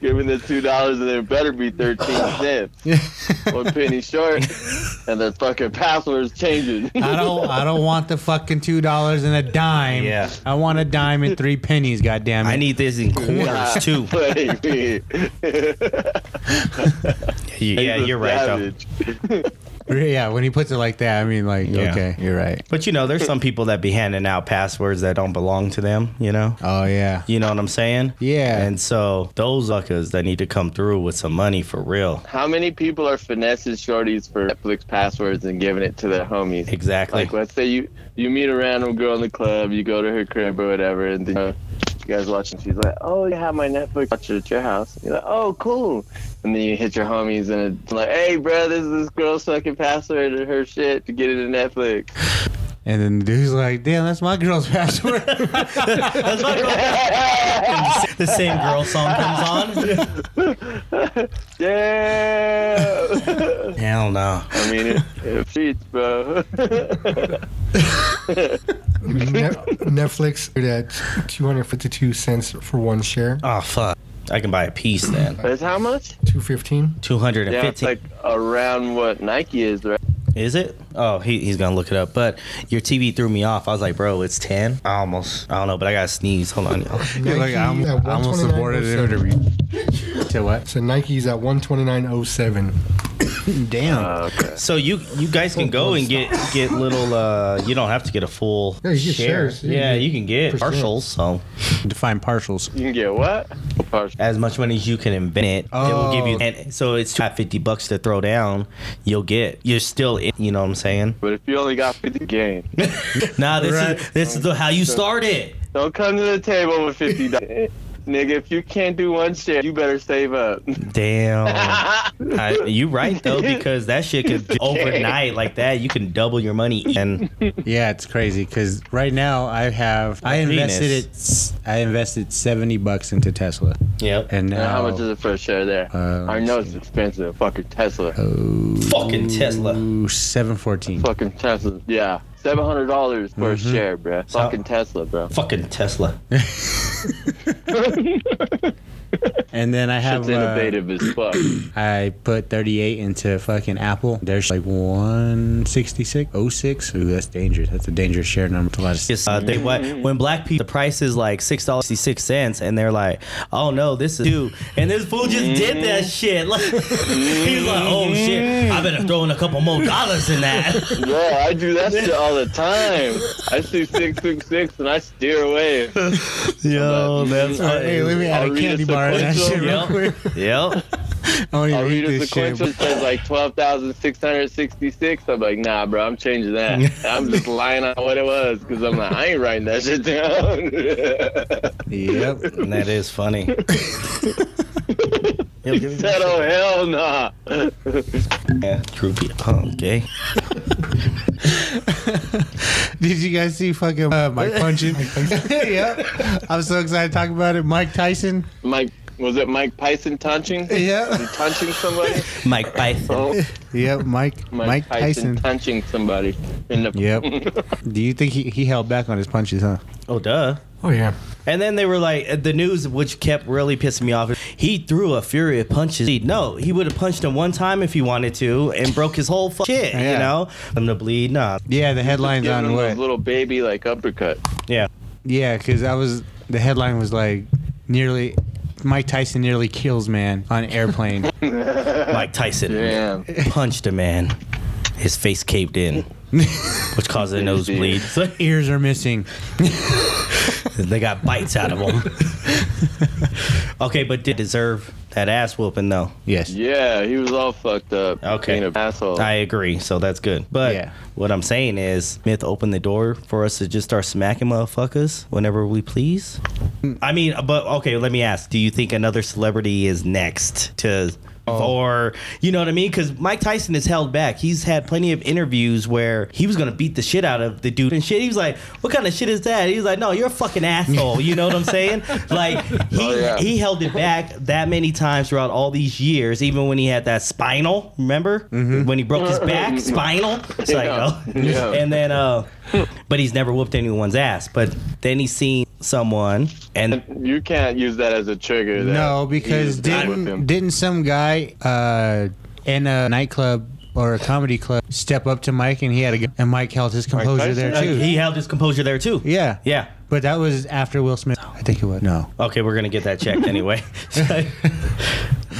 [SPEAKER 2] Give me the two dollars, and there better be thirteen cents, one penny short, and the fucking password's changing.
[SPEAKER 1] I don't. I don't want the fucking two dollars and a dime.
[SPEAKER 3] Yeah.
[SPEAKER 1] I want a dime and three pennies. Goddamn it.
[SPEAKER 3] I need this in
[SPEAKER 2] Nah,
[SPEAKER 3] quarters too.
[SPEAKER 2] like me.
[SPEAKER 3] Yeah,
[SPEAKER 2] He's a
[SPEAKER 3] you're right though.
[SPEAKER 2] savage.
[SPEAKER 1] Yeah, when he puts it like that, I mean, like,
[SPEAKER 3] Yeah.
[SPEAKER 1] okay, you're right.
[SPEAKER 3] But you know, there's some people that be handing out passwords that don't belong to them. You know.
[SPEAKER 1] Oh yeah.
[SPEAKER 3] You know what I'm saying?
[SPEAKER 1] Yeah.
[SPEAKER 3] And so those suckers that need to come through with some money for real.
[SPEAKER 2] How many people are finessing shorties for Netflix passwords and giving it to their homies?
[SPEAKER 3] Exactly.
[SPEAKER 2] Like, let's say you you meet a random girl in the club, you go to her crib or whatever, and you, know, you guys watching. She's like, "Oh, you have my Netflix watch it at your house." You're like, "Oh, cool." And then you hit your homies, and it's like, "Hey, bro, this is this girl's fucking password to her shit to get into Netflix."
[SPEAKER 1] And then the dude's like, damn, that's my girl's password.
[SPEAKER 3] That's not going the same girl song comes on.
[SPEAKER 2] Yeah.
[SPEAKER 3] Hell no.
[SPEAKER 2] I mean, it, it feeds, bro.
[SPEAKER 4] Ne- Netflix did at 252 cents for one share.
[SPEAKER 3] Oh fuck. I can buy a piece then.
[SPEAKER 2] That's how much?
[SPEAKER 4] 215.
[SPEAKER 3] Two hundred and
[SPEAKER 2] Yeah, it's
[SPEAKER 3] fifty.
[SPEAKER 2] like around what Nike is, right?
[SPEAKER 3] Is it? Oh, he, he's gonna look it up. But your TV threw me off. I was like, bro, it's ten. I almost. I don't know, but I got to sneeze. Hold on. y'all.
[SPEAKER 1] You're like, I'm,
[SPEAKER 4] Nike at oh
[SPEAKER 1] I almost aborted an interview. To what?
[SPEAKER 4] oh So Nike's at 129.07.
[SPEAKER 1] Damn.
[SPEAKER 3] So you you guys can go and get get little. uh You don't have to get a full
[SPEAKER 4] Yeah, you get
[SPEAKER 3] share.
[SPEAKER 4] shares. You can
[SPEAKER 3] Yeah,
[SPEAKER 4] get
[SPEAKER 3] you can get
[SPEAKER 4] percent.
[SPEAKER 3] partials. So
[SPEAKER 1] Define partials.
[SPEAKER 2] You can get what? A partial.
[SPEAKER 1] Uh,
[SPEAKER 3] as much money as you can invent, it will give you.
[SPEAKER 1] Oh.
[SPEAKER 3] And so it's at fifty bucks to throw down. You'll get. You're still. In, you know what I'm saying?
[SPEAKER 2] But if you only got 50 games,
[SPEAKER 3] Nah, this is
[SPEAKER 1] Right.
[SPEAKER 3] this is the, how you start it.
[SPEAKER 2] don't come to the table with 50 dollars. Nigga, if you can't do one share, you better save up.
[SPEAKER 3] Damn. I, you right though because that shit could overnight like that. You can double your money and
[SPEAKER 1] Yeah, it's crazy because right now I have I invested
[SPEAKER 3] Venus.
[SPEAKER 1] it. s- I invested seventy bucks into Tesla,
[SPEAKER 3] yep.
[SPEAKER 1] and
[SPEAKER 2] And
[SPEAKER 1] now
[SPEAKER 2] how much is it for a share there?
[SPEAKER 1] Uh,
[SPEAKER 2] I know it's expensive. Fucking Tesla.
[SPEAKER 3] fucking Tesla.
[SPEAKER 1] seven fourteen.
[SPEAKER 2] Fucking Tesla. Yeah. Seven hundred dollars for
[SPEAKER 1] Mm-hmm.
[SPEAKER 2] a share, bruh.
[SPEAKER 3] So-
[SPEAKER 2] Fucking Tesla, bro.
[SPEAKER 3] Fucking Tesla.
[SPEAKER 1] And then I have
[SPEAKER 2] It's
[SPEAKER 1] uh,
[SPEAKER 2] innovative as fuck.
[SPEAKER 1] I put thirty eight into fucking Apple. There's like one sixty six oh six. Ooh, that's dangerous. That's a dangerous share number to a lot of
[SPEAKER 3] Just, uh, they what when black people the price is like six dollars sixty six cents and they're like, oh no, this is dude, and this fool just did that shit. Like, he's like, oh shit, I better throw in a couple more dollars in that.
[SPEAKER 2] yeah, I do that shit all the time. I see six six six and I steer away.
[SPEAKER 3] Yo, that's
[SPEAKER 1] Uh, hey, let me add
[SPEAKER 2] I'll
[SPEAKER 1] a
[SPEAKER 2] read
[SPEAKER 1] candy
[SPEAKER 2] a
[SPEAKER 1] bar to that shit
[SPEAKER 2] sequential.
[SPEAKER 1] real quick.
[SPEAKER 3] yep.
[SPEAKER 1] I want you
[SPEAKER 2] I
[SPEAKER 1] to
[SPEAKER 2] read
[SPEAKER 1] eat
[SPEAKER 2] a
[SPEAKER 1] this shit.
[SPEAKER 2] sequential it says like twelve thousand six hundred sixty six. I'm like, nah, bro, I'm changing that. I'm just lying on what it was because I'm like, I ain't writing that shit down.
[SPEAKER 1] Yep.
[SPEAKER 3] That is funny. Yo, give me
[SPEAKER 2] said,
[SPEAKER 3] that
[SPEAKER 2] oh hell nah.
[SPEAKER 3] shit. Yeah, droopy. Oh, okay.
[SPEAKER 1] Did you guys see fucking uh, Mike punching? yep. I'm so excited to talk about it. Mike Tyson.
[SPEAKER 2] Mike, was it Mike Tyson touching?
[SPEAKER 1] Yep.
[SPEAKER 2] Punching somebody?
[SPEAKER 3] Mike Bison.
[SPEAKER 2] Oh,
[SPEAKER 1] Yep. Mike.
[SPEAKER 2] Mike, Tyson, punching somebody in the
[SPEAKER 1] Yep. Do you think he, he held back on his punches, huh?
[SPEAKER 3] Oh, duh.
[SPEAKER 4] Oh yeah.
[SPEAKER 3] And then they were like, uh, the news, which kept really pissing me off. He threw a fury of punches. No, he would have punched him one time if he wanted to, and broke his whole fu- shit. You
[SPEAKER 1] Yeah.
[SPEAKER 3] know, him to bleed. Nah,
[SPEAKER 1] Yeah, the headline's
[SPEAKER 2] Giving
[SPEAKER 1] on
[SPEAKER 2] him
[SPEAKER 1] what?
[SPEAKER 2] those little baby like uppercut.
[SPEAKER 3] yeah,
[SPEAKER 1] Yeah, because I was the headline was like nearly Mike Tyson nearly kills man on airplane.
[SPEAKER 3] Mike Tyson
[SPEAKER 2] Damn.
[SPEAKER 3] punched a man. His face caved in, which caused a nosebleed. So
[SPEAKER 1] Ears are missing.
[SPEAKER 3] they got bites out of him. okay, but did deserve that ass whooping though.
[SPEAKER 1] Yes.
[SPEAKER 2] Yeah, he was all fucked up.
[SPEAKER 3] Okay.
[SPEAKER 2] Being an asshole.
[SPEAKER 3] I agree. So that's good. But
[SPEAKER 1] Yeah.
[SPEAKER 3] what I'm saying is, Myth opened the door for us to just start smacking motherfuckers whenever we please. I mean, but okay, let me ask. Do you think another celebrity is next to.
[SPEAKER 2] Oh.
[SPEAKER 3] Or you know what I mean? Because Mike Tyson is held back. He's had plenty of interviews where he was gonna beat the shit out of the dude and shit. He was like, "What kind of shit is that?" He was like, "No, you're a fucking asshole." You know what I'm saying? Like he
[SPEAKER 2] Oh, yeah.
[SPEAKER 3] he held it back that many times throughout all these years, even when he had that spinal. Remember when he broke his back, spinal. It's like,
[SPEAKER 2] Mm-hmm. Yeah.
[SPEAKER 3] oh.
[SPEAKER 2] Yeah.
[SPEAKER 3] And then, uh, but he's never whooped anyone's ass. But then he's seen someone, and
[SPEAKER 2] you can't use that as a trigger. There.
[SPEAKER 1] No, because
[SPEAKER 2] He's done with
[SPEAKER 1] didn't
[SPEAKER 2] him.
[SPEAKER 1] didn't some guy uh, in a nightclub or a comedy club step up to Mike and he had a gun and Mike held his composure there
[SPEAKER 3] uh,
[SPEAKER 1] too.
[SPEAKER 3] he held his composure there too.
[SPEAKER 1] yeah.
[SPEAKER 3] Yeah.
[SPEAKER 1] But that was after Will Smith. I think it was. No.
[SPEAKER 3] Okay, we're gonna get that checked anyway.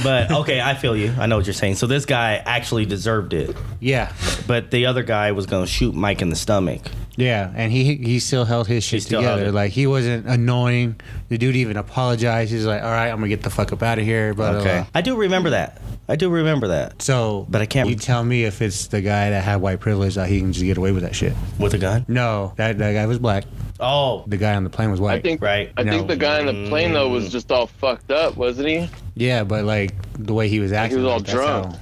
[SPEAKER 3] but okay, I feel you. I know what you're saying. So this guy actually deserved it,
[SPEAKER 1] Yeah.
[SPEAKER 3] but the other guy was gonna shoot Mike in the stomach.
[SPEAKER 1] Yeah, and he he still held his shit
[SPEAKER 3] still held
[SPEAKER 1] together.
[SPEAKER 3] it.
[SPEAKER 1] Like he wasn't annoying. The dude even apologized. He's like, "All right, I'm gonna get the fuck up out of here." But
[SPEAKER 3] Okay, I do remember that. I do remember that
[SPEAKER 1] so,
[SPEAKER 3] But I can't-
[SPEAKER 1] You tell me if it's the guy that had white privilege that he can just get away with that shit.
[SPEAKER 3] with a gun.
[SPEAKER 1] No, that, that guy was black.
[SPEAKER 3] Oh,
[SPEAKER 1] The guy on the plane was white.
[SPEAKER 2] I think.
[SPEAKER 3] right.
[SPEAKER 2] I
[SPEAKER 1] No.
[SPEAKER 2] think the guy in the plane though was just all fucked up, wasn't he?
[SPEAKER 1] Yeah, but like the way he was acting,
[SPEAKER 2] was all
[SPEAKER 1] like, that's
[SPEAKER 2] drunk.
[SPEAKER 1] how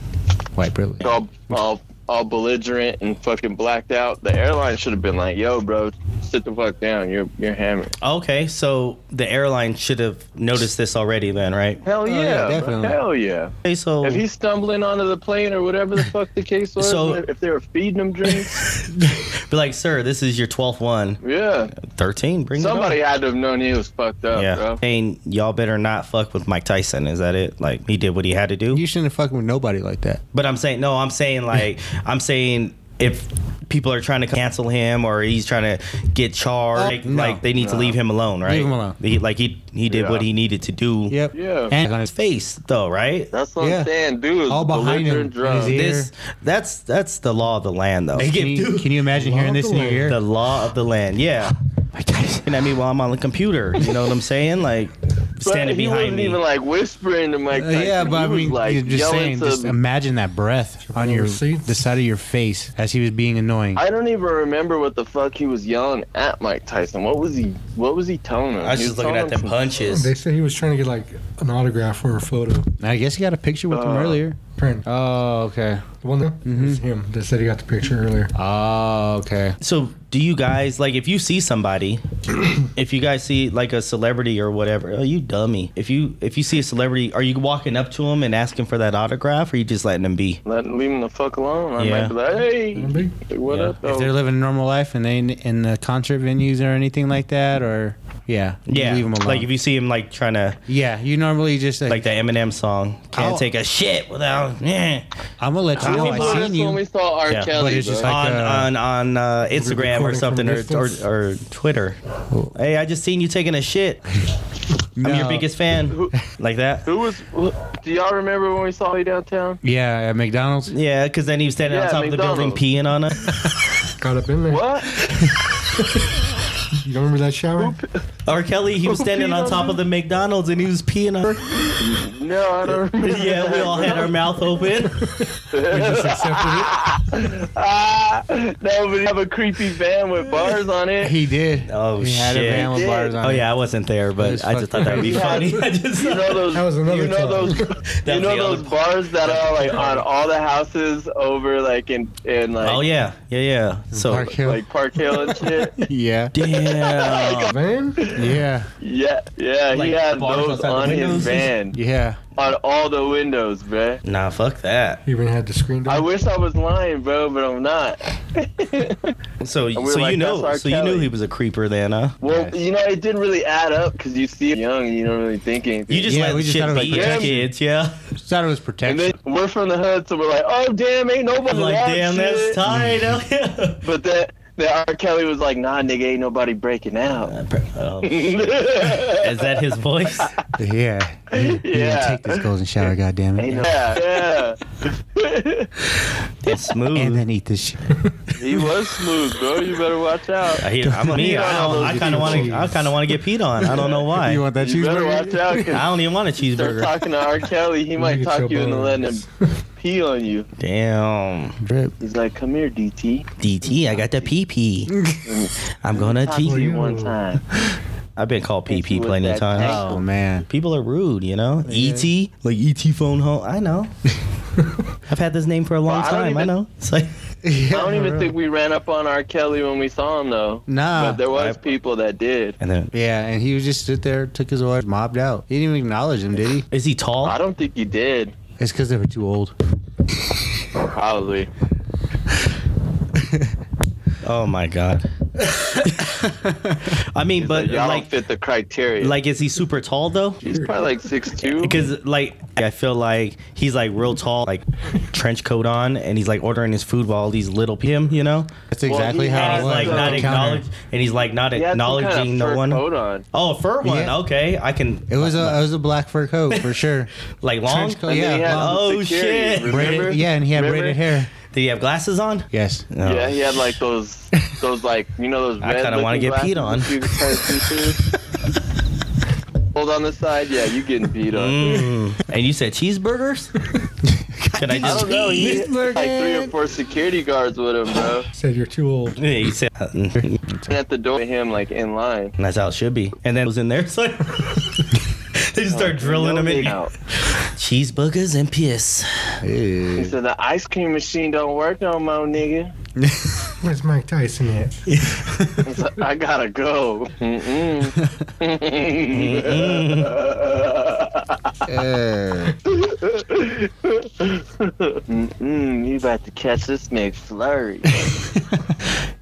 [SPEAKER 1] White privilege.
[SPEAKER 2] All, all, all belligerent and fucking blacked out. The airline should have been like, "Yo, bro, sit the fuck down. You're you're hammered."
[SPEAKER 3] Okay, so the airline should have noticed this already, then, right?
[SPEAKER 2] Hell yeah,
[SPEAKER 1] yeah,
[SPEAKER 2] bro.
[SPEAKER 1] definitely.
[SPEAKER 2] hell yeah.
[SPEAKER 3] Okay, so
[SPEAKER 2] If he's stumbling onto the plane or whatever the fuck the case was,
[SPEAKER 3] So-
[SPEAKER 2] if they were feeding him drinks,
[SPEAKER 3] be like, sir, this is your 12th one.
[SPEAKER 2] yeah,
[SPEAKER 3] 13, bring
[SPEAKER 2] somebody
[SPEAKER 3] it
[SPEAKER 2] had to have known he was fucked up,
[SPEAKER 3] on. Yeah.
[SPEAKER 2] bro.
[SPEAKER 3] Saying, y'all better not fuck with Mike Tyson. Is that it? Like, he did what he had to do?
[SPEAKER 1] You shouldn't have fucking with nobody like that.
[SPEAKER 3] But I'm saying, no, I'm saying, like, I'm saying if people are trying to cancel him or he's trying to get charged,
[SPEAKER 2] Oh,
[SPEAKER 3] like,
[SPEAKER 1] no.
[SPEAKER 3] like, they need to leave him alone, right?
[SPEAKER 1] him alone.
[SPEAKER 3] He, like he he did
[SPEAKER 2] Yeah.
[SPEAKER 3] what he needed to do.
[SPEAKER 1] Yep.
[SPEAKER 2] Yeah.
[SPEAKER 1] And on his
[SPEAKER 3] His face though, right?
[SPEAKER 2] That's what
[SPEAKER 1] Yeah.
[SPEAKER 2] I'm saying, dude.
[SPEAKER 1] All behind him
[SPEAKER 2] belligerent
[SPEAKER 1] in
[SPEAKER 2] drunk.
[SPEAKER 1] his ear.
[SPEAKER 3] This that's that's the law of the land though.
[SPEAKER 1] Can you, can you imagine hearing this in your
[SPEAKER 3] The
[SPEAKER 1] ear?
[SPEAKER 3] law of the land, yeah.
[SPEAKER 1] My God.
[SPEAKER 3] And I mean, while I'm on the computer, you know what I'm saying? Like
[SPEAKER 2] But
[SPEAKER 3] standing
[SPEAKER 2] he
[SPEAKER 3] behind
[SPEAKER 2] wasn't
[SPEAKER 3] me.
[SPEAKER 2] even like whispering to Mike.
[SPEAKER 1] Uh,
[SPEAKER 2] Tyson.
[SPEAKER 1] yeah, but
[SPEAKER 2] He
[SPEAKER 1] I
[SPEAKER 2] was,
[SPEAKER 1] mean,
[SPEAKER 2] like
[SPEAKER 1] you're just
[SPEAKER 2] yelling
[SPEAKER 1] saying,
[SPEAKER 2] to
[SPEAKER 1] just um, imagine that breath on your
[SPEAKER 4] receipts.
[SPEAKER 1] the side of your face as he was being annoying.
[SPEAKER 2] I don't even remember what the fuck he was yelling at Mike Tyson. What was he? What was he telling him?
[SPEAKER 3] I was
[SPEAKER 2] He
[SPEAKER 3] just looking
[SPEAKER 2] telling
[SPEAKER 3] at
[SPEAKER 2] him
[SPEAKER 3] them
[SPEAKER 2] some-
[SPEAKER 3] punches.
[SPEAKER 4] They said he was trying to get like an autograph or a photo.
[SPEAKER 1] I guess he got a picture with him
[SPEAKER 2] Uh,
[SPEAKER 1] earlier.
[SPEAKER 4] Friend,
[SPEAKER 1] Oh, okay.
[SPEAKER 4] the one that
[SPEAKER 1] Mm-hmm.
[SPEAKER 4] was him that said he got the picture earlier.
[SPEAKER 1] Oh, okay.
[SPEAKER 3] So, do you guys like if you see somebody, if you guys see like a celebrity or whatever, oh, you dummy. If you if you see a celebrity, are you walking up to them and asking for that autograph, or you just letting them be?
[SPEAKER 2] Let, leave him the fuck alone. I
[SPEAKER 3] Yeah.
[SPEAKER 2] might be like, hey,
[SPEAKER 4] Wouldn't it be?
[SPEAKER 2] like, what
[SPEAKER 3] Yeah.
[SPEAKER 2] up?
[SPEAKER 1] If they're
[SPEAKER 2] Though?
[SPEAKER 1] living a normal life and they in, in the concert venues or anything like that, or yeah, you
[SPEAKER 3] Yeah,
[SPEAKER 1] leave them alone.
[SPEAKER 3] like if you see him like trying to
[SPEAKER 1] yeah, you normally just like,
[SPEAKER 3] like that Eminem song, can't
[SPEAKER 1] I'll-
[SPEAKER 3] take a shit without yeah.
[SPEAKER 1] I'm gonna let you
[SPEAKER 3] I
[SPEAKER 1] know
[SPEAKER 2] We
[SPEAKER 3] don't
[SPEAKER 2] saw
[SPEAKER 1] I
[SPEAKER 2] this
[SPEAKER 1] seen
[SPEAKER 2] when we
[SPEAKER 1] you.
[SPEAKER 2] saw R.
[SPEAKER 3] Yeah,
[SPEAKER 1] but
[SPEAKER 2] Kelly.
[SPEAKER 1] it's just
[SPEAKER 2] bro.
[SPEAKER 1] like-
[SPEAKER 3] on
[SPEAKER 1] uh,
[SPEAKER 3] on on uh, Instagram or
[SPEAKER 4] recording
[SPEAKER 3] something or,
[SPEAKER 4] from
[SPEAKER 3] or
[SPEAKER 4] distance.
[SPEAKER 3] or Twitter. Hey, I just seen you taking a shit. I'm your
[SPEAKER 1] No.
[SPEAKER 3] biggest fan. Like that.
[SPEAKER 2] who was? who- Do y'all remember when we saw you downtown?
[SPEAKER 1] Yeah, at McDonald's.
[SPEAKER 3] Yeah, because then he was standing on
[SPEAKER 2] Yeah,
[SPEAKER 3] top of the
[SPEAKER 2] McDonald's.
[SPEAKER 3] building peeing on us.
[SPEAKER 4] Got up in there.
[SPEAKER 2] What?
[SPEAKER 4] You don't remember that shower?
[SPEAKER 3] R. Kelly, he was standing
[SPEAKER 2] peed
[SPEAKER 3] on
[SPEAKER 2] on
[SPEAKER 3] top
[SPEAKER 2] him?
[SPEAKER 3] of the McDonald's and he was peeing on her.
[SPEAKER 2] No, I don't remember.
[SPEAKER 3] Yeah, we all had our mouth open.
[SPEAKER 4] We just accepted it.
[SPEAKER 2] Ah, no, but you have a creepy van with bars on it.
[SPEAKER 1] He did.
[SPEAKER 3] Oh,
[SPEAKER 1] he had a
[SPEAKER 3] shit.
[SPEAKER 1] van with
[SPEAKER 2] He did.
[SPEAKER 1] bars on.
[SPEAKER 3] Oh
[SPEAKER 1] it.
[SPEAKER 3] yeah, I wasn't there, but
[SPEAKER 1] was
[SPEAKER 3] I just thought that would be
[SPEAKER 2] fucking-
[SPEAKER 3] funny. I just
[SPEAKER 2] You know those.
[SPEAKER 4] That was another
[SPEAKER 2] you know
[SPEAKER 4] time.
[SPEAKER 2] those.
[SPEAKER 3] the
[SPEAKER 2] you know
[SPEAKER 3] other
[SPEAKER 2] those bars that are like on all the houses over like in in like
[SPEAKER 3] Oh yeah, yeah, yeah. So
[SPEAKER 1] Park Hill.
[SPEAKER 2] like Park Hill and shit.
[SPEAKER 1] yeah, Oh
[SPEAKER 3] damn.
[SPEAKER 4] Van?
[SPEAKER 1] yeah,
[SPEAKER 2] Yeah, yeah,
[SPEAKER 3] Like
[SPEAKER 2] he had
[SPEAKER 3] bars
[SPEAKER 2] those
[SPEAKER 3] outside the
[SPEAKER 2] on
[SPEAKER 3] windows?
[SPEAKER 2] his van
[SPEAKER 1] yeah.
[SPEAKER 2] on all the windows, bruh.
[SPEAKER 3] Nah, fuck that.
[SPEAKER 4] He even had the screen
[SPEAKER 2] I
[SPEAKER 4] door.
[SPEAKER 2] wish I was lying, bro, but I'm not.
[SPEAKER 3] So,
[SPEAKER 2] we were
[SPEAKER 3] so you
[SPEAKER 2] like, "That's
[SPEAKER 3] know,
[SPEAKER 2] R.
[SPEAKER 3] so you knew
[SPEAKER 2] Kelly."
[SPEAKER 3] he was a creeper then, huh?
[SPEAKER 2] Well,
[SPEAKER 1] Nice.
[SPEAKER 2] you know, it didn't really add up because you see him young and you don't really think anything.
[SPEAKER 3] You just
[SPEAKER 1] Yeah,
[SPEAKER 3] let
[SPEAKER 1] we just
[SPEAKER 3] shit
[SPEAKER 1] thought it was
[SPEAKER 3] be
[SPEAKER 1] protection.
[SPEAKER 3] kids, yeah.
[SPEAKER 1] Just thought it was
[SPEAKER 2] and
[SPEAKER 1] protection.
[SPEAKER 2] then we're from the hood, so we're like, oh, damn, ain't nobody
[SPEAKER 3] I'm like,
[SPEAKER 2] that
[SPEAKER 3] damn, that's
[SPEAKER 2] shit."
[SPEAKER 3] tight. hell yeah.
[SPEAKER 2] But that, that R. Kelly was like, nah, nigga, ain't nobody breaking out.
[SPEAKER 3] Oh,
[SPEAKER 2] yeah.
[SPEAKER 3] is that his voice?
[SPEAKER 1] yeah, yeah.
[SPEAKER 2] Yeah.
[SPEAKER 1] Take this golden shower, goddamn it.
[SPEAKER 2] Yeah.
[SPEAKER 3] It's
[SPEAKER 1] and
[SPEAKER 3] smooth.
[SPEAKER 1] then eat this shit.
[SPEAKER 2] he was smooth, bro. You better watch out.
[SPEAKER 3] I hear. I'm a me. I, don't- I kind of want to. I
[SPEAKER 4] Jeez.
[SPEAKER 3] kind of want to get peed on. I don't know why.
[SPEAKER 1] You want that
[SPEAKER 2] You better watch
[SPEAKER 1] cheeseburger?
[SPEAKER 2] out 'cause
[SPEAKER 3] I don't even want a
[SPEAKER 2] start
[SPEAKER 3] cheeseburger.
[SPEAKER 2] talking to R. Kelly, he might
[SPEAKER 4] get
[SPEAKER 2] talk
[SPEAKER 4] your
[SPEAKER 2] you into letting him
[SPEAKER 4] bones.
[SPEAKER 2] pee on you.
[SPEAKER 3] Damn.
[SPEAKER 1] Rip.
[SPEAKER 2] He's like, "Come here, DT.
[SPEAKER 3] DT, I got the pee pee. I'm gonna
[SPEAKER 2] Talk to
[SPEAKER 3] pee.
[SPEAKER 2] you one time."
[SPEAKER 3] I've been called pee pee
[SPEAKER 2] With
[SPEAKER 3] plenty
[SPEAKER 2] that
[SPEAKER 3] of times.
[SPEAKER 2] tank.
[SPEAKER 1] Oh man.
[SPEAKER 3] People are rude, you know. ET, like ET phone home. I know. I've had this name for a long
[SPEAKER 2] Well, I don't
[SPEAKER 3] time. I
[SPEAKER 2] even-
[SPEAKER 3] know. It's like
[SPEAKER 2] I don't even think we ran up on R. Kelly when we saw him though.
[SPEAKER 1] Nah.
[SPEAKER 2] but there was
[SPEAKER 3] I-
[SPEAKER 2] people that did.
[SPEAKER 3] and then
[SPEAKER 1] Yeah, and he was just stood there, took his order, mobbed out. He didn't even acknowledge him, did he?
[SPEAKER 3] is he tall?
[SPEAKER 2] I don't think he did.
[SPEAKER 1] It's because they were too old.
[SPEAKER 2] Probably.
[SPEAKER 3] Oh my god. I mean,
[SPEAKER 2] But
[SPEAKER 3] but
[SPEAKER 2] y'all
[SPEAKER 3] like,
[SPEAKER 2] don't fit the criteria.
[SPEAKER 3] like, is he super tall though?
[SPEAKER 2] he's probably like six two.
[SPEAKER 3] Because like I feel like he's like real tall, like trench coat on, and he's like ordering his food while all these little him, you know.
[SPEAKER 1] That's
[SPEAKER 2] Well,
[SPEAKER 1] exactly
[SPEAKER 2] he
[SPEAKER 1] how
[SPEAKER 3] And
[SPEAKER 1] it was.
[SPEAKER 3] he's like
[SPEAKER 1] at
[SPEAKER 3] not
[SPEAKER 1] the counter.
[SPEAKER 3] acknowledge, and he's like not
[SPEAKER 2] he had some kind of
[SPEAKER 3] acknowledging the
[SPEAKER 2] fur
[SPEAKER 3] one.
[SPEAKER 2] coat on.
[SPEAKER 3] Oh, fur one.
[SPEAKER 1] Yeah.
[SPEAKER 3] Okay, I can.
[SPEAKER 1] It was a it was a black fur coat for sure.
[SPEAKER 3] like long.
[SPEAKER 1] Trench coat.
[SPEAKER 2] And
[SPEAKER 3] Did
[SPEAKER 2] then he
[SPEAKER 1] Yeah.
[SPEAKER 2] had
[SPEAKER 1] long-
[SPEAKER 3] Oh,
[SPEAKER 2] the security,
[SPEAKER 3] shit.
[SPEAKER 2] remember?
[SPEAKER 1] Braided, yeah, and he had
[SPEAKER 2] Remember?
[SPEAKER 1] braided hair.
[SPEAKER 3] he have glasses on? Oh.
[SPEAKER 1] Yes.
[SPEAKER 3] No.
[SPEAKER 2] Yeah, he had like those, those like you know those.
[SPEAKER 3] I
[SPEAKER 2] Red
[SPEAKER 3] kinda wanna
[SPEAKER 2] looking
[SPEAKER 3] get peed
[SPEAKER 2] glasses that you could kind of see through? Hold on the side, yeah, you getting peed on.
[SPEAKER 3] Mm. and you said cheeseburgers? Can I
[SPEAKER 2] I
[SPEAKER 3] just?
[SPEAKER 2] don't know. He had
[SPEAKER 1] Cheeseburger.
[SPEAKER 2] like three or four security guards with him, bro.
[SPEAKER 4] Said you're too old.
[SPEAKER 3] Yeah, you said, and
[SPEAKER 2] And at the door with him, like in line.
[SPEAKER 3] that's how it should be. And then it was in there. So they just start drilling
[SPEAKER 2] Oh, No
[SPEAKER 3] them in.
[SPEAKER 2] dig out.
[SPEAKER 3] Cheeseburgers and piss.
[SPEAKER 2] He
[SPEAKER 1] Eh.
[SPEAKER 2] said the ice cream machine don't work no more, nigga.
[SPEAKER 4] Where's Mike Tyson at?
[SPEAKER 2] He's like, I gotta go. Mm-mm.
[SPEAKER 1] Eh.
[SPEAKER 2] Mm-mm, you about to catch this McFlurry.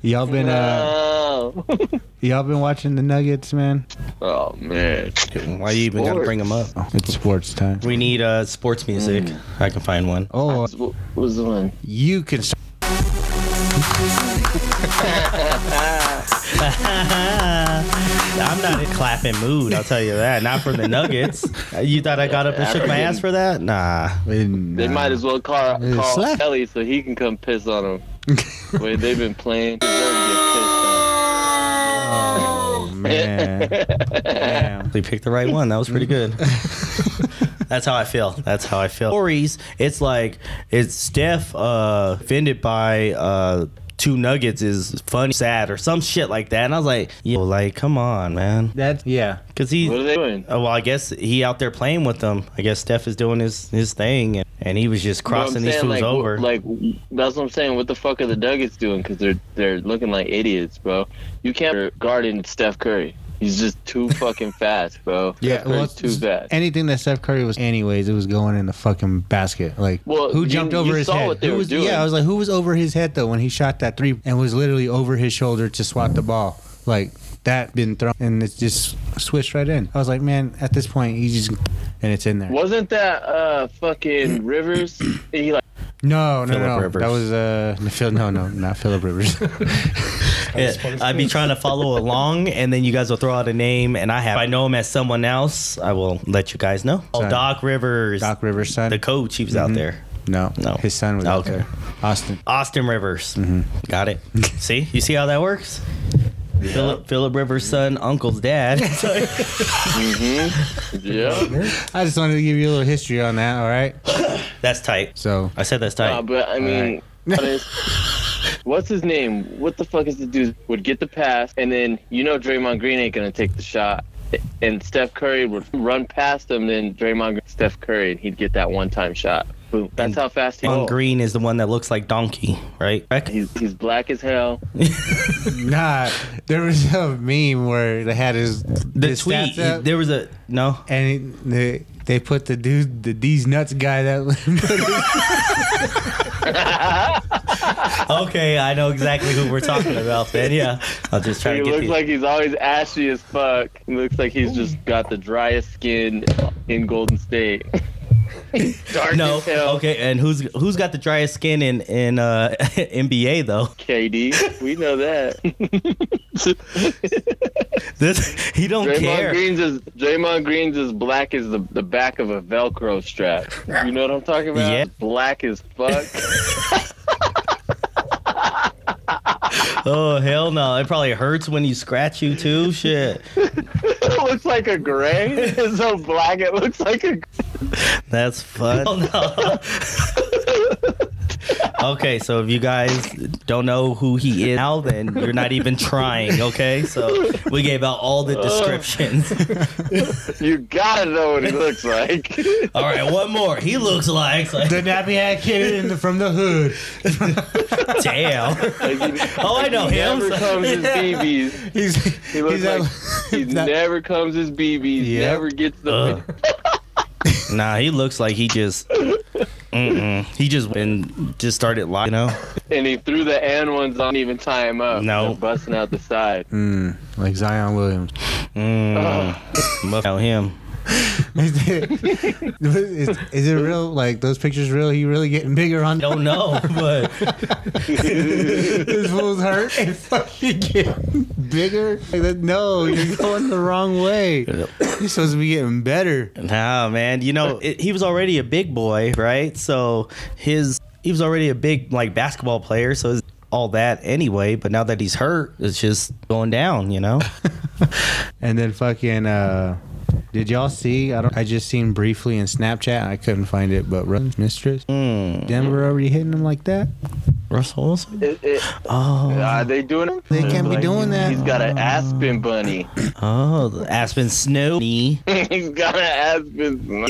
[SPEAKER 1] y'all been uh
[SPEAKER 2] No.
[SPEAKER 1] y'all been watching the Nuggets, man?
[SPEAKER 2] oh man.
[SPEAKER 3] Why you even gotta bring them up?
[SPEAKER 1] Oh, it's sports time.
[SPEAKER 3] We need uh,
[SPEAKER 2] Mm.
[SPEAKER 3] sports music. I can find one.
[SPEAKER 1] Oh,
[SPEAKER 2] What was the one?
[SPEAKER 1] you can. s- Ah.
[SPEAKER 3] I'm not in clapping mood. I'll tell you that. Not for the Nuggets. Uh, You thought I got up and shook my ass for that? Nah.
[SPEAKER 2] They might as well call,
[SPEAKER 1] It's
[SPEAKER 2] call
[SPEAKER 1] slap.
[SPEAKER 2] Kelly so he can come piss on him. Wait, they've been playing. They already
[SPEAKER 1] Oh, man.
[SPEAKER 2] get pissed on.
[SPEAKER 1] Damn.
[SPEAKER 3] We picked the right one. That was pretty
[SPEAKER 2] Mm-hmm.
[SPEAKER 3] good. That's how I feel. That's how I feel. Stories. It's like it's Steph uh, offended by uh, two nuggets is funny, sad, or some shit like that. And I was like, yo, like come on, man,
[SPEAKER 1] That, yeah.
[SPEAKER 3] because he.
[SPEAKER 2] what are they doing?
[SPEAKER 3] Oh, well, I guess he out there playing with them. I guess Steph is doing his his thing, and, and he was just
[SPEAKER 2] But I'm
[SPEAKER 3] crossing these
[SPEAKER 2] saying,
[SPEAKER 3] fools
[SPEAKER 2] like,
[SPEAKER 3] over.
[SPEAKER 2] Like that's what I'm saying. What the fuck are the Nuggets doing? Because they're they're looking like idiots, bro. You can't guarding Steph Curry. He's just too fucking fast, bro. Steph Curry's
[SPEAKER 1] it's-
[SPEAKER 2] too fast.
[SPEAKER 1] Anything that Steph Curry was, anyways, it was going in the fucking basket. Like,
[SPEAKER 2] Well,
[SPEAKER 1] who
[SPEAKER 2] you-
[SPEAKER 1] jumped over
[SPEAKER 2] you
[SPEAKER 1] his
[SPEAKER 2] saw
[SPEAKER 1] head?
[SPEAKER 2] what they
[SPEAKER 1] Who
[SPEAKER 2] were
[SPEAKER 1] was-
[SPEAKER 2] doing.
[SPEAKER 1] Yeah, I was like, who was over his head though when he shot that three and was literally over his shoulder to swat the ball? Like that been thrown and it just switched right in. I was like, man, at this point, he just and it's in there.
[SPEAKER 2] Wasn't that uh fucking Rivers? he like
[SPEAKER 1] No, no,
[SPEAKER 3] Phillip
[SPEAKER 1] no.
[SPEAKER 3] Rivers.
[SPEAKER 1] That was uh, Phil. No, no, not Philip Rivers.
[SPEAKER 3] Yeah, I'd be trying to follow along, and then you guys will throw out a name, and I have. If I know him as someone else, I will let you guys know. Oh,
[SPEAKER 1] Son.
[SPEAKER 3] Doc Rivers,
[SPEAKER 1] Doc Rivers' son.
[SPEAKER 3] the coach, he was
[SPEAKER 2] Mm-hmm.
[SPEAKER 3] out there.
[SPEAKER 1] no,
[SPEAKER 3] No. Oh,
[SPEAKER 1] his son was out
[SPEAKER 3] Okay.
[SPEAKER 1] there. Austin.
[SPEAKER 3] Austin Rivers,
[SPEAKER 2] Mm-hmm.
[SPEAKER 3] got it. see, you see how that works. Philip Philip Rivers' son, uncle's dad.
[SPEAKER 2] hmm? yeah.
[SPEAKER 1] I just wanted to give you a little history on that. All right,
[SPEAKER 3] that's tight.
[SPEAKER 1] so
[SPEAKER 3] I said that's tight.
[SPEAKER 2] Uh, but I mean, what is- what's his name? What the fuck is the dude would get the pass and then you know Draymond Green ain't gonna take the shot. And Steph Curry would run past him, then Draymond, Green- Steph Curry, and he'd get that one-time shot. Boom! That's
[SPEAKER 3] And
[SPEAKER 2] how fast he
[SPEAKER 3] On
[SPEAKER 2] was.
[SPEAKER 3] Green is the one that looks like donkey, right? Right?
[SPEAKER 2] He's he's black as hell.
[SPEAKER 1] Nah, there was a meme where they had his
[SPEAKER 3] The
[SPEAKER 1] his
[SPEAKER 3] tweet.
[SPEAKER 1] stats up,
[SPEAKER 3] there was a no.
[SPEAKER 1] and it, they they put the dude, the these nuts guy that
[SPEAKER 3] Okay, I know exactly who we're talking about. Then yeah, I'll just try
[SPEAKER 2] He
[SPEAKER 3] to get
[SPEAKER 2] looks
[SPEAKER 3] the-
[SPEAKER 2] like he's always ashy as fuck. He looks like he's just got the driest skin in Golden State. He's Dark
[SPEAKER 3] No.
[SPEAKER 2] as hell.
[SPEAKER 3] Okay, and who's who's got the driest skin in in uh, NBA though?
[SPEAKER 2] KD, we know that.
[SPEAKER 3] This he don't
[SPEAKER 2] Draymond
[SPEAKER 3] care.
[SPEAKER 2] Green's is Draymond Green's is black as the, the back of a Velcro strap. You know what I'm talking about?
[SPEAKER 3] Yeah.
[SPEAKER 2] Black as fuck.
[SPEAKER 3] Oh hell no! It probably hurts when you scratch you too. Shit,
[SPEAKER 2] it looks like a gray. It's so black it looks like a.
[SPEAKER 3] that's fun. okay, so if you guys don't know who he is now, then you're not even trying. Okay, so we gave out all the descriptions.
[SPEAKER 2] You gotta know what he looks like.
[SPEAKER 3] all right, one more. He looks like, like
[SPEAKER 1] the nappy hat kid in the, from the hood.
[SPEAKER 3] damn. Oh, I know
[SPEAKER 2] he
[SPEAKER 3] him.
[SPEAKER 2] Never comes as BBs.
[SPEAKER 1] He's
[SPEAKER 2] He looks
[SPEAKER 1] he's
[SPEAKER 2] like
[SPEAKER 1] out-
[SPEAKER 2] he
[SPEAKER 1] that-
[SPEAKER 2] never comes as BBs.
[SPEAKER 1] Yep.
[SPEAKER 2] Never gets the.
[SPEAKER 3] Ugh. Nah, he looks like he just. Mm-mm. He just and just started lying. You know,
[SPEAKER 2] And he threw the and ones on even tie him up.
[SPEAKER 3] No.
[SPEAKER 2] They're busting out the side.
[SPEAKER 1] like Zion Williams.
[SPEAKER 3] mm, muff out him.
[SPEAKER 1] Is it, is, is it real? Like those pictures real? He really getting bigger on
[SPEAKER 3] Don't know, but
[SPEAKER 1] this fool's hurt and fucking getting bigger. Like that, no, you're going the wrong way. You're supposed to be getting better.
[SPEAKER 3] nah, man. You know, it, he was already a big boy, right? So his he was already a big like basketball player. So it's all that anyway. But now that he's hurt, it's just going down. You know.
[SPEAKER 1] And then fucking uh did y'all see? I don't. I just seen briefly in Snapchat. I couldn't find it, but Run Mistress,
[SPEAKER 2] Hmm.
[SPEAKER 1] Denver already hitting them like that.
[SPEAKER 3] Russell Wilson.
[SPEAKER 2] It, it,
[SPEAKER 3] Oh,
[SPEAKER 2] are they doing it?
[SPEAKER 1] They can't be doing that.
[SPEAKER 2] He's got an Aspen bunny.
[SPEAKER 3] oh, the Aspen Snowy.
[SPEAKER 2] He's got an Aspen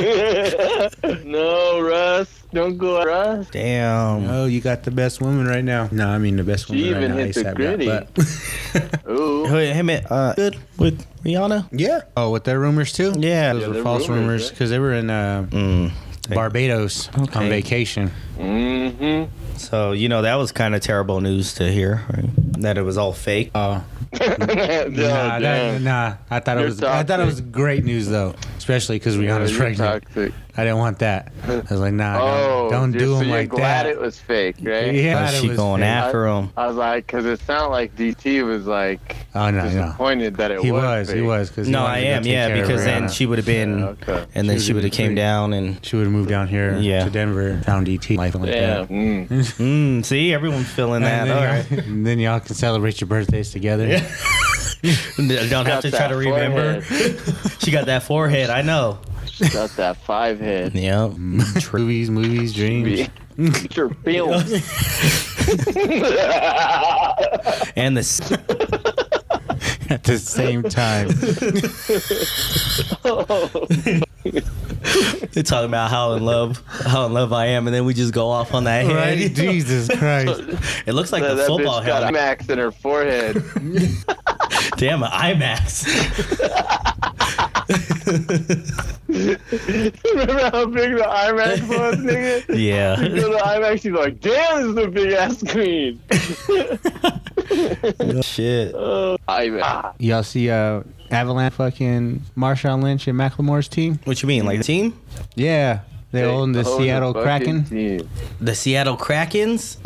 [SPEAKER 2] bunny. no, Russ. Don't go, Russ.
[SPEAKER 3] Damn.
[SPEAKER 1] Oh, you got the best woman right now. No, I mean the best woman right
[SPEAKER 2] even
[SPEAKER 1] now.
[SPEAKER 2] hit the
[SPEAKER 1] ASAP,
[SPEAKER 2] gritty.
[SPEAKER 1] but-
[SPEAKER 2] Ooh.
[SPEAKER 3] Hey, hey, man, uh, good with Rihanna.
[SPEAKER 1] yeah. Oh, with their rumors too.
[SPEAKER 3] Yeah.
[SPEAKER 1] Those
[SPEAKER 2] they're
[SPEAKER 1] were false
[SPEAKER 2] rumors,
[SPEAKER 1] rumors
[SPEAKER 2] yeah.
[SPEAKER 1] because they were in uh,
[SPEAKER 3] Mm.
[SPEAKER 1] Barbados
[SPEAKER 3] Okay.
[SPEAKER 1] on vacation.
[SPEAKER 2] Mm-hmm.
[SPEAKER 3] So you know that was kind of terrible news to hear right? that it was all fake.
[SPEAKER 1] Oh,
[SPEAKER 2] no,
[SPEAKER 1] nah, that,
[SPEAKER 2] damn.
[SPEAKER 1] nah. I thought it
[SPEAKER 2] You're
[SPEAKER 1] was. I thought it was great news though, especially because Rihanna's
[SPEAKER 2] You're
[SPEAKER 1] pregnant.
[SPEAKER 2] toxic.
[SPEAKER 1] I didn't want that. I was like, nah,
[SPEAKER 2] Oh,
[SPEAKER 1] don't, don't
[SPEAKER 2] dude,
[SPEAKER 1] do
[SPEAKER 2] so
[SPEAKER 1] them
[SPEAKER 2] you're
[SPEAKER 1] like that.
[SPEAKER 2] glad it was Oh, fake, right?
[SPEAKER 1] yeah,
[SPEAKER 3] Was
[SPEAKER 1] it
[SPEAKER 3] she
[SPEAKER 1] was
[SPEAKER 3] going
[SPEAKER 1] fake.
[SPEAKER 2] I-
[SPEAKER 3] after him?
[SPEAKER 2] I was like, because it sounded like DT was like
[SPEAKER 1] Oh no, no.
[SPEAKER 2] disappointed that it
[SPEAKER 1] He
[SPEAKER 2] was.
[SPEAKER 1] was, he
[SPEAKER 2] fake.
[SPEAKER 1] was, because
[SPEAKER 3] No, I am. Yeah, because then she would have been,
[SPEAKER 2] Yeah, okay.
[SPEAKER 3] and then
[SPEAKER 1] She
[SPEAKER 3] she
[SPEAKER 1] was
[SPEAKER 3] would have
[SPEAKER 1] in
[SPEAKER 3] came
[SPEAKER 1] three.
[SPEAKER 3] down and.
[SPEAKER 1] she would have moved down here
[SPEAKER 3] Yeah.
[SPEAKER 1] to Denver, found ET, life like
[SPEAKER 2] Yeah.
[SPEAKER 1] that.
[SPEAKER 2] mm.
[SPEAKER 3] Mm, see, everyone's feeling that.
[SPEAKER 1] And then,
[SPEAKER 3] All
[SPEAKER 1] y'all-
[SPEAKER 3] right.
[SPEAKER 1] and then y'all can celebrate your birthdays together.
[SPEAKER 3] Yeah. Don't have
[SPEAKER 2] Got
[SPEAKER 3] to try
[SPEAKER 2] that
[SPEAKER 3] to remember. she got that forehead. I know.
[SPEAKER 2] Got that five head.
[SPEAKER 3] Yep.
[SPEAKER 1] Movies, movies, dreams.
[SPEAKER 2] Feature films.
[SPEAKER 3] And the s-
[SPEAKER 1] At the same time,
[SPEAKER 3] they're talking about how in love, how in love I am, and then we just go off on that head.
[SPEAKER 1] right? Jesus Christ!
[SPEAKER 3] It looks like
[SPEAKER 2] that,
[SPEAKER 3] the
[SPEAKER 2] that
[SPEAKER 3] football
[SPEAKER 2] bitch got a
[SPEAKER 3] helmet.
[SPEAKER 2] max in her forehead.
[SPEAKER 3] Damn, an IMAX.
[SPEAKER 2] Remember how big the IMAX was, nigga? You
[SPEAKER 3] yeah.
[SPEAKER 2] go to IMAX, you're like, damn, this is a big ass screen.
[SPEAKER 3] Shit.
[SPEAKER 2] Uh, IMAX.
[SPEAKER 1] Y'all see uh, Avalanche fucking Marshawn Lynch and Macklemore's team?
[SPEAKER 3] What you mean, like the team?
[SPEAKER 1] Yeah, they own the
[SPEAKER 2] They
[SPEAKER 1] Seattle Kraken.
[SPEAKER 2] fucking team.
[SPEAKER 3] The Seattle Krakens?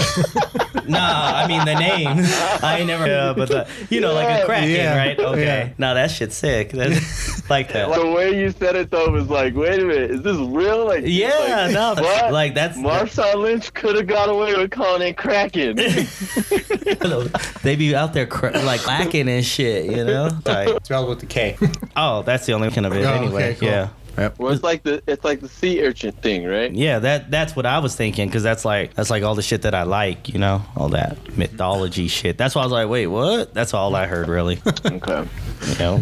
[SPEAKER 3] nah, I mean the name. I ain't never. Yeah, but the, you know, like a Kraken,
[SPEAKER 1] Yeah.
[SPEAKER 3] right? Okay.
[SPEAKER 1] Yeah.
[SPEAKER 3] No, that shit's sick. That's like that.
[SPEAKER 2] The way you said it though was like, wait a minute, is this real? Like,
[SPEAKER 3] Yeah,
[SPEAKER 2] like,
[SPEAKER 3] no,
[SPEAKER 2] what?
[SPEAKER 3] like that's
[SPEAKER 2] Marshawn Lynch could have got away with calling it Kraken.
[SPEAKER 3] they be out there cr- like clacking and shit, you know. Like,
[SPEAKER 1] Spelled with the K.
[SPEAKER 3] oh, that's the only kind of it,
[SPEAKER 4] Oh,
[SPEAKER 3] anyway.
[SPEAKER 4] okay, cool.
[SPEAKER 3] Yeah,
[SPEAKER 2] well, it's like the it's like the sea urchin thing, right?
[SPEAKER 3] yeah. That that's what I was thinking because that's like that's like all the shit that I like, you know, all that mythology shit. That's why I was like, wait, what? That's all I heard, really.
[SPEAKER 2] Okay.
[SPEAKER 3] You know.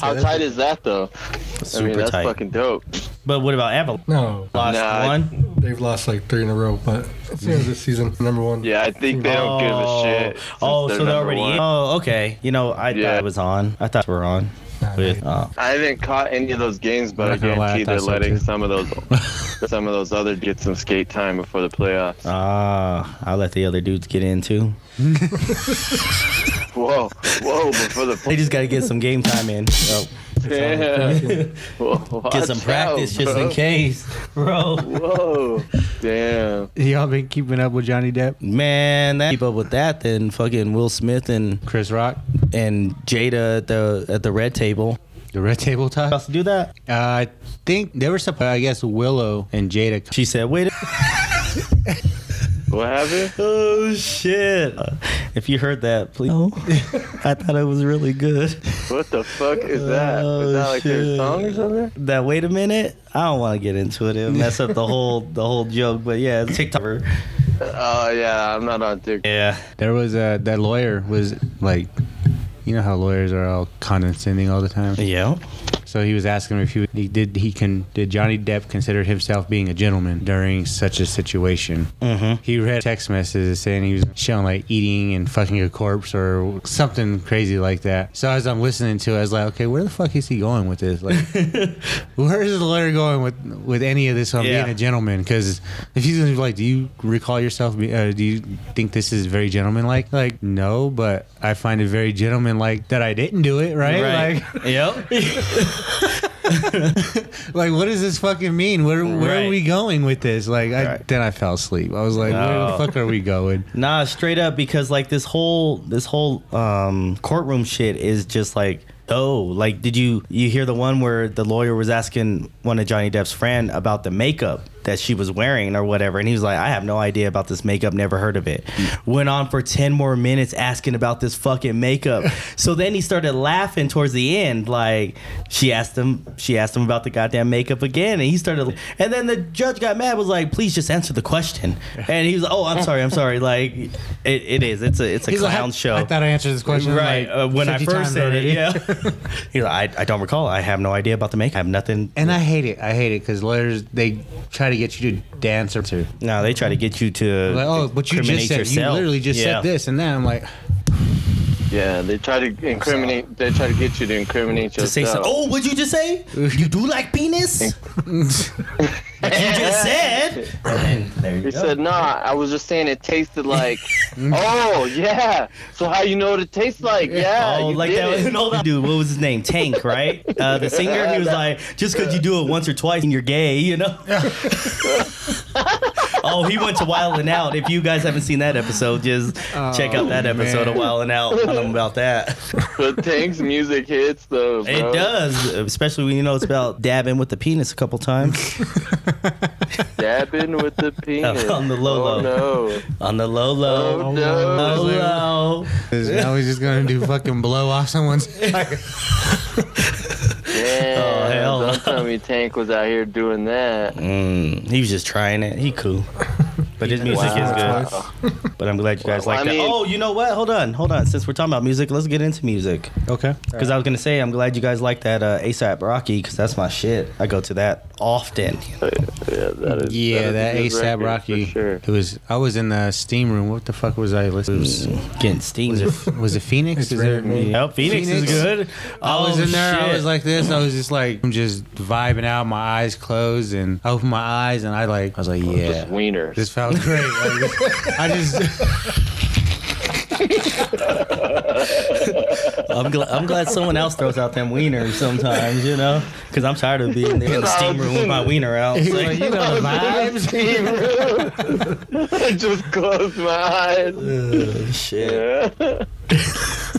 [SPEAKER 2] How tight is that though? I mean,
[SPEAKER 3] Super
[SPEAKER 2] that's
[SPEAKER 3] tight.
[SPEAKER 2] fucking dope.
[SPEAKER 3] But what about Avalanche?
[SPEAKER 4] No,
[SPEAKER 3] Lost
[SPEAKER 2] Nah,
[SPEAKER 3] one.
[SPEAKER 4] they've lost like three in a row, but it's the end of the season. Number one.
[SPEAKER 2] Yeah, I think they don't give a shit. since
[SPEAKER 3] Oh, so they're
[SPEAKER 2] number
[SPEAKER 3] already.
[SPEAKER 2] one.
[SPEAKER 3] In. Oh, okay. You know, I
[SPEAKER 2] Yeah.
[SPEAKER 3] thought it was on. I thought we were on.
[SPEAKER 4] Nah,
[SPEAKER 3] With, uh,
[SPEAKER 2] I haven't caught any of those games, but I
[SPEAKER 1] Not gonna lie, I
[SPEAKER 2] guarantee they're
[SPEAKER 1] thought so, too.
[SPEAKER 2] letting some of those some of those other get some skate time before the playoffs.
[SPEAKER 3] ah, I'll let the other dudes get in too.
[SPEAKER 2] Whoa, whoa! Before the
[SPEAKER 3] They
[SPEAKER 2] playoffs,
[SPEAKER 3] just got to get some game time in. Oh.
[SPEAKER 2] yeah. Whoa,
[SPEAKER 3] Get some
[SPEAKER 2] watch
[SPEAKER 3] practice
[SPEAKER 2] out,
[SPEAKER 3] just in
[SPEAKER 2] bro.
[SPEAKER 3] case, bro.
[SPEAKER 2] Whoa, damn!
[SPEAKER 1] Y'all been keeping up with Johnny Depp,
[SPEAKER 3] Man, that, keep up with that, then fucking Will Smith and
[SPEAKER 1] Chris Rock,
[SPEAKER 3] and Jada at the at the red table.
[SPEAKER 1] the Red Table Talk? Uh,
[SPEAKER 3] Supposed to do that?
[SPEAKER 1] I think they were supposed. I guess Willow and Jada.
[SPEAKER 3] She said, "Wait." a-
[SPEAKER 2] What happened?
[SPEAKER 3] Oh shit! Uh, If you heard that, please. Oh, I thought it was really good.
[SPEAKER 2] What the fuck is that? Is that
[SPEAKER 3] Oh,
[SPEAKER 2] like their
[SPEAKER 3] shit.
[SPEAKER 2] song or something?
[SPEAKER 3] That wait a minute. I don't want to get into it. It'll mess up the whole the whole joke. But yeah, it's TikTok.
[SPEAKER 2] Oh yeah, I'm not on TikTok.
[SPEAKER 3] Yeah.
[SPEAKER 1] There was uh, that lawyer was like, you know how lawyers are all condescending all the time.
[SPEAKER 3] Yeah.
[SPEAKER 1] So he was asking him if he, he did he can did Johnny Depp consider himself being a gentleman during such a situation.
[SPEAKER 3] Mm-hmm.
[SPEAKER 1] He read text messages saying he was showing like eating and fucking a corpse or something crazy like that. So as I'm listening to it, I was like, okay, where the fuck is he going with this? Like, where is the lawyer going with with any of this on
[SPEAKER 3] Yeah.
[SPEAKER 1] being a gentleman? Because if he's gonna be like, do you recall yourself? be- Uh, do you think this is very gentlemanlike? Like, no, but I find it very gentlemanlike that I didn't do it. Right? Like,
[SPEAKER 3] yep.
[SPEAKER 1] like what does this fucking mean where where
[SPEAKER 3] Right.
[SPEAKER 1] are we going with this like I,
[SPEAKER 3] Right.
[SPEAKER 1] then i fell asleep i was like where
[SPEAKER 3] Oh.
[SPEAKER 1] the fuck are we going
[SPEAKER 3] Nah, straight up because like this whole this whole um courtroom shit is just like oh like did you you hear the one where the lawyer was asking one of Johnny Depp's friend about the makeup that she was wearing or whatever and he was like I have no idea about this makeup never heard of it went on for 10 more minutes asking about this fucking makeup so then he started laughing towards the end like she asked him she asked him about the goddamn makeup again and he started and then the judge got mad was like please just answer the question and he was like, oh I'm sorry I'm sorry like it, it is it's a it's a
[SPEAKER 1] He's like,
[SPEAKER 3] clown
[SPEAKER 1] I-
[SPEAKER 3] show
[SPEAKER 1] i thought i answered this question
[SPEAKER 3] right
[SPEAKER 1] like,
[SPEAKER 3] uh, when I
[SPEAKER 1] 50 times
[SPEAKER 3] first said
[SPEAKER 1] already.
[SPEAKER 3] it yeah he's like I, I don't recall I have no idea about the makeup I have nothing
[SPEAKER 1] and i hate it i hate it because lawyers they try to get you to dance or to
[SPEAKER 3] no they try to get you to
[SPEAKER 1] like oh but you just
[SPEAKER 3] incriminate
[SPEAKER 1] said
[SPEAKER 3] yourself.
[SPEAKER 1] you literally just said
[SPEAKER 3] Yeah.
[SPEAKER 1] this and then i'm like
[SPEAKER 2] Yeah, they try to incriminate. They try to get you to incriminate
[SPEAKER 3] to
[SPEAKER 2] yourself.
[SPEAKER 3] say something. Oh, what'd you just say? You do like penis? but you just said. And there you
[SPEAKER 2] He
[SPEAKER 3] go.
[SPEAKER 2] said, "Nah, I was just saying it tasted like Oh yeah. So how you know what it tastes like? Yeah.
[SPEAKER 3] oh,
[SPEAKER 2] you
[SPEAKER 3] like
[SPEAKER 2] did
[SPEAKER 3] that
[SPEAKER 2] it.
[SPEAKER 3] no, that dude. What was his name? Tank, right? Uh, the singer. He was like, just because you do it once or twice and you're gay, you know. oh, he went to Wildin' Out. If you guys haven't seen that episode, just check out that
[SPEAKER 1] Oh,
[SPEAKER 3] episode of
[SPEAKER 1] man.
[SPEAKER 3] Wildin' Out. Tell them about that.
[SPEAKER 2] But Tank's music hits though. Bro.
[SPEAKER 3] It does, especially when you know it's about dabbing with the penis a couple times
[SPEAKER 2] Dabbing with the penis
[SPEAKER 3] On the low
[SPEAKER 2] Oh,
[SPEAKER 3] low.
[SPEAKER 2] no.
[SPEAKER 3] on the low low.
[SPEAKER 2] Oh, no.
[SPEAKER 3] Low low.
[SPEAKER 1] Now he's just gonna do fucking blow off someone's.
[SPEAKER 2] Yeah.
[SPEAKER 3] Oh, hell.
[SPEAKER 2] Don't tell me Tank was out here doing that.
[SPEAKER 3] Mm, he was just trying it. He cool. But his music is good. But I'm glad you guys
[SPEAKER 2] Well,
[SPEAKER 3] like
[SPEAKER 2] I
[SPEAKER 3] that.
[SPEAKER 2] mean-
[SPEAKER 3] oh, you know what? Hold on, hold on. Since we're talking about music, let's get into music.
[SPEAKER 1] okay.
[SPEAKER 3] Because I was gonna say, I'm glad you guys like that uh, ASAP Rocky. Because that's my shit. I go to that often.
[SPEAKER 2] Yeah, that is.
[SPEAKER 1] Yeah, that
[SPEAKER 2] is a
[SPEAKER 1] ASAP
[SPEAKER 2] good record,
[SPEAKER 1] Rocky.
[SPEAKER 2] For sure.
[SPEAKER 1] It was. I was in the steam room. What the fuck was I listening?
[SPEAKER 3] Oops. Getting steamed.
[SPEAKER 1] to? Was it Phoenix?
[SPEAKER 4] It's
[SPEAKER 1] Is there,
[SPEAKER 4] raining.
[SPEAKER 3] Oh, Phoenix, is
[SPEAKER 1] Phoenix?
[SPEAKER 3] good.
[SPEAKER 1] I was
[SPEAKER 3] Oh,
[SPEAKER 1] in there. I
[SPEAKER 3] shit.
[SPEAKER 1] was like this. I was just like, I'm just vibing out. My eyes closed, and I opened my eyes, and I like, I was like,
[SPEAKER 2] Just
[SPEAKER 1] yeah,
[SPEAKER 2] wieners.
[SPEAKER 1] this felt great. Like, I just,
[SPEAKER 3] I'm, gl- I'm glad someone else throws out them wieners sometimes, you know? Because I'm tired of being there in the steam room with my wiener out. It's like,
[SPEAKER 1] Oh, you know, the vibes.
[SPEAKER 2] I just closed my eyes.
[SPEAKER 3] ugh, shit.
[SPEAKER 2] Yeah.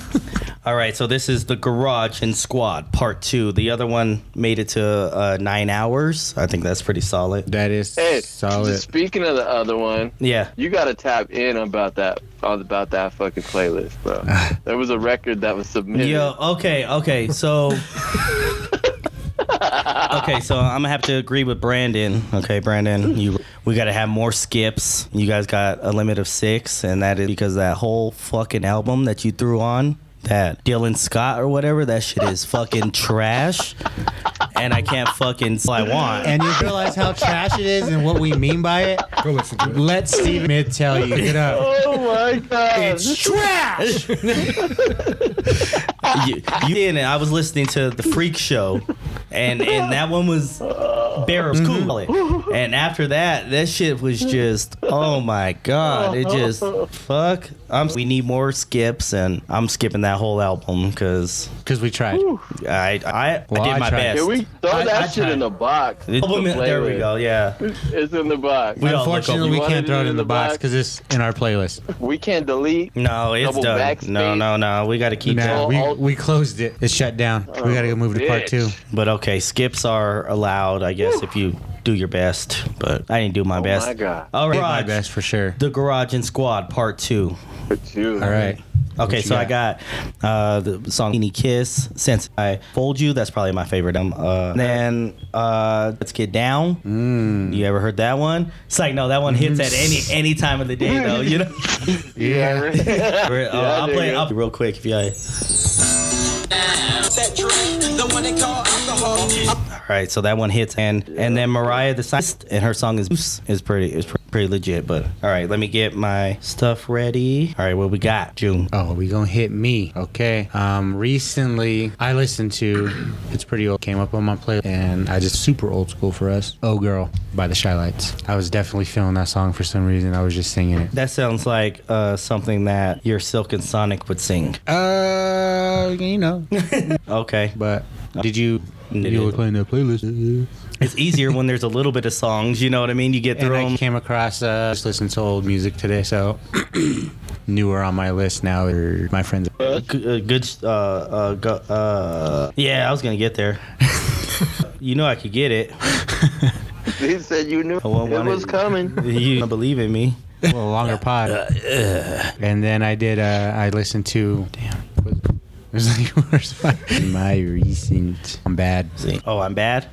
[SPEAKER 3] All right, so this is the Garage and Squad Part Two. The other one made it to uh, nine hours. I think that's pretty solid.
[SPEAKER 1] That is
[SPEAKER 2] Hey,
[SPEAKER 1] solid.
[SPEAKER 2] speaking of the other one,
[SPEAKER 3] Yeah.
[SPEAKER 2] you gotta tap in about that about that fucking playlist, bro. there was a record that was submitted.
[SPEAKER 3] Yo, okay, okay, so. okay, so I'm gonna have to agree with Brandon. Okay, Brandon, you we gotta have more skips. You guys got a limit of six, and that is because that whole fucking album that you threw on, that Dylan Scott or whatever, that shit is fucking trash. And I can't fucking I want.
[SPEAKER 1] And you realize how trash it is and what we mean by it.
[SPEAKER 4] Go listen to it.
[SPEAKER 1] Let Steve Mid tell you. Get up.
[SPEAKER 2] Oh my god.
[SPEAKER 1] trash.
[SPEAKER 3] you, you did, and I was listening to the Freak Show, and and that one was Barrel
[SPEAKER 1] Mm-hmm.
[SPEAKER 3] cool. And after that, that shit was just oh my god, it just fuck. I'm we need more skips, and I'm skipping that whole album because
[SPEAKER 1] Because we tried.
[SPEAKER 3] I I,
[SPEAKER 1] Well,
[SPEAKER 3] I
[SPEAKER 1] I
[SPEAKER 3] did my
[SPEAKER 1] tried.
[SPEAKER 3] best.
[SPEAKER 2] Can we throw
[SPEAKER 1] I-
[SPEAKER 2] that
[SPEAKER 1] I
[SPEAKER 2] shit
[SPEAKER 1] tried.
[SPEAKER 2] in the box?
[SPEAKER 3] The album-
[SPEAKER 2] The
[SPEAKER 3] there we
[SPEAKER 2] playlist.
[SPEAKER 3] go. Yeah,
[SPEAKER 2] It's in the box.
[SPEAKER 3] We all-
[SPEAKER 1] Unfortunately, we
[SPEAKER 2] You
[SPEAKER 1] can't
[SPEAKER 2] wanted
[SPEAKER 1] throw it in the box because it's in our playlist.
[SPEAKER 2] We can't delete.
[SPEAKER 3] no, it's
[SPEAKER 2] Double
[SPEAKER 3] done.
[SPEAKER 2] backspace.
[SPEAKER 3] No, no, no. We got to keep that.
[SPEAKER 1] Nah,
[SPEAKER 2] all-
[SPEAKER 1] we,
[SPEAKER 2] all- Oh,
[SPEAKER 1] we closed it. It's shut down. we got to go move to part
[SPEAKER 2] bitch.
[SPEAKER 1] two.
[SPEAKER 3] But okay, skips are allowed, I guess, if you do your best. But I didn't do my best.
[SPEAKER 2] Oh my God.
[SPEAKER 3] All
[SPEAKER 1] I
[SPEAKER 3] right,
[SPEAKER 1] did my best for sure.
[SPEAKER 3] The Garage and Squad Part Two.
[SPEAKER 2] But you.
[SPEAKER 1] All right. What
[SPEAKER 3] Okay,
[SPEAKER 1] you
[SPEAKER 3] so I got uh, the song "Any Kiss." Since I fold you, that's probably my favorite. Um,
[SPEAKER 1] Mm-hmm.
[SPEAKER 3] uh, then uh, let's get down.
[SPEAKER 1] Mm.
[SPEAKER 3] You ever heard that one? It's like no, that one hits at any
[SPEAKER 1] Mm-hmm.
[SPEAKER 3] any time of the day though. You know.
[SPEAKER 1] Yeah.
[SPEAKER 3] Re- uh, I'll play.
[SPEAKER 2] nigga.
[SPEAKER 3] I'll be real quick if you. All
[SPEAKER 5] that drink, the one they call alcohol.
[SPEAKER 3] right, so that one hits, and and then Mariah the scientist and her song is Zeus is pretty is pre- pretty legit. But all right, let me get my stuff ready. All right, what we got? June.
[SPEAKER 1] Oh, we gonna hit me, okay? Um, recently I listened to, it's pretty old, came up on my playlist, and I just super old school for us. Oh Girl by the Shy Lights. I was definitely feeling that song for some reason. I was just singing it.
[SPEAKER 3] That sounds like uh, something that your Silk and Sonic would sing.
[SPEAKER 1] Uh, you know,
[SPEAKER 3] Okay,
[SPEAKER 1] but did you? You were playing that playlist.
[SPEAKER 3] it's easier when there's a little bit of songs. You know what I mean? You get
[SPEAKER 1] And
[SPEAKER 3] through
[SPEAKER 1] I
[SPEAKER 3] them.
[SPEAKER 1] came across uh, just listened to old music today, so newer on my list now are my friends.
[SPEAKER 3] G- uh, good. Uh, uh, go, uh, yeah, I was gonna get there. you know I could get it.
[SPEAKER 2] He said you knew it
[SPEAKER 3] want one
[SPEAKER 2] was
[SPEAKER 3] of-
[SPEAKER 2] coming.
[SPEAKER 3] You don't believe in me?
[SPEAKER 1] A little longer pod. and then I did. Uh, I listened to. Damn. what- it was like where's my, my recent? I'm bad.
[SPEAKER 3] Oh, I'm bad.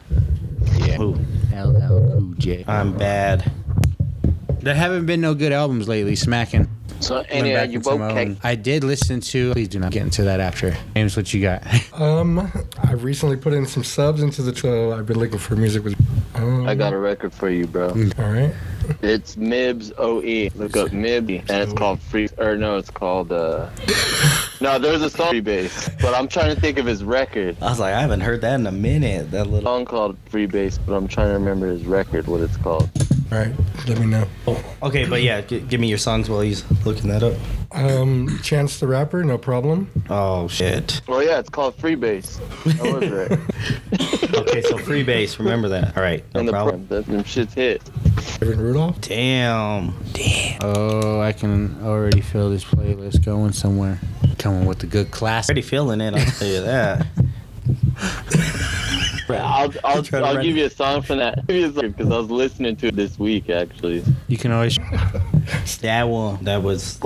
[SPEAKER 1] Yeah.
[SPEAKER 3] Ooh,
[SPEAKER 1] LL Cool J.
[SPEAKER 3] I'm bad.
[SPEAKER 1] Uh, There haven't been no good albums lately. Smacking.
[SPEAKER 2] So
[SPEAKER 1] Went
[SPEAKER 2] anyway,
[SPEAKER 1] back
[SPEAKER 2] uh, you
[SPEAKER 1] into
[SPEAKER 2] both
[SPEAKER 1] my
[SPEAKER 2] cake.
[SPEAKER 1] own- I did listen to. Please do not get into that after. James, what you got?
[SPEAKER 4] Um, I recently put in some subs into the show. I've been looking for music with. Um,
[SPEAKER 2] I got a record for you, bro.
[SPEAKER 1] Mm.
[SPEAKER 4] All right.
[SPEAKER 2] It's Mibs OE. Look up Mibs, and it's called Free. Or no, it's called. uh No, there's a song Free Base, but I'm trying to think of his record.
[SPEAKER 3] I was like, I haven't heard that in a minute. That little.
[SPEAKER 2] Song called Free Base, but I'm trying to remember his record, what it's called.
[SPEAKER 4] All right, let me know.
[SPEAKER 3] Okay, but yeah, g- give me your songs while he's looking that up.
[SPEAKER 4] Um, Chance the Rapper, no problem.
[SPEAKER 3] Oh shit.
[SPEAKER 2] Well, yeah, it's called Freebase. That was right.
[SPEAKER 3] Okay, so free base. Remember that. All right, no
[SPEAKER 2] and the
[SPEAKER 3] problem.
[SPEAKER 2] problem. them shits hit.
[SPEAKER 4] Evan Rudolph.
[SPEAKER 3] Damn.
[SPEAKER 1] Oh, I can already feel this playlist going somewhere. Coming with the good class.
[SPEAKER 3] Already feeling it. I'll tell you that.
[SPEAKER 2] I'll, I'll,
[SPEAKER 3] Try to
[SPEAKER 2] I'll
[SPEAKER 3] write
[SPEAKER 2] give
[SPEAKER 3] it.
[SPEAKER 2] you a song from that because I was listening to it this week actually.
[SPEAKER 1] You can always.
[SPEAKER 3] That one. That was.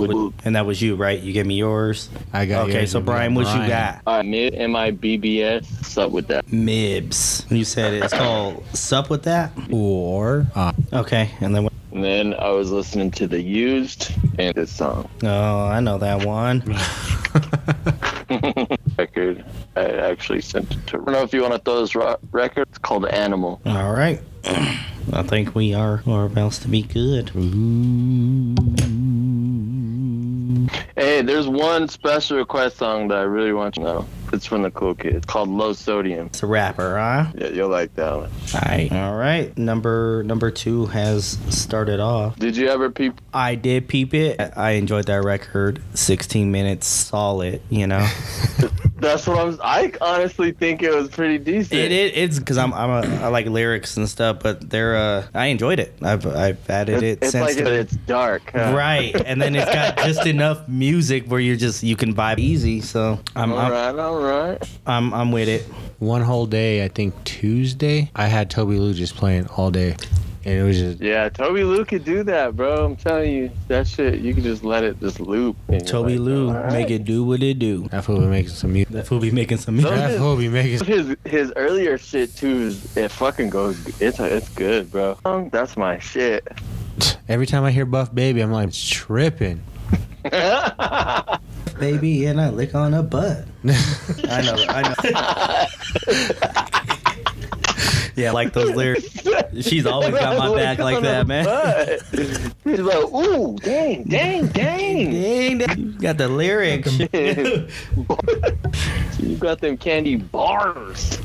[SPEAKER 3] And that was you, right? You gave me yours.
[SPEAKER 1] I got
[SPEAKER 3] Okay,
[SPEAKER 1] yours.
[SPEAKER 3] so Brian, what you got?
[SPEAKER 2] All right, mid M I B B S. What's up with that?
[SPEAKER 3] Mibs. You said it's called Sup with That?
[SPEAKER 1] Or uh,
[SPEAKER 3] Okay, and then.
[SPEAKER 2] And then I was listening to the Used and this song
[SPEAKER 3] Oh, I know that one.
[SPEAKER 2] record. I actually sent it to. I don't know if you want to throw this ro- record. It's called Animal.
[SPEAKER 3] All right. I think we are, are about to be good.
[SPEAKER 2] Hey, there's one special request song that I really want you to know. It's from the Cool Kids. It's called Low Sodium.
[SPEAKER 3] It's a rapper, huh?
[SPEAKER 2] Yeah, you'll like that one.
[SPEAKER 3] All right. All right. Number number two has started off.
[SPEAKER 2] Did you ever peep?
[SPEAKER 3] I did peep it. I I enjoyed that record. 16 minutes solid, you know.
[SPEAKER 2] That's what I'm. I honestly think it was pretty decent.
[SPEAKER 3] It, it it's because I'm I'm a, I like lyrics and stuff, but they're uh I enjoyed it. I've I've added it
[SPEAKER 2] It's, it's
[SPEAKER 3] since.
[SPEAKER 2] like
[SPEAKER 3] then.
[SPEAKER 2] it's dark. huh?
[SPEAKER 3] Right, and then it's got just enough music where you're just you can vibe easy. So I'm
[SPEAKER 2] All
[SPEAKER 3] I'm,
[SPEAKER 2] right, all right.
[SPEAKER 3] I'm I'm with it.
[SPEAKER 1] one whole day, I think Tuesday, I had Toby Lou just playing all day. And it was just.
[SPEAKER 2] Yeah, Toby Lou could do that, bro. I'm telling you, that shit. You can just let it just loop. and you're
[SPEAKER 3] Toby
[SPEAKER 2] like,
[SPEAKER 3] Lou,
[SPEAKER 2] all right.
[SPEAKER 3] make it do what it do.
[SPEAKER 1] That fool be making some music.
[SPEAKER 3] That fool be making some music.
[SPEAKER 1] That fool be making.
[SPEAKER 2] His his earlier shit too. Is, it fucking goes. It's it's good, bro. Um, That's my shit.
[SPEAKER 1] Every time I hear Buff Baby, I'm like it's tripping.
[SPEAKER 3] baby, and I lick on a butt. I know, I know. yeah, I like those lyrics. She's always got my back like that, man.
[SPEAKER 2] He's like, ooh, dang, dang, dang.
[SPEAKER 3] Dang, that- you got the lyrics.
[SPEAKER 2] you got them candy bars.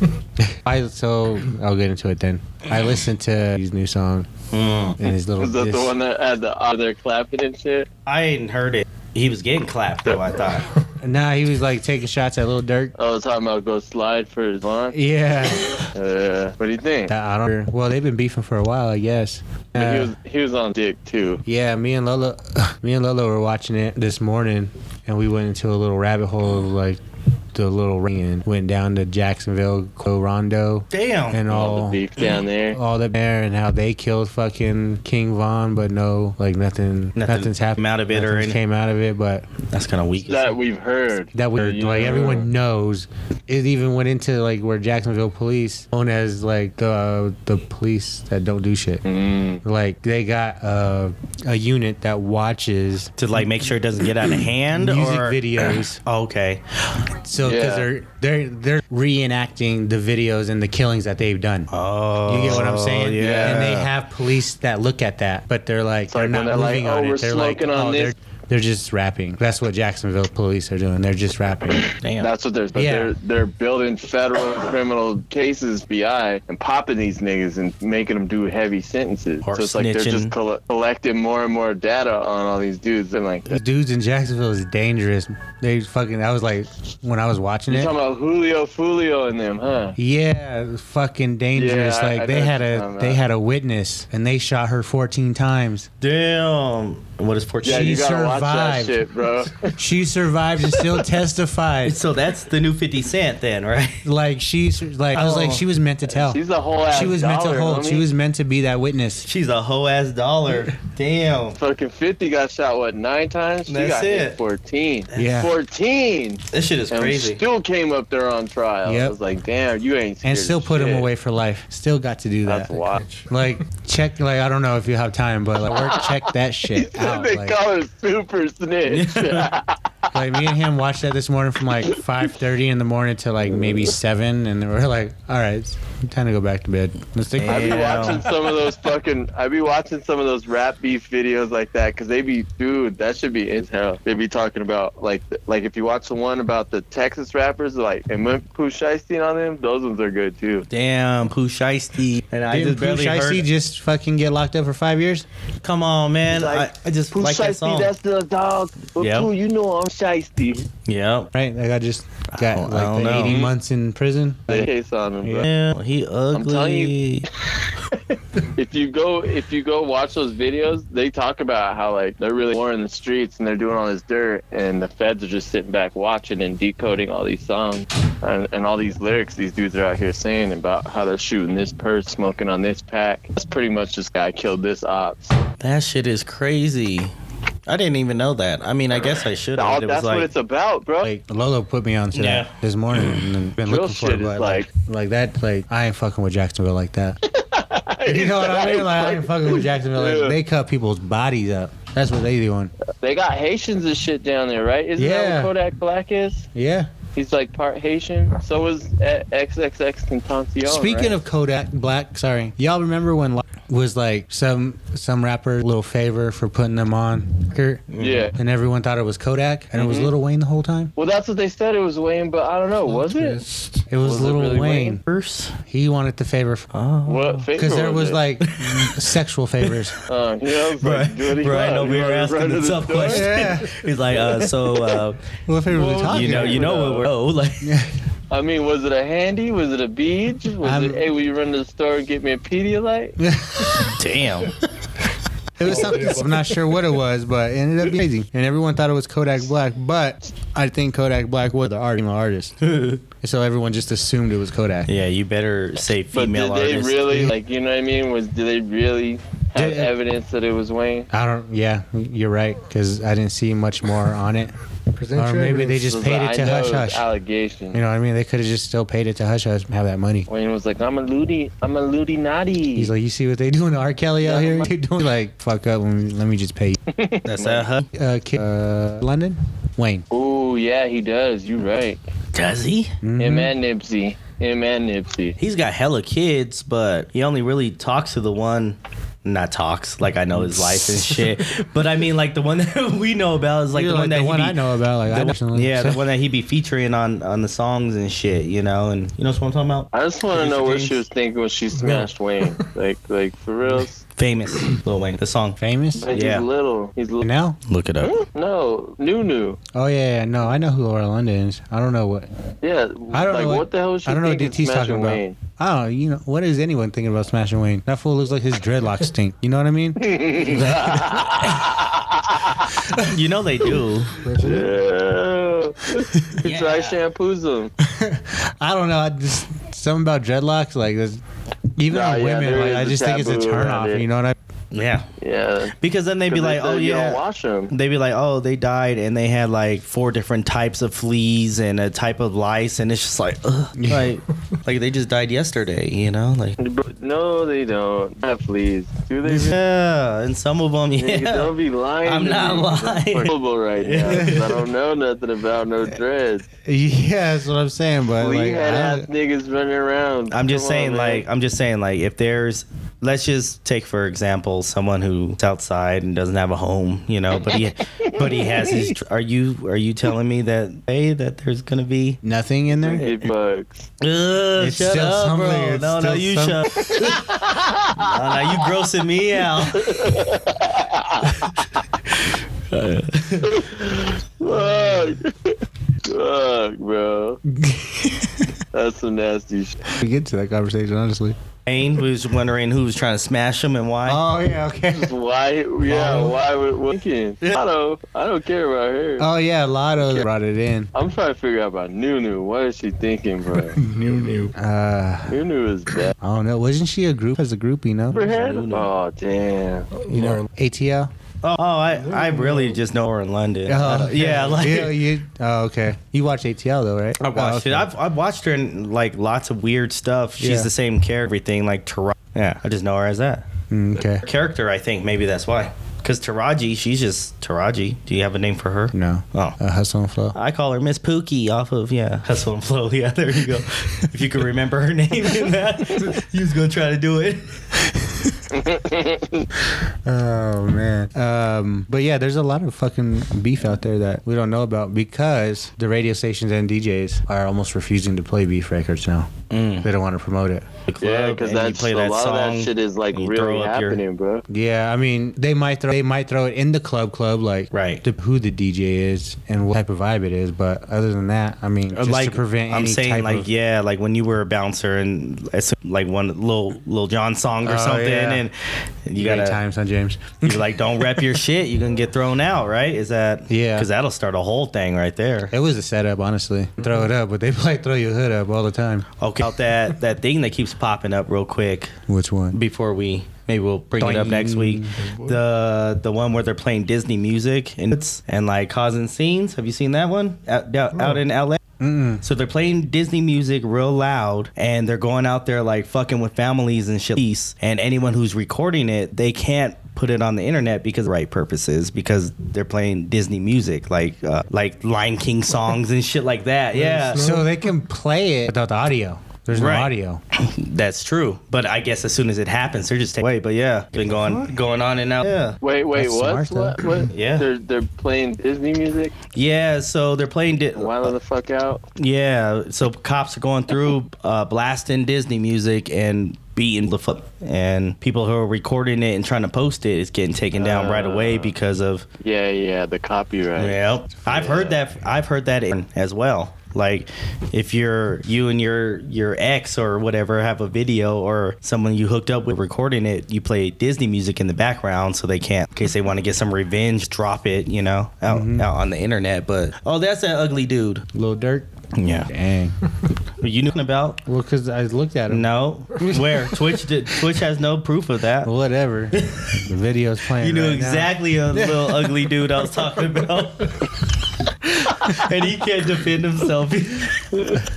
[SPEAKER 1] I so I'll get into it then. I listened to his new song
[SPEAKER 3] Mm.
[SPEAKER 1] and his little.
[SPEAKER 2] Is that the
[SPEAKER 1] disc.
[SPEAKER 2] one that had the other clapping and shit?
[SPEAKER 3] I ain't heard it. He was getting clapped though. I thought.
[SPEAKER 1] Nah, he was like taking shots at Little Dirk.
[SPEAKER 2] Oh, it's talking about go slide for his lawn.
[SPEAKER 1] Yeah,
[SPEAKER 2] Uh, what do you think?
[SPEAKER 1] That- I don't. Well, they've been beefing for a while, I guess.
[SPEAKER 2] But he
[SPEAKER 1] Uh,
[SPEAKER 2] was he was on dick too.
[SPEAKER 1] Yeah, me and Lola, me and Lola were watching it this morning, and we went into a little rabbit hole of like the little ring and went down to Jacksonville, Co Rondo,
[SPEAKER 3] Damn.
[SPEAKER 1] and
[SPEAKER 2] All the
[SPEAKER 1] all
[SPEAKER 2] beef down
[SPEAKER 3] Oh.
[SPEAKER 2] there.
[SPEAKER 1] all the there and how they killed fucking King Von, but no, like nothing, nothing's
[SPEAKER 3] came
[SPEAKER 1] happened
[SPEAKER 3] out of it
[SPEAKER 1] nothing's
[SPEAKER 3] or anything.
[SPEAKER 1] came out of it, but
[SPEAKER 3] That's kind of weak.
[SPEAKER 2] That we've heard.
[SPEAKER 1] that we
[SPEAKER 2] Yeah.
[SPEAKER 1] like everyone knows. It even went into like where Jacksonville police, known as like the the police that don't do shit.
[SPEAKER 3] Mm.
[SPEAKER 1] Like they got a a unit that watches
[SPEAKER 3] to like make sure it doesn't get out of hand
[SPEAKER 1] music
[SPEAKER 3] or
[SPEAKER 1] videos.
[SPEAKER 3] Oh, okay.
[SPEAKER 1] So because
[SPEAKER 2] Yeah.
[SPEAKER 1] they're they're they're reenacting the videos and the killings that they've done.
[SPEAKER 3] Oh,
[SPEAKER 1] You get what I'm saying?
[SPEAKER 3] Yeah.
[SPEAKER 1] And they have police that look at that, but they're like they're
[SPEAKER 2] like
[SPEAKER 1] not
[SPEAKER 2] when they're like,
[SPEAKER 1] moving
[SPEAKER 2] "Oh,
[SPEAKER 1] on
[SPEAKER 2] we're
[SPEAKER 1] it. They're like
[SPEAKER 2] smoking on
[SPEAKER 1] oh,
[SPEAKER 2] this."
[SPEAKER 1] they're they're just rapping. That's what Jacksonville police are doing. They're just rapping.
[SPEAKER 3] Damn.
[SPEAKER 2] That's what they're. But
[SPEAKER 1] Yeah.
[SPEAKER 2] they're they're building federal criminal cases BI and popping these niggas and making them do heavy sentences.
[SPEAKER 3] Or
[SPEAKER 2] so it's like they're just
[SPEAKER 3] snitching.
[SPEAKER 2] coll- collecting more and more data on all these dudes. And like,
[SPEAKER 1] These dudes in Jacksonville is dangerous. They fucking. I was like when I was watching
[SPEAKER 2] you're
[SPEAKER 1] it.
[SPEAKER 2] talking about Julio Fulio and them, huh?
[SPEAKER 1] Yeah, fucking dangerous.
[SPEAKER 2] Yeah, I-
[SPEAKER 1] like
[SPEAKER 2] I
[SPEAKER 1] they
[SPEAKER 2] know
[SPEAKER 1] had
[SPEAKER 2] what you're
[SPEAKER 1] a
[SPEAKER 2] talking about.
[SPEAKER 1] they had a witness and they shot her 14 times.
[SPEAKER 3] Damn. What is
[SPEAKER 2] Yeah, you
[SPEAKER 3] Portuguese?
[SPEAKER 2] gotta watch that
[SPEAKER 1] survived.
[SPEAKER 2] shit, bro.
[SPEAKER 1] She survived and still testified.
[SPEAKER 3] so that's the new 50 Cent then, right?
[SPEAKER 1] like she's like I was like
[SPEAKER 3] Oh.
[SPEAKER 1] she was meant to tell.
[SPEAKER 2] She's a whole ass.
[SPEAKER 1] She was meant to
[SPEAKER 2] dollar,
[SPEAKER 1] hold. She
[SPEAKER 2] homie.
[SPEAKER 1] was meant to be that witness.
[SPEAKER 3] She's a hoe ass dollar. Damn.
[SPEAKER 2] Fucking 50 got shot, what, nine times? She
[SPEAKER 3] That's
[SPEAKER 2] got hit
[SPEAKER 3] it.
[SPEAKER 2] 14.
[SPEAKER 1] Yeah.
[SPEAKER 2] 14!
[SPEAKER 3] This shit is
[SPEAKER 2] And
[SPEAKER 3] crazy.
[SPEAKER 2] still came up there on trial.
[SPEAKER 1] Yep.
[SPEAKER 2] I was like, damn, you ain't scared
[SPEAKER 1] And still
[SPEAKER 2] of
[SPEAKER 1] put him
[SPEAKER 2] shit.
[SPEAKER 1] away for life. Still got to do that.
[SPEAKER 2] That's wild.
[SPEAKER 1] Like check like I don't know if you have time, but like work check that shit
[SPEAKER 3] Oh
[SPEAKER 1] out.
[SPEAKER 2] they
[SPEAKER 1] Like,
[SPEAKER 2] call her Super Snitch.
[SPEAKER 1] like me and him watched that this morning from like five thirty in the morning to like maybe seven, and we're like, all right, it's time to go back to bed. Let's take.
[SPEAKER 2] I be
[SPEAKER 3] Yeah.
[SPEAKER 2] watching some of those fucking. I be watching some of those rap beef videos like that because they be, dude, that should be in hell. They be talking about like, like if you watch the one about the Texas rappers, like and Pooh Shiesty and all them, those ones are good too.
[SPEAKER 3] Damn, Pooh Shiesty. And I
[SPEAKER 1] Didn't
[SPEAKER 3] just barely
[SPEAKER 1] Pooh Shiesty
[SPEAKER 3] heard-
[SPEAKER 1] just fucking get locked up for five years?
[SPEAKER 3] Come on, man.
[SPEAKER 2] Like,
[SPEAKER 3] I, I just
[SPEAKER 2] Pooh
[SPEAKER 3] like that
[SPEAKER 2] shiesty,
[SPEAKER 3] song.
[SPEAKER 2] that's the dog. But
[SPEAKER 3] Yeah.
[SPEAKER 2] Pooh, you know I'm shiesty.
[SPEAKER 3] Yeah.
[SPEAKER 1] Right? Like I just
[SPEAKER 3] I don't-
[SPEAKER 1] got
[SPEAKER 3] I
[SPEAKER 1] like
[SPEAKER 3] don't
[SPEAKER 1] the
[SPEAKER 3] know.
[SPEAKER 1] 80 months in prison.
[SPEAKER 2] They
[SPEAKER 1] Like,
[SPEAKER 2] hate on him, bro.
[SPEAKER 3] Yeah, he ugly.
[SPEAKER 2] telling you. If you go, if you go watch those videos, they talk about how like they're really war in the streets and they're doing all this dirt, and the feds are just sitting back watching and decoding all these songs and, and all these lyrics these dudes are out here saying about how they're shooting this purse, smoking on this pack. That's pretty much this guy killed this ops.
[SPEAKER 3] That shit is crazy. I didn't even know that. I mean, I guess I should.
[SPEAKER 2] All-
[SPEAKER 3] have. It was
[SPEAKER 2] that's what
[SPEAKER 3] like,
[SPEAKER 2] it's about, bro.
[SPEAKER 1] like Lolo put me on to
[SPEAKER 3] Yeah.
[SPEAKER 1] that this morning and been
[SPEAKER 2] Real
[SPEAKER 1] looking for
[SPEAKER 2] shit
[SPEAKER 1] it,
[SPEAKER 2] is
[SPEAKER 1] but like, like that, like I ain't fucking with Jacksonville like that. you know what I mean? Like I ain't fucking with Jacksonville. Like,
[SPEAKER 2] Yeah.
[SPEAKER 1] They cut people's bodies up. That's what they doing.
[SPEAKER 2] They got Haitians and shit down there, right? Isn't
[SPEAKER 1] Yeah.
[SPEAKER 2] that what Kodak Black is?
[SPEAKER 1] Yeah.
[SPEAKER 2] He's like part Haitian. So was e- XXX Tentacion.
[SPEAKER 1] Speaking
[SPEAKER 2] right?
[SPEAKER 1] of Kodak Black, sorry, y'all remember when Lo- was like some some rapper little favor for putting them on, Kurt?
[SPEAKER 2] Yeah. Mm-hmm.
[SPEAKER 1] and everyone thought it was Kodak, and it was Little Wayne the whole time.
[SPEAKER 2] Well, that's what they said it was Wayne, but I don't know. Was it?
[SPEAKER 4] Twist.
[SPEAKER 1] It was,
[SPEAKER 2] Was it
[SPEAKER 1] Little
[SPEAKER 2] really
[SPEAKER 1] Wayne.
[SPEAKER 2] Wayne?
[SPEAKER 3] first.
[SPEAKER 1] He wanted the favor
[SPEAKER 3] Oh.
[SPEAKER 2] What favor?
[SPEAKER 1] because there was
[SPEAKER 2] it?
[SPEAKER 1] like sexual favors.
[SPEAKER 2] uh, you know, it's
[SPEAKER 3] Right,
[SPEAKER 2] like, do what he
[SPEAKER 3] right.
[SPEAKER 2] wants.
[SPEAKER 3] No,
[SPEAKER 2] You
[SPEAKER 3] we were
[SPEAKER 2] wanna
[SPEAKER 3] asking
[SPEAKER 2] run
[SPEAKER 3] the
[SPEAKER 2] to
[SPEAKER 3] tough
[SPEAKER 2] store?
[SPEAKER 3] question.
[SPEAKER 1] Yeah.
[SPEAKER 3] He's like, uh, so uh,
[SPEAKER 1] What favor was he talking?
[SPEAKER 3] you know,
[SPEAKER 1] about?
[SPEAKER 3] you know what we're oh, like.
[SPEAKER 2] I mean, was it a handy? Was it a bead? Was
[SPEAKER 1] I'm-
[SPEAKER 2] it, hey, will you run to the store and get me a Pedialyte?
[SPEAKER 3] Damn.
[SPEAKER 1] It was something I'm not sure what it was, but it ended up being crazy. And everyone thought it was Kodak Black, but I think Kodak Black was the art- female artist. so everyone just assumed it was Kodak.
[SPEAKER 3] Yeah, you better say
[SPEAKER 2] But
[SPEAKER 3] female
[SPEAKER 2] did they
[SPEAKER 3] artist.
[SPEAKER 2] really, like, you know what I mean? Was Did they really have
[SPEAKER 1] Did-
[SPEAKER 2] evidence that it was Wayne?
[SPEAKER 1] I don't. Yeah, you're right because I didn't see much more on it,
[SPEAKER 4] Present
[SPEAKER 1] or
[SPEAKER 4] your
[SPEAKER 1] maybe they
[SPEAKER 4] evidence.
[SPEAKER 1] just
[SPEAKER 2] Was
[SPEAKER 1] paid
[SPEAKER 2] the
[SPEAKER 1] it to
[SPEAKER 2] I know
[SPEAKER 1] hush
[SPEAKER 2] was
[SPEAKER 1] hush.
[SPEAKER 2] Allegation.
[SPEAKER 1] You know what I mean? They could have just still paid it to hush hush and have that money.
[SPEAKER 2] Wayne was like, I'm a looty, I'm a looty naughty.
[SPEAKER 1] He's like, you see what they doing to R. Kelly out here? They doing like fuck up. Let me, let me just pay. you."
[SPEAKER 3] That's that, huh?
[SPEAKER 1] Uh, Ki- uh, London, Wayne.
[SPEAKER 2] Ooh, yeah, he does. You right.
[SPEAKER 3] Does he?
[SPEAKER 2] Him and Nipsey. Him and Nipsey.
[SPEAKER 3] He's got hella kids, but he only really talks to the one. Not talks like I know his life and shit, but I mean like the one that we know about is like
[SPEAKER 1] You're
[SPEAKER 3] the
[SPEAKER 1] like
[SPEAKER 3] one that
[SPEAKER 1] the
[SPEAKER 3] he
[SPEAKER 1] one
[SPEAKER 3] be-
[SPEAKER 1] I know about. Like I
[SPEAKER 3] the one-
[SPEAKER 1] personally.
[SPEAKER 3] yeah, the one that he be featuring on on the songs and shit, you know, and you know what I'm talking about?
[SPEAKER 2] I just want to know what
[SPEAKER 3] James.
[SPEAKER 2] she was thinking when she smashed Wayne. Like, like for real.
[SPEAKER 3] Famous Lil Wayne, the song.
[SPEAKER 1] famous.
[SPEAKER 2] Like,
[SPEAKER 3] Yeah.
[SPEAKER 2] He's little. He's little.
[SPEAKER 1] Now?
[SPEAKER 3] Look it up.
[SPEAKER 2] No, Nunu.
[SPEAKER 1] Oh yeah, yeah, no, I know who Laura London is. I don't know what. I
[SPEAKER 2] Yeah.
[SPEAKER 1] don't
[SPEAKER 2] like,
[SPEAKER 1] know what-
[SPEAKER 2] what, the hell was she
[SPEAKER 1] I don't know what
[SPEAKER 2] thinking
[SPEAKER 1] DT's talking
[SPEAKER 2] smashing
[SPEAKER 1] about.
[SPEAKER 2] Wayne?
[SPEAKER 1] Oh, you know what is anyone thinking about smashing Wayne? That fool looks like his dreadlocks stink. You know what I mean?
[SPEAKER 3] You know they do.
[SPEAKER 2] Yeah. He dry shampoos him.
[SPEAKER 1] I don't know. I just something about dreadlocks like this. Even
[SPEAKER 2] Nah,
[SPEAKER 1] on
[SPEAKER 2] yeah,
[SPEAKER 1] women,
[SPEAKER 2] there
[SPEAKER 1] like
[SPEAKER 2] is
[SPEAKER 1] I
[SPEAKER 2] a
[SPEAKER 1] just think it's a
[SPEAKER 2] taboo
[SPEAKER 1] turn
[SPEAKER 2] around
[SPEAKER 1] off.
[SPEAKER 2] it.
[SPEAKER 1] You know what I?
[SPEAKER 3] Yeah.
[SPEAKER 2] Yeah.
[SPEAKER 3] Because then they'd be
[SPEAKER 2] 'Cause they
[SPEAKER 3] like,
[SPEAKER 2] said
[SPEAKER 3] oh
[SPEAKER 2] you
[SPEAKER 3] yeah.
[SPEAKER 2] Don't wash him.
[SPEAKER 3] they'd be like, oh, they died and they had like four different types of fleas and a type of lice, and it's just like, ugh, like, like they just died yesterday, you know, like.
[SPEAKER 2] No, they don't. Not fleas. Do they? really?
[SPEAKER 3] Yeah, and some of them,
[SPEAKER 2] Nigga,
[SPEAKER 3] yeah.
[SPEAKER 2] Don't be lying.
[SPEAKER 3] I'm
[SPEAKER 2] to
[SPEAKER 3] not
[SPEAKER 2] me.
[SPEAKER 3] lying.
[SPEAKER 2] I'm horrible right now. 'cause I don't know nothing about no dreads.
[SPEAKER 1] Yeah, that's what I'm saying. But
[SPEAKER 2] Flea
[SPEAKER 1] like,
[SPEAKER 2] head
[SPEAKER 1] I,
[SPEAKER 2] ass niggas running around.
[SPEAKER 3] I'm just
[SPEAKER 2] Come
[SPEAKER 3] saying,
[SPEAKER 2] on, man.
[SPEAKER 3] like, I'm just saying, like, if there's, let's just take for example someone who's outside and doesn't have a home, you know, but he, but he has his. tr- Are you are you telling me that hey that there's gonna be?
[SPEAKER 1] nothing in there.
[SPEAKER 2] It bugs.
[SPEAKER 3] Ugh,
[SPEAKER 1] It's
[SPEAKER 3] shut
[SPEAKER 1] still
[SPEAKER 3] up,
[SPEAKER 1] something,
[SPEAKER 3] bro.
[SPEAKER 1] it's
[SPEAKER 3] No, no,
[SPEAKER 1] still
[SPEAKER 3] you
[SPEAKER 1] some-
[SPEAKER 3] shut. no, no, you grossing me out.
[SPEAKER 2] Fuck. Fuck, bro. That's some nasty shit.
[SPEAKER 1] We get to that conversation honestly.
[SPEAKER 3] Ain was wondering who was trying to smash him and why.
[SPEAKER 1] Oh yeah, okay.
[SPEAKER 2] Why? Yeah,
[SPEAKER 1] Lotto.
[SPEAKER 2] why would Lincoln? I don't. I don't care about her.
[SPEAKER 1] Oh yeah, Lotto brought it in.
[SPEAKER 2] I'm trying to figure out about Nunu. What is she thinking, bro?
[SPEAKER 4] New, new.
[SPEAKER 1] Uh,
[SPEAKER 2] Nunu is bad.
[SPEAKER 1] I don't know. Wasn't she a group as a group? You know,
[SPEAKER 2] For her?
[SPEAKER 3] Nunu.
[SPEAKER 2] Oh damn.
[SPEAKER 1] you know, ATL.
[SPEAKER 3] Oh, oh, I, I really just know her in London. I
[SPEAKER 1] Oh,
[SPEAKER 3] don't- Uh-huh. yeah, like
[SPEAKER 1] you, you- oh, okay. You watch ATL though, right?
[SPEAKER 3] I watched
[SPEAKER 1] oh, okay.
[SPEAKER 3] it. I've, I've watched her in like lots of weird stuff. She's
[SPEAKER 1] Yeah.
[SPEAKER 3] the same character, everything like Taraji. Yeah, I just know her as that
[SPEAKER 1] Mm, okay.
[SPEAKER 3] character. I think maybe that's why. Because Taraji, she's just Taraji. Do you have a name for her?
[SPEAKER 1] No.
[SPEAKER 3] Oh.
[SPEAKER 1] Uh, hustle and flow.
[SPEAKER 3] I call her Miss Pookie off of yeah Hustle and Flow. Yeah, there you go. if you could remember her name in that, you was gonna try to do it.
[SPEAKER 1] Oh man. Um, but yeah, there's a lot of fucking beef out there that we don't know about because the radio stations and DJs are almost refusing to play beef records now.
[SPEAKER 3] Mm.
[SPEAKER 1] They don't want to promote it.
[SPEAKER 3] The club,
[SPEAKER 2] yeah, because
[SPEAKER 3] and you
[SPEAKER 2] that's
[SPEAKER 3] play
[SPEAKER 2] a
[SPEAKER 3] that
[SPEAKER 2] lot of
[SPEAKER 3] song,
[SPEAKER 2] that shit is like
[SPEAKER 3] and you throw
[SPEAKER 2] really
[SPEAKER 3] up your-
[SPEAKER 2] happening, bro.
[SPEAKER 1] Yeah, I mean, they might throw they might throw it in the club club like
[SPEAKER 3] Right.
[SPEAKER 1] the, who the DJ is and what type of vibe it is, but other than that, I mean, just
[SPEAKER 3] like
[SPEAKER 1] to prevent
[SPEAKER 3] I'm
[SPEAKER 1] any
[SPEAKER 3] saying,
[SPEAKER 1] type
[SPEAKER 3] like
[SPEAKER 1] of
[SPEAKER 3] yeah, like when you were a bouncer and as- like one little little John song or
[SPEAKER 1] Oh,
[SPEAKER 3] something,
[SPEAKER 1] yeah.
[SPEAKER 3] and you
[SPEAKER 1] great
[SPEAKER 3] gotta
[SPEAKER 1] time, son James.
[SPEAKER 3] you like don't rep your shit, you're gonna get thrown out, right? Is that
[SPEAKER 1] Yeah.
[SPEAKER 3] Because that'll start a whole thing right there.
[SPEAKER 1] It was a setup, honestly. Throw it up, but they play throw your hood up all the time.
[SPEAKER 3] Okay, about that that thing that keeps popping up real quick
[SPEAKER 1] Which one?
[SPEAKER 3] before we maybe we'll bring it up next week. The the one where they're playing Disney music and it's and like causing scenes. Have you seen that one out out, out in LA? So they're playing Disney music real loud, and they're going out there like fucking with families and shit. And anyone who's recording it, they can't put it on the internet because of the right purposes because they're playing Disney music like uh, like Lion King songs and shit like that. Yeah,
[SPEAKER 1] So they can play it without the audio. There's no
[SPEAKER 3] Right.
[SPEAKER 1] audio.
[SPEAKER 3] that's true. But I guess as soon as it happens, they're just taking away. But yeah, been going going on and out. Yeah.
[SPEAKER 2] Wait, wait,
[SPEAKER 1] That's smart,
[SPEAKER 2] what?
[SPEAKER 1] though.
[SPEAKER 2] What? what?
[SPEAKER 3] Yeah.
[SPEAKER 2] They're, they're playing Disney music.
[SPEAKER 3] Yeah, so they're playing. Di-
[SPEAKER 2] Wild the fuck out.
[SPEAKER 3] yeah, so cops are going through uh, blasting Disney music and beating the fuck. And people who are recording it and trying to post it is getting taken down right away because of.
[SPEAKER 2] Yeah, yeah, the copyright.
[SPEAKER 3] Yep, I've heard that. I've heard that in, as well. Like, if you're you and your your ex or whatever have a video or someone you hooked up with recording it, you play Disney music in the background so they can't in case they want to get some revenge, drop it, you know, out, out on the internet. But oh, that's that ugly dude.
[SPEAKER 1] Little dirt.
[SPEAKER 3] Yeah.
[SPEAKER 1] Dang.
[SPEAKER 3] But you knew about?
[SPEAKER 1] Well, because I looked at him.
[SPEAKER 3] No. Where? Twitch did Twitch has no proof of that.
[SPEAKER 1] Whatever. the video's playing.
[SPEAKER 3] You knew
[SPEAKER 1] right
[SPEAKER 3] exactly a little ugly dude I was talking about. and he can't defend himself.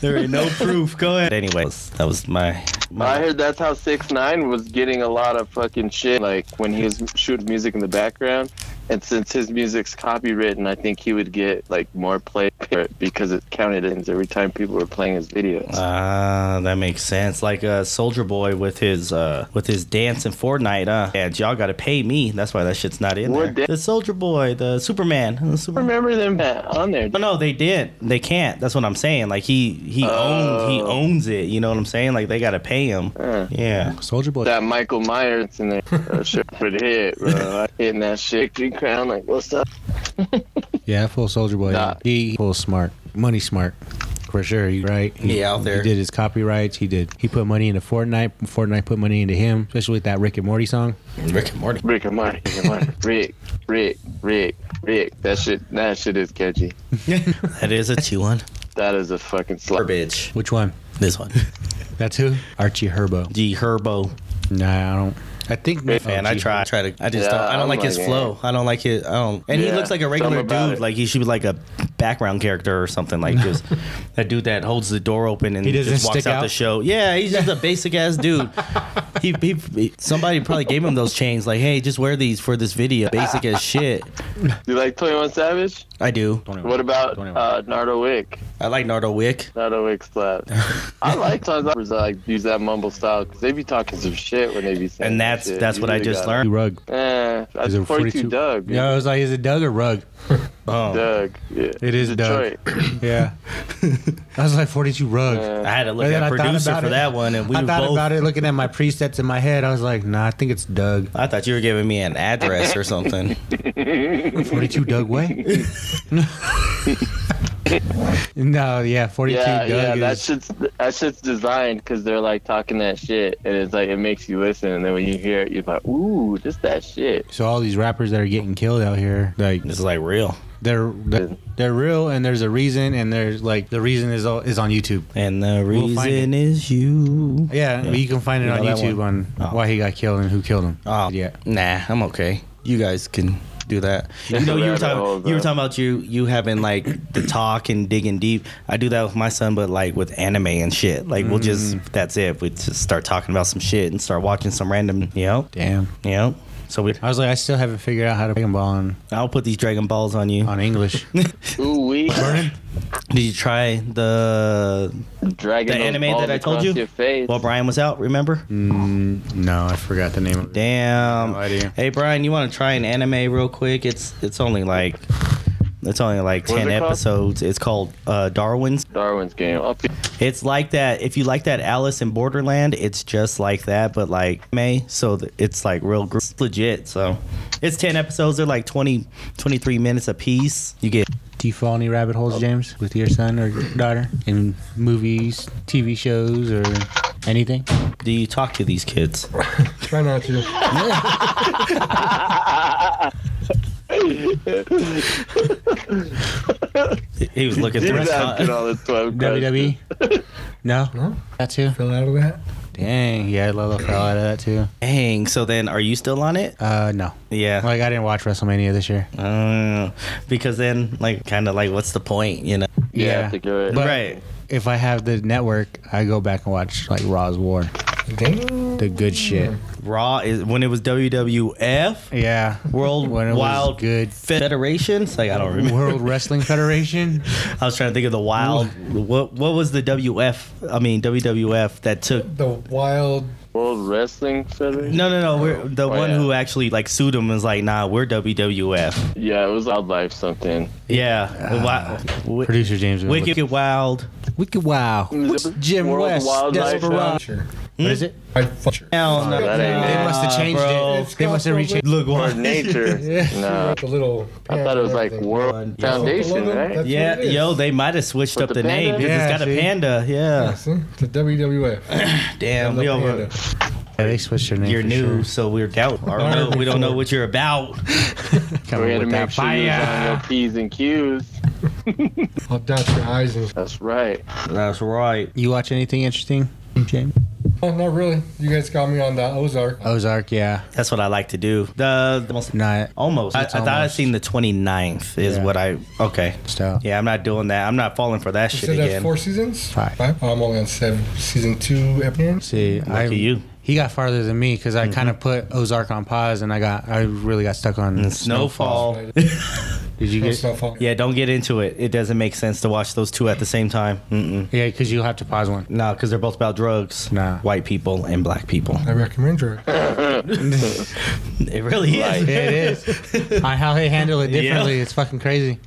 [SPEAKER 3] there ain't no proof. Go ahead. Anyways, that was my
[SPEAKER 2] I
[SPEAKER 3] my
[SPEAKER 2] heard that's how Six Nine was getting a lot of fucking shit, like when he was shooting music in the background. And since his music's copywritten, I think he would get like more play for it because it counted in every time people were playing his videos.
[SPEAKER 3] Ah, that makes sense. Like uh, Soldier Boy with his uh, with his dance in Fortnite, huh? And y'all gotta pay me. That's why that shit's not in
[SPEAKER 2] What
[SPEAKER 3] there.
[SPEAKER 2] dan-
[SPEAKER 3] The Soldier Boy, the Superman, the
[SPEAKER 2] I
[SPEAKER 3] Superman.
[SPEAKER 2] remember them uh, on there.
[SPEAKER 3] No, no, they did. They can't. That's what I'm saying. Like he he owns
[SPEAKER 2] Oh.
[SPEAKER 3] he owns it. You know what I'm saying? Like they gotta pay him.
[SPEAKER 2] Uh.
[SPEAKER 3] Yeah.
[SPEAKER 1] now. Soldier Boy.
[SPEAKER 2] That Michael Myers in there. That shit would hit, bro. I hitting that shit. Green Crown, like, what's up?
[SPEAKER 1] Yeah, full Soldier Boy.
[SPEAKER 2] Nah.
[SPEAKER 1] He full smart, money smart, for sure. He right. He,
[SPEAKER 3] Yeah, out
[SPEAKER 1] He
[SPEAKER 3] there.
[SPEAKER 1] did his copyrights. He did. He put money into Fortnite. Fortnite put money into him, especially with that Rick and Morty song.
[SPEAKER 3] Rick and Morty.
[SPEAKER 2] Rick and Morty, Rick and Morty. Rick, Rick, Rick, Rick. That shit, that shit is catchy.
[SPEAKER 3] That is a two one.
[SPEAKER 2] That is a fucking slap.
[SPEAKER 3] Herbage.
[SPEAKER 1] Which one?
[SPEAKER 3] This one.
[SPEAKER 1] That's who? Archie Herbo.
[SPEAKER 3] G Herbo
[SPEAKER 1] Nah, I don't. I think.
[SPEAKER 3] fan. I
[SPEAKER 1] Gee.
[SPEAKER 3] try. I Oh, try to. I just
[SPEAKER 2] Yeah,
[SPEAKER 3] don't. I don't
[SPEAKER 2] I'm
[SPEAKER 3] like his
[SPEAKER 2] like, eh.
[SPEAKER 3] flow. I don't like his. I don't. And he
[SPEAKER 2] Yeah,
[SPEAKER 3] looks like a regular
[SPEAKER 2] something about
[SPEAKER 3] dude.
[SPEAKER 2] it.
[SPEAKER 3] Like he should be like a background character or something. Like just that dude that holds the door open and
[SPEAKER 1] He doesn't
[SPEAKER 3] just walks
[SPEAKER 1] stick
[SPEAKER 3] out, the
[SPEAKER 1] out?
[SPEAKER 3] show. Yeah, he's just a basic ass dude. He, he, he- somebody probably gave him those chains. Like, hey, just wear these for this video. Basic as shit.
[SPEAKER 2] You like 21 Savage?
[SPEAKER 3] I do.
[SPEAKER 2] What about
[SPEAKER 1] Don't even-
[SPEAKER 2] uh, Nardo Wick?
[SPEAKER 3] I like Nardo Wick.
[SPEAKER 2] Nardo Wick slap. I like times I like use that mumble style because they be talking some shit when they be saying.
[SPEAKER 3] And
[SPEAKER 2] that
[SPEAKER 3] that's
[SPEAKER 2] shit.
[SPEAKER 3] that's
[SPEAKER 2] You
[SPEAKER 3] what I
[SPEAKER 2] really
[SPEAKER 3] just
[SPEAKER 2] gotta-
[SPEAKER 1] He
[SPEAKER 3] learned.
[SPEAKER 1] Rug.
[SPEAKER 2] Eh, that's
[SPEAKER 1] Is it
[SPEAKER 2] 42, Doug.
[SPEAKER 1] Yeah,
[SPEAKER 2] Yeah.
[SPEAKER 1] I was like, is it Doug or Rug?
[SPEAKER 3] Oh.
[SPEAKER 2] Doug. Yeah.
[SPEAKER 1] It is
[SPEAKER 2] Detroit.
[SPEAKER 1] Yeah. I was like, 42 Rug.
[SPEAKER 2] Uh,
[SPEAKER 3] I had to look
[SPEAKER 1] And then
[SPEAKER 3] at
[SPEAKER 1] I thought
[SPEAKER 3] producer
[SPEAKER 1] about
[SPEAKER 3] for
[SPEAKER 1] it.
[SPEAKER 3] that one, and we
[SPEAKER 1] I
[SPEAKER 3] were
[SPEAKER 1] thought
[SPEAKER 3] both.
[SPEAKER 1] about it looking at my presets in my head. I was like, nah, I think it's Doug.
[SPEAKER 3] I thought you were giving me an address or something.
[SPEAKER 1] 42 Doug Way? no, yeah, 42
[SPEAKER 2] Yeah,
[SPEAKER 1] Doug
[SPEAKER 2] yeah, that
[SPEAKER 1] is.
[SPEAKER 2] shit's that shit's designed because they're like talking that shit, and it's like it makes you listen, and then when you hear it, you're like, ooh, just that shit.
[SPEAKER 1] so all these rappers that are getting killed out here, like
[SPEAKER 3] This is like real.
[SPEAKER 1] they're they're, they're real, and there's a reason, and there's like the reason is all, is on YouTube.
[SPEAKER 3] And the
[SPEAKER 1] We'll find
[SPEAKER 3] reason is you.
[SPEAKER 1] Yeah, you can find it
[SPEAKER 3] You know
[SPEAKER 1] on
[SPEAKER 3] that
[SPEAKER 1] YouTube on
[SPEAKER 3] Oh.
[SPEAKER 1] why he got killed and who killed him.
[SPEAKER 3] Oh
[SPEAKER 1] yeah.
[SPEAKER 3] Nah, I'm okay. You guys can do that. You
[SPEAKER 2] That's a
[SPEAKER 3] know, you were
[SPEAKER 2] rabbit
[SPEAKER 3] talking.
[SPEAKER 2] hole,
[SPEAKER 3] you were
[SPEAKER 2] bro.
[SPEAKER 3] talking about you you having like the talk and digging deep. I do that with my son, but like with anime and shit. Like we'll just
[SPEAKER 1] Mm.
[SPEAKER 3] that's it. We just start talking about some shit and start watching some random. You know.
[SPEAKER 1] Damn.
[SPEAKER 3] You know. So we.
[SPEAKER 1] I was like, I still haven't figured out how to Dragon Ball on,
[SPEAKER 3] I'll put these Dragon Balls on you.
[SPEAKER 1] on English.
[SPEAKER 2] Ooh, we.
[SPEAKER 1] Vernon,
[SPEAKER 3] Did you try the
[SPEAKER 2] Dragging
[SPEAKER 3] the
[SPEAKER 2] those
[SPEAKER 3] anime
[SPEAKER 2] balls
[SPEAKER 3] that I told
[SPEAKER 2] across
[SPEAKER 3] you
[SPEAKER 2] Your face.
[SPEAKER 3] while Brian was out? Remember?
[SPEAKER 1] No, I forgot the name of it.
[SPEAKER 3] Damn.
[SPEAKER 1] No idea.
[SPEAKER 3] hey Brian, you want to try an anime real quick? It's it's only like it's only like
[SPEAKER 2] What is
[SPEAKER 3] ten
[SPEAKER 2] it called?
[SPEAKER 3] episodes. It's called uh, Darwin's.
[SPEAKER 2] Darwin's game. I'll be-
[SPEAKER 3] It's like that. If you like that Alice in Borderland, it's just like that, but like May. So th- it's like real gr- it's legit. So it's ten episodes. They're like 20, 23 minutes a piece. You get
[SPEAKER 1] Do you fall any rabbit holes, James, with your son or daughter in movies, TV shows, or anything?
[SPEAKER 3] do you talk to these kids?
[SPEAKER 4] Try not to.
[SPEAKER 3] He was looking
[SPEAKER 2] You're
[SPEAKER 3] through his
[SPEAKER 2] asking
[SPEAKER 3] con-
[SPEAKER 2] all this twelve
[SPEAKER 3] E?
[SPEAKER 1] WWE? E? No,
[SPEAKER 4] No?
[SPEAKER 1] that too.
[SPEAKER 4] Fell out of that.
[SPEAKER 1] Dang, yeah, Lolo fell out of that too.
[SPEAKER 3] Dang. So then, are you still on it?
[SPEAKER 1] Uh, no.
[SPEAKER 3] Yeah.
[SPEAKER 1] Like I didn't watch WrestleMania this year.
[SPEAKER 3] Uh, because then, like, kind of like, what's the point? You know?
[SPEAKER 2] Yeah, I have to do it.
[SPEAKER 1] But
[SPEAKER 3] right.
[SPEAKER 1] if I have the network, I go back and watch like Raw's War,
[SPEAKER 4] Damn.
[SPEAKER 1] the good shit.
[SPEAKER 3] Mm. Raw is when it was WWF
[SPEAKER 1] Yeah,
[SPEAKER 3] World
[SPEAKER 1] When it was
[SPEAKER 3] Wild
[SPEAKER 1] good.
[SPEAKER 3] Federation. It's like I don't remember.
[SPEAKER 1] World Wrestling Federation.
[SPEAKER 3] I was trying to think of the wild. What what was the WF? I mean WWF that took.
[SPEAKER 4] The wild.
[SPEAKER 2] World Wrestling Federation.
[SPEAKER 3] No, no, no. We're the
[SPEAKER 2] Oh,
[SPEAKER 3] one
[SPEAKER 2] yeah.
[SPEAKER 3] who actually like sued him and was like, nah, we're WWF.
[SPEAKER 2] Yeah, it was Wildlife something.
[SPEAKER 1] Ah,
[SPEAKER 3] Yeah. Wi- wi-
[SPEAKER 1] Producer James. gonna
[SPEAKER 3] Wicked
[SPEAKER 1] look-
[SPEAKER 3] Wild.
[SPEAKER 1] Wicked Wow. Jim
[SPEAKER 2] World
[SPEAKER 1] West.
[SPEAKER 2] Wildlife
[SPEAKER 1] Desperado.
[SPEAKER 4] Vulture.
[SPEAKER 1] What is it?
[SPEAKER 4] Wild vulture.
[SPEAKER 3] Down.
[SPEAKER 2] that ain't
[SPEAKER 1] They
[SPEAKER 2] it.
[SPEAKER 1] must have changed
[SPEAKER 3] bro.
[SPEAKER 1] it. They must have reached.
[SPEAKER 3] Look
[SPEAKER 2] Or
[SPEAKER 3] what.
[SPEAKER 2] nature.
[SPEAKER 4] Yeah.
[SPEAKER 2] no.
[SPEAKER 4] The little.
[SPEAKER 2] I thought it was like World
[SPEAKER 3] Yeah.
[SPEAKER 2] Foundation,
[SPEAKER 4] Logo,
[SPEAKER 2] right?
[SPEAKER 4] that's
[SPEAKER 3] Yeah,
[SPEAKER 4] what it is.
[SPEAKER 3] yo, they might have switched
[SPEAKER 2] With
[SPEAKER 3] up the,
[SPEAKER 2] the
[SPEAKER 3] name
[SPEAKER 2] panda?
[SPEAKER 3] because
[SPEAKER 1] Yeah,
[SPEAKER 3] it's got
[SPEAKER 1] see?
[SPEAKER 3] a panda. Yeah.
[SPEAKER 4] See? The WWF.
[SPEAKER 3] Damn, we
[SPEAKER 4] The
[SPEAKER 3] over.
[SPEAKER 4] panda.
[SPEAKER 1] Yeah, they switched their name.
[SPEAKER 3] You're
[SPEAKER 1] for
[SPEAKER 3] new,
[SPEAKER 1] sure.
[SPEAKER 3] so we're doubt. Or no, we don't know what you're about.
[SPEAKER 1] Come up
[SPEAKER 2] We had to
[SPEAKER 1] with
[SPEAKER 2] make
[SPEAKER 1] that
[SPEAKER 2] sure you was on your
[SPEAKER 1] fire.
[SPEAKER 2] P's and Q's.
[SPEAKER 4] I'll dot your eyes and.
[SPEAKER 2] That's right.
[SPEAKER 3] That's right.
[SPEAKER 1] You watch anything interesting, James?
[SPEAKER 4] Oh, not really. You guys got me on the Ozark.
[SPEAKER 1] Ozark, yeah.
[SPEAKER 3] That's what I like to do. The, the most,
[SPEAKER 1] Not
[SPEAKER 3] almost. I,
[SPEAKER 1] It's
[SPEAKER 3] I thought I
[SPEAKER 1] almost.
[SPEAKER 3] seen the 29th is
[SPEAKER 1] Yeah.
[SPEAKER 3] what I. Okay.
[SPEAKER 1] style.
[SPEAKER 3] Yeah, I'm not doing that. I'm not falling for that
[SPEAKER 4] You
[SPEAKER 3] shit
[SPEAKER 4] said that's
[SPEAKER 3] again.
[SPEAKER 4] four seasons?
[SPEAKER 1] Five.
[SPEAKER 4] Oh, I'm only on seven. Season two, episodes.
[SPEAKER 1] See, I,
[SPEAKER 3] at you.
[SPEAKER 1] He got farther than me because I kind of put Ozark on pause, and I got I really got stuck on
[SPEAKER 3] And snowfall.
[SPEAKER 1] Did you get?
[SPEAKER 4] Snowfall.
[SPEAKER 3] Yeah, don't get into it. It doesn't make sense to watch those two at the same time. Mm-mm.
[SPEAKER 1] Yeah, because you'll have to pause one.
[SPEAKER 3] No, because they're both about drugs.
[SPEAKER 1] Nah.
[SPEAKER 3] White people and black people.
[SPEAKER 4] I recommend her.
[SPEAKER 3] It really is.
[SPEAKER 1] Yeah, it is. Hmm. on how they handle it differently, it's fucking crazy.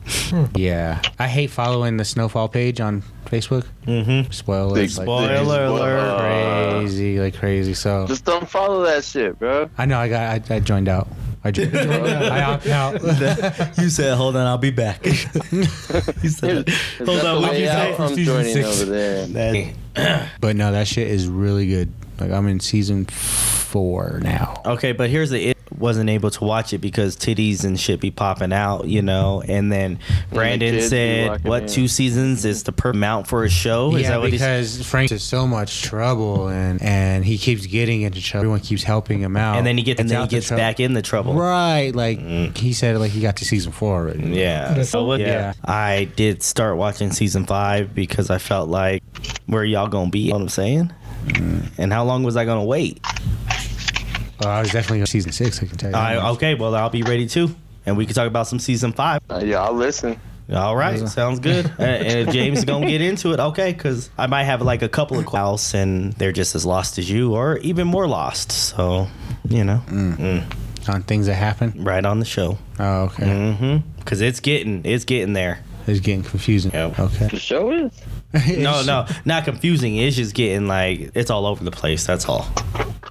[SPEAKER 1] yeah, I hate following the snowfall page on Facebook. Mm-hmm. Uh, Spoilers, like,
[SPEAKER 3] Spoiler alert.
[SPEAKER 1] crazy, like crazy. So
[SPEAKER 2] Uh, Just don't follow that shit, bro.
[SPEAKER 1] I know I got I, I joined out. I joined. I opt out.
[SPEAKER 3] you said, "Hold on, I'll be back." you said,
[SPEAKER 2] Is
[SPEAKER 3] "Hold
[SPEAKER 2] that
[SPEAKER 3] on,
[SPEAKER 2] the
[SPEAKER 3] what
[SPEAKER 2] way
[SPEAKER 3] you
[SPEAKER 2] out? I'm
[SPEAKER 3] say?"
[SPEAKER 2] joining over there.
[SPEAKER 3] That-
[SPEAKER 1] but no, that shit is really good. Like I'm in season four now.
[SPEAKER 3] Okay, but here's the it wasn't able to watch it because titties and shit be popping out, you know. And then Brandon
[SPEAKER 2] kids be
[SPEAKER 3] said,
[SPEAKER 2] walking
[SPEAKER 3] "What
[SPEAKER 2] in."
[SPEAKER 3] two seasons is the per amount for a show?" Oh, is
[SPEAKER 1] yeah,
[SPEAKER 3] that what he said?
[SPEAKER 1] because Frank is so much trouble, and and he keeps getting into trouble. Everyone keeps helping him out,
[SPEAKER 3] And then he gets and then he
[SPEAKER 1] out the
[SPEAKER 3] gets
[SPEAKER 1] trouble.
[SPEAKER 3] back in the trouble. Mm.
[SPEAKER 1] Right, like he said, like he got to season four already.
[SPEAKER 3] Yeah. So what,
[SPEAKER 1] Yeah.
[SPEAKER 3] yeah. I did start watching season five because I felt like where y'all gonna be. You know what I'm saying?
[SPEAKER 1] Mm.
[SPEAKER 3] And how long was I gonna wait?
[SPEAKER 1] Oh, I was definitely on season six. I can tell you. that
[SPEAKER 3] I,
[SPEAKER 1] much.
[SPEAKER 3] okay, well I'll be ready too, and we can talk about some season five.
[SPEAKER 2] Uh, yeah, I'll listen.
[SPEAKER 3] All right, sounds good. Uh, and if James is gonna get into it, okay, because I might have like a couple of quals and they're just as lost as you, or even more lost. So, you know,
[SPEAKER 1] on things that happen.
[SPEAKER 3] right on the show,
[SPEAKER 1] Oh, okay.
[SPEAKER 3] Mm. because it's getting it's getting there.
[SPEAKER 1] It's getting confusing.
[SPEAKER 3] Yep.
[SPEAKER 1] Okay.
[SPEAKER 2] The show is.
[SPEAKER 3] No, no, not confusing. It's just getting like it's all over the place. That's all.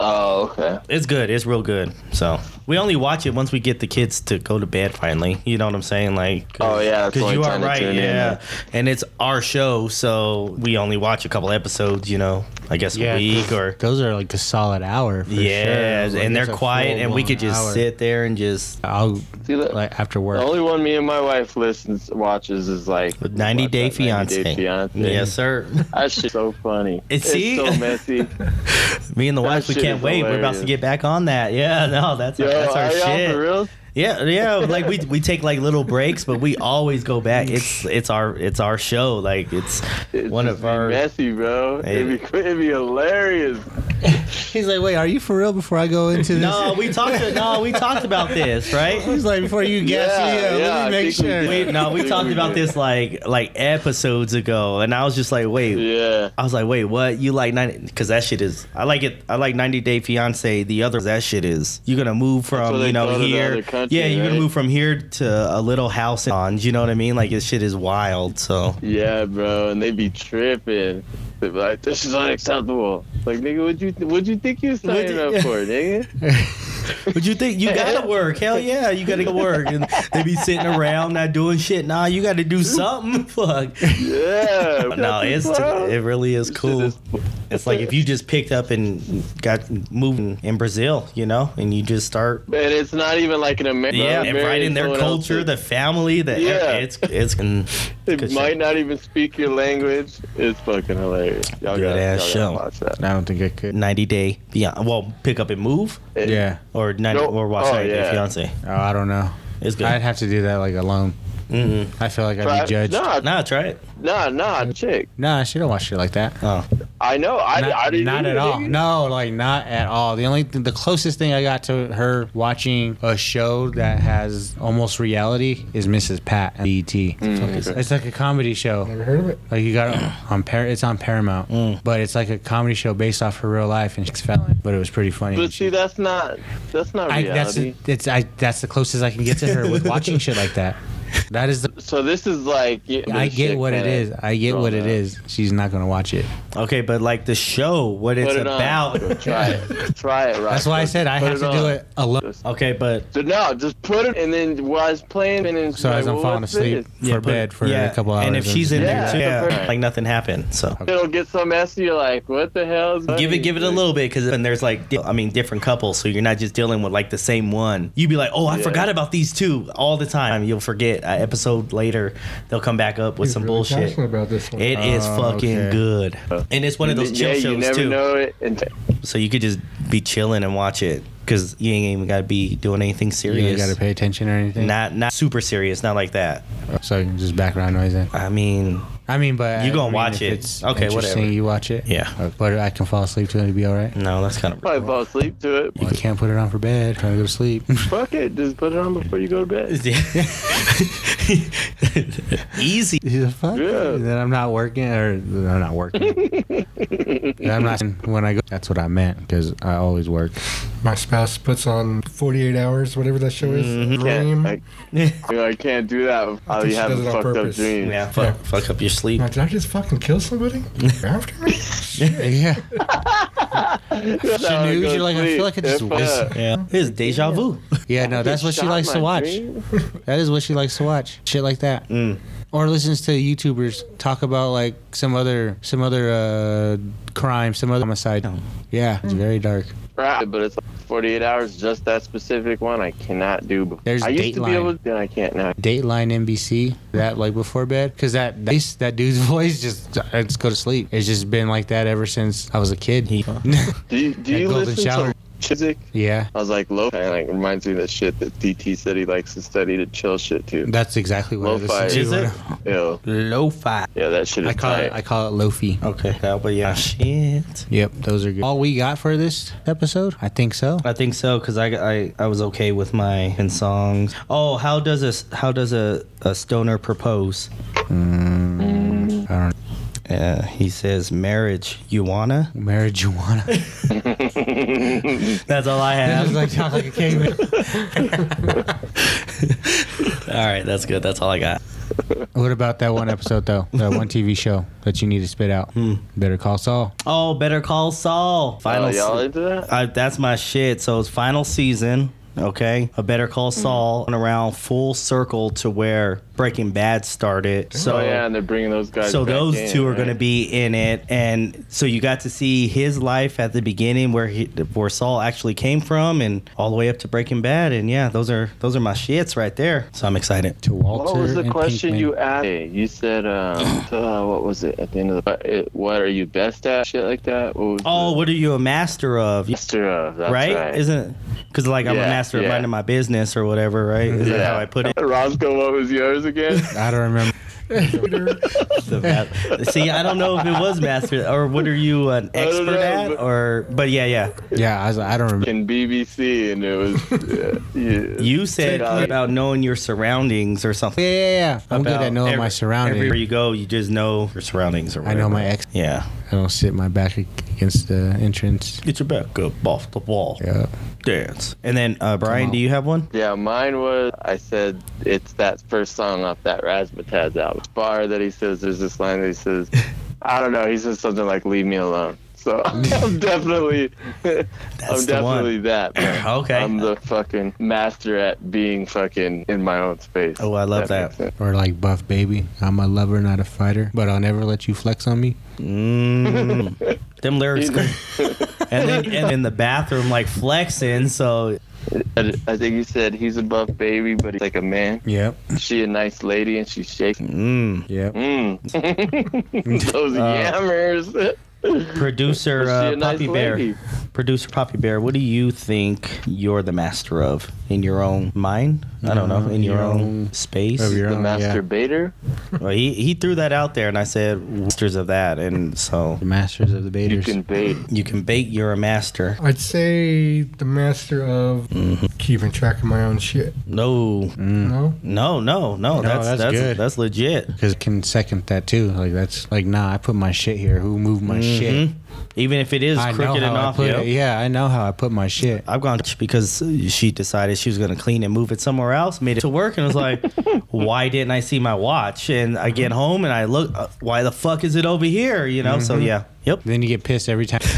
[SPEAKER 2] Oh, okay.
[SPEAKER 3] It's good. It's real good. So we only watch it once we get the kids to go to bed finally. You know what I'm saying? Like,
[SPEAKER 2] Oh, yeah, it's the
[SPEAKER 3] because
[SPEAKER 2] only
[SPEAKER 3] you are
[SPEAKER 2] time to
[SPEAKER 3] right.
[SPEAKER 2] tune in.
[SPEAKER 3] Yeah, and it's our show, so we only watch a couple episodes. You know, I guess
[SPEAKER 1] Yeah,
[SPEAKER 3] a week or
[SPEAKER 1] Those are like a solid hour. For
[SPEAKER 3] yeah,
[SPEAKER 1] sure. Like,
[SPEAKER 3] and
[SPEAKER 1] it's
[SPEAKER 3] they're
[SPEAKER 1] a
[SPEAKER 3] quiet, and we
[SPEAKER 1] full-blown
[SPEAKER 3] could just
[SPEAKER 1] hour.
[SPEAKER 3] sit there and just
[SPEAKER 1] I'll
[SPEAKER 2] See that?
[SPEAKER 1] like after
[SPEAKER 2] the
[SPEAKER 1] work.
[SPEAKER 2] only one me and my wife listens watches is like
[SPEAKER 3] with 90 Day
[SPEAKER 2] watch that 90
[SPEAKER 3] Fiance.
[SPEAKER 2] Day Fiance.
[SPEAKER 3] Yes, sir.
[SPEAKER 2] That shit's so funny.
[SPEAKER 3] It's- see?
[SPEAKER 2] so messy.
[SPEAKER 3] Me and the wife, we
[SPEAKER 2] shit
[SPEAKER 3] can't
[SPEAKER 2] is
[SPEAKER 3] wait. We're about to
[SPEAKER 2] hilarious.
[SPEAKER 3] get back on that. Yeah, no, that's
[SPEAKER 2] Yo,
[SPEAKER 3] our, that's our
[SPEAKER 2] are y'all
[SPEAKER 3] shit.
[SPEAKER 2] for real?
[SPEAKER 3] Yeah, yeah. Like we we take like little breaks, but we always go back. It's it's our it's our show. Like it's,
[SPEAKER 2] It's
[SPEAKER 3] one
[SPEAKER 2] just
[SPEAKER 3] of our
[SPEAKER 2] messy, bro. It'd be, it'd be hilarious.
[SPEAKER 1] He's like, wait, are you for real? Before I go into this,
[SPEAKER 3] No, we talked. No, we talked about this, right?
[SPEAKER 1] He's like, before you gas
[SPEAKER 2] Yeah,
[SPEAKER 1] me up,
[SPEAKER 2] yeah,
[SPEAKER 1] let
[SPEAKER 2] I
[SPEAKER 1] me make
[SPEAKER 2] think we
[SPEAKER 1] sure.
[SPEAKER 3] We,
[SPEAKER 2] did.
[SPEAKER 3] no, we
[SPEAKER 2] We-
[SPEAKER 3] talked
[SPEAKER 2] we
[SPEAKER 3] about
[SPEAKER 2] did.
[SPEAKER 3] this like like episodes ago, and I was just like, wait,
[SPEAKER 2] Yeah.
[SPEAKER 3] I was like, wait, what? You like 90? Because that shit is. I like it. I like 90 Day Fiance. The other that shit is. You're gonna move
[SPEAKER 2] what
[SPEAKER 3] from
[SPEAKER 2] they
[SPEAKER 3] you know
[SPEAKER 2] call it, the
[SPEAKER 3] here.
[SPEAKER 2] other country,
[SPEAKER 3] yeah, you're gonna
[SPEAKER 2] right?
[SPEAKER 3] move from here to a little house on. You know what I mean? Like this shit is wild. So
[SPEAKER 2] Yeah, bro, and they be tripping. They be like, "This is unacceptable." Like, nigga, what you what you think you
[SPEAKER 3] What
[SPEAKER 2] signing
[SPEAKER 3] you-
[SPEAKER 2] up for, nigga?
[SPEAKER 3] But you think you gotta work? Hell yeah, you gotta go work. And they be sitting around not doing shit. Nah, you gotta do something. Fuck.
[SPEAKER 2] Yeah.
[SPEAKER 3] No, it's it really is cool. It's like if you just picked up and got moving in Brazil, you know, and you just start.
[SPEAKER 2] and it's not even like an American.
[SPEAKER 3] Yeah, and right in their culture, the family, the
[SPEAKER 2] Yeah.
[SPEAKER 3] it's it's mm,
[SPEAKER 2] They
[SPEAKER 3] good
[SPEAKER 2] might
[SPEAKER 3] shit.
[SPEAKER 2] not even speak your language. It's fucking hilarious. Y'all
[SPEAKER 3] Good
[SPEAKER 2] gotta,
[SPEAKER 3] ass
[SPEAKER 2] y'all
[SPEAKER 3] show.
[SPEAKER 2] gotta watch that.
[SPEAKER 1] I don't think I could.
[SPEAKER 3] ninety day. Yeah, well, pick up and move
[SPEAKER 2] It-
[SPEAKER 1] Yeah,
[SPEAKER 3] or ninety
[SPEAKER 2] Nope.
[SPEAKER 3] or watch
[SPEAKER 2] Oh,
[SPEAKER 3] 90 Day
[SPEAKER 2] yeah.
[SPEAKER 3] Fiance.
[SPEAKER 1] oh, I don't know.
[SPEAKER 3] It's good.
[SPEAKER 1] I'd have to do that like alone.
[SPEAKER 3] Mm-mm.
[SPEAKER 1] I feel like I'd
[SPEAKER 2] Try-
[SPEAKER 1] be judged.
[SPEAKER 2] Nah,
[SPEAKER 3] Nah, try it.
[SPEAKER 2] nah, nah, chick.
[SPEAKER 1] Nah, she don't watch shit like that.
[SPEAKER 3] Oh,
[SPEAKER 2] I know. I,
[SPEAKER 1] Not,
[SPEAKER 2] I didn't
[SPEAKER 1] not
[SPEAKER 2] either,
[SPEAKER 1] at all.
[SPEAKER 2] nigga.
[SPEAKER 1] No, like not at all. The only th- the closest thing I got to her watching a show that has almost reality is Mrs. Pat and BET.
[SPEAKER 2] Mm.
[SPEAKER 1] It's like a comedy show.
[SPEAKER 4] Never heard of it.
[SPEAKER 1] Like you got it on Par- it's on Paramount,
[SPEAKER 2] Mm.
[SPEAKER 1] but it's like a comedy show based off her real life, and she's a felon. But it was pretty funny.
[SPEAKER 2] But see, that's not that's not
[SPEAKER 1] I,
[SPEAKER 2] reality.
[SPEAKER 1] that's it's I that's the closest I can get to her with watching shit like that. That is the.
[SPEAKER 2] so this is like
[SPEAKER 1] I get what it is. I get what it is. She's not gonna watch it.
[SPEAKER 3] okay, but like the show, what it's
[SPEAKER 2] Put it
[SPEAKER 3] about.
[SPEAKER 2] on. Try it. Try it. Right.
[SPEAKER 1] That's why I said I have to do it alone.
[SPEAKER 3] Okay, but
[SPEAKER 2] So no, just put it, and then while I was playing, and then
[SPEAKER 1] So
[SPEAKER 2] like,
[SPEAKER 1] as I'm
[SPEAKER 2] well,
[SPEAKER 1] falling
[SPEAKER 2] what's
[SPEAKER 1] asleep
[SPEAKER 2] this?
[SPEAKER 1] for
[SPEAKER 3] Yeah, put-
[SPEAKER 1] bed for a couple hours,
[SPEAKER 3] And if
[SPEAKER 1] I'm
[SPEAKER 3] she's
[SPEAKER 1] just
[SPEAKER 3] in
[SPEAKER 1] gonna
[SPEAKER 3] there
[SPEAKER 2] Yeah.
[SPEAKER 3] too,
[SPEAKER 2] Yeah.
[SPEAKER 3] like nothing happened. So
[SPEAKER 2] It'll get so messy. You're like, what the hell? Is
[SPEAKER 3] give it,
[SPEAKER 2] going
[SPEAKER 3] give it a
[SPEAKER 2] on?
[SPEAKER 3] little bit, because then there's like, di- I mean, different couples, so you're not just dealing with like the same one. You'd be like, oh, I
[SPEAKER 2] Yeah.
[SPEAKER 3] forgot about these two all the time. You'll forget. An episode later, they'll come back up with
[SPEAKER 4] He's
[SPEAKER 3] some
[SPEAKER 4] really
[SPEAKER 3] bullshit.
[SPEAKER 4] passionate about this one.
[SPEAKER 3] It is
[SPEAKER 1] Oh,
[SPEAKER 3] fucking
[SPEAKER 1] okay.
[SPEAKER 3] good, and it's one of those chill
[SPEAKER 2] yeah, you
[SPEAKER 3] shows
[SPEAKER 2] never
[SPEAKER 3] too.
[SPEAKER 2] know it. And
[SPEAKER 3] So you could just be chilling and watch it, because you ain't even gotta be doing anything
[SPEAKER 1] You ain't
[SPEAKER 3] serious.
[SPEAKER 1] gotta pay attention or anything.
[SPEAKER 3] not not super serious, not like that.
[SPEAKER 1] So you can just background noise in.
[SPEAKER 3] I mean,
[SPEAKER 1] I mean, but
[SPEAKER 3] You
[SPEAKER 1] I
[SPEAKER 3] gonna
[SPEAKER 1] mean,
[SPEAKER 3] watch
[SPEAKER 1] if
[SPEAKER 3] it.
[SPEAKER 1] It's
[SPEAKER 3] Okay,
[SPEAKER 1] interesting,
[SPEAKER 3] whatever.
[SPEAKER 1] You watch it.
[SPEAKER 3] Yeah.
[SPEAKER 1] Uh, But I can fall asleep to it. It'll be all right.
[SPEAKER 3] no, that's kind of
[SPEAKER 2] probably fall asleep to it.
[SPEAKER 1] Well, I can't put it on for bed. Trying to go to sleep.
[SPEAKER 2] Fuck it, just put it on before you go to bed.
[SPEAKER 3] Easy.
[SPEAKER 1] He's a fuck.
[SPEAKER 2] Yeah.
[SPEAKER 1] Then I'm not working, or then I'm not working. Then I'm not when I go. That's what I meant because I always work.
[SPEAKER 4] My spouse puts on 48 hours, whatever that show is.
[SPEAKER 3] Mm-hmm.
[SPEAKER 4] Dream.
[SPEAKER 2] Can't, I, I can't do that. I'll be
[SPEAKER 4] she
[SPEAKER 2] having
[SPEAKER 4] does it on
[SPEAKER 2] fucked up
[SPEAKER 4] purpose.
[SPEAKER 2] dreams.
[SPEAKER 3] Yeah, fuck, fuck up your sleep.
[SPEAKER 4] Now, did I just fucking kill somebody? They're after me?
[SPEAKER 1] yeah.
[SPEAKER 2] That's how I
[SPEAKER 1] News,
[SPEAKER 2] go to
[SPEAKER 1] you're like, I feel
[SPEAKER 2] sleep.
[SPEAKER 1] like I just
[SPEAKER 2] If,
[SPEAKER 1] was-
[SPEAKER 2] uh,
[SPEAKER 3] Yeah, it's deja vu.
[SPEAKER 1] Yeah. No, that's what she
[SPEAKER 2] shot
[SPEAKER 1] likes
[SPEAKER 2] my
[SPEAKER 1] to watch.
[SPEAKER 2] dream. Mm.
[SPEAKER 1] That is what she likes to watch. Shit like that. Or listens to YouTubers talk about like some other some other uh, crime, some other homicide. Yeah,
[SPEAKER 2] Mm.
[SPEAKER 1] it's very dark.
[SPEAKER 2] Right, but it's 48 hours, just that specific one. I cannot do. before.
[SPEAKER 1] There's
[SPEAKER 2] I used to
[SPEAKER 1] Dateline.
[SPEAKER 2] be able to, then I can't now.
[SPEAKER 1] Dateline NBC, that like before bed, because that that, that dude's voice just I just go to sleep. It's just been like that ever since I was a kid.
[SPEAKER 2] Do you, do
[SPEAKER 1] That
[SPEAKER 2] you
[SPEAKER 1] golden
[SPEAKER 2] listen
[SPEAKER 1] shower.
[SPEAKER 2] to music?
[SPEAKER 1] yeah,
[SPEAKER 2] I was like, lo fi like reminds me of that shit that DT said he likes to study to chill shit too.
[SPEAKER 1] that's exactly what I
[SPEAKER 2] Lo-fi.
[SPEAKER 1] listen to.
[SPEAKER 3] Is it?
[SPEAKER 2] Ew.
[SPEAKER 3] Lo-fi.
[SPEAKER 2] Yeah, that shit
[SPEAKER 1] Mm.
[SPEAKER 2] is
[SPEAKER 1] I call it
[SPEAKER 2] tight.
[SPEAKER 1] I call it lofi.
[SPEAKER 3] Okay, that but yeah, shit.
[SPEAKER 1] Yep, those are good. All we got for this episode, I think so.
[SPEAKER 3] I think so because I, I I was okay with my and songs. Oh, how does a how does a, a stoner propose?
[SPEAKER 1] I don't
[SPEAKER 3] Uh, he says marriage. You wanna?
[SPEAKER 1] marijuana.
[SPEAKER 3] That's all I
[SPEAKER 1] I
[SPEAKER 3] have.
[SPEAKER 1] was like talk like a caveman.
[SPEAKER 3] all right, that's good. That's all I got.
[SPEAKER 1] What about that one episode though? That one TV show that you need to spit out.
[SPEAKER 2] Hmm.
[SPEAKER 1] Better call Saul.
[SPEAKER 3] Oh, Better Call Saul.
[SPEAKER 2] Oh,
[SPEAKER 3] Final.
[SPEAKER 2] y'all
[SPEAKER 3] se-
[SPEAKER 2] into that?
[SPEAKER 3] I, that's my shit. So it's final season. Okay, a Better Call Saul and around full circle to where Breaking Bad started. So
[SPEAKER 2] Oh yeah, and they're bringing those guys.
[SPEAKER 3] So
[SPEAKER 2] back
[SPEAKER 3] those
[SPEAKER 2] in,
[SPEAKER 3] two are
[SPEAKER 2] right?
[SPEAKER 3] going to be in it, and so you got to see his life at the beginning, where he, where Saul actually came from, and all the way up to Breaking Bad, and yeah, those are those are my shits right there. So I'm excited.
[SPEAKER 1] To Walter.
[SPEAKER 2] What was the
[SPEAKER 1] and
[SPEAKER 2] question
[SPEAKER 1] Pinkman.
[SPEAKER 2] you asked? Hey, You said, um, uh, what was it at the end of the? It, what are you best at? Shit like that. What was
[SPEAKER 3] Oh,
[SPEAKER 2] the
[SPEAKER 3] what are you a master of?
[SPEAKER 2] master of? That's
[SPEAKER 3] Right?
[SPEAKER 2] right?
[SPEAKER 3] Isn't because like I'm a
[SPEAKER 2] Yeah,
[SPEAKER 3] master of
[SPEAKER 2] yeah.
[SPEAKER 3] minding my business or whatever, right? Is that how I put it?
[SPEAKER 2] Roscoe, what was yours again?
[SPEAKER 1] I don't remember.
[SPEAKER 3] The ma- See, I don't know if it was master or what are you an
[SPEAKER 2] don't
[SPEAKER 3] expert
[SPEAKER 2] know,
[SPEAKER 3] at
[SPEAKER 2] but-
[SPEAKER 3] or but yeah, yeah.
[SPEAKER 1] Yeah, I, was, I don't remember.
[SPEAKER 2] in BBC, and it was. yeah, yeah.
[SPEAKER 3] You said
[SPEAKER 2] Take on.
[SPEAKER 3] about knowing your surroundings or something.
[SPEAKER 1] Yeah, yeah, yeah. I'm good
[SPEAKER 3] about
[SPEAKER 1] at knowing
[SPEAKER 3] every-
[SPEAKER 1] my surroundings.
[SPEAKER 3] Everywhere you go, you just know your surroundings. Or
[SPEAKER 1] I know
[SPEAKER 3] whatever.
[SPEAKER 1] my ex.
[SPEAKER 3] Yeah.
[SPEAKER 1] I don't sit my back against the entrance.
[SPEAKER 3] Get your back up off the wall.
[SPEAKER 1] Yeah.
[SPEAKER 3] Dance. And then uh, Brian,
[SPEAKER 1] on.
[SPEAKER 3] do you have one?
[SPEAKER 2] Yeah, mine was. I said it's that first song off that Razzmatazz album. Bar that he says. There's this line that he says. I don't know. He says something like "Leave me alone." So I'm definitely, I'm
[SPEAKER 3] the one.
[SPEAKER 2] definitely that. man.
[SPEAKER 3] Okay.
[SPEAKER 2] I'm the fucking master at being fucking in my own space.
[SPEAKER 3] Oh, I love that.
[SPEAKER 2] makes sense.
[SPEAKER 1] Or like Buff Baby. I'm a lover, not a fighter, but I'll never let you flex on me.
[SPEAKER 3] Mm, them lyrics.
[SPEAKER 2] You know,
[SPEAKER 3] and then and in the bathroom, like flexing. So
[SPEAKER 2] I I think he said he's a buff baby, but he's like a man.
[SPEAKER 1] Yep.
[SPEAKER 2] She a nice lady, and she shaking.
[SPEAKER 3] mm.
[SPEAKER 1] Yep.
[SPEAKER 2] Mm.
[SPEAKER 1] Uh,
[SPEAKER 2] Those yammers.
[SPEAKER 3] producer
[SPEAKER 2] Is she
[SPEAKER 3] uh,
[SPEAKER 2] a nice
[SPEAKER 3] Poppy
[SPEAKER 2] lady?
[SPEAKER 3] Bear, producer Poppy Bear, what do you think you're the master of in your own mind? I don't know, in your,
[SPEAKER 1] Your
[SPEAKER 3] own,
[SPEAKER 1] own-
[SPEAKER 3] space.
[SPEAKER 1] of your
[SPEAKER 2] The
[SPEAKER 1] own, yeah.
[SPEAKER 2] masturbator.
[SPEAKER 3] Well, he he threw that out there, and I said masters of that, and so
[SPEAKER 1] The masters of the
[SPEAKER 2] You
[SPEAKER 1] baiters.
[SPEAKER 2] can bait.
[SPEAKER 3] you can bait. You're a master.
[SPEAKER 4] I'd say the master of
[SPEAKER 3] Mm-hmm.
[SPEAKER 4] keeping track of my own shit.
[SPEAKER 3] No,
[SPEAKER 4] No,
[SPEAKER 3] no, no,
[SPEAKER 1] Mm.
[SPEAKER 3] no. that's
[SPEAKER 1] that's
[SPEAKER 3] that's that's,
[SPEAKER 1] good.
[SPEAKER 3] legit.
[SPEAKER 1] Because can second that too. Like that's like nah. I put my shit here. Who moved my shit?
[SPEAKER 3] Mhm. Even if it is
[SPEAKER 1] I know
[SPEAKER 3] crooked
[SPEAKER 1] how
[SPEAKER 3] and
[SPEAKER 1] I
[SPEAKER 3] off,
[SPEAKER 1] put
[SPEAKER 3] yep.
[SPEAKER 1] it. Yeah, I know how I put my shit.
[SPEAKER 3] I've gone because she decided she was going to clean and move it somewhere else, made it to work, and was like, why didn't I see my watch? And I get home and I look, uh, why the fuck is it over here? You know,
[SPEAKER 1] Mm-hmm.
[SPEAKER 3] so yeah. Yep.
[SPEAKER 1] Then you get pissed every time.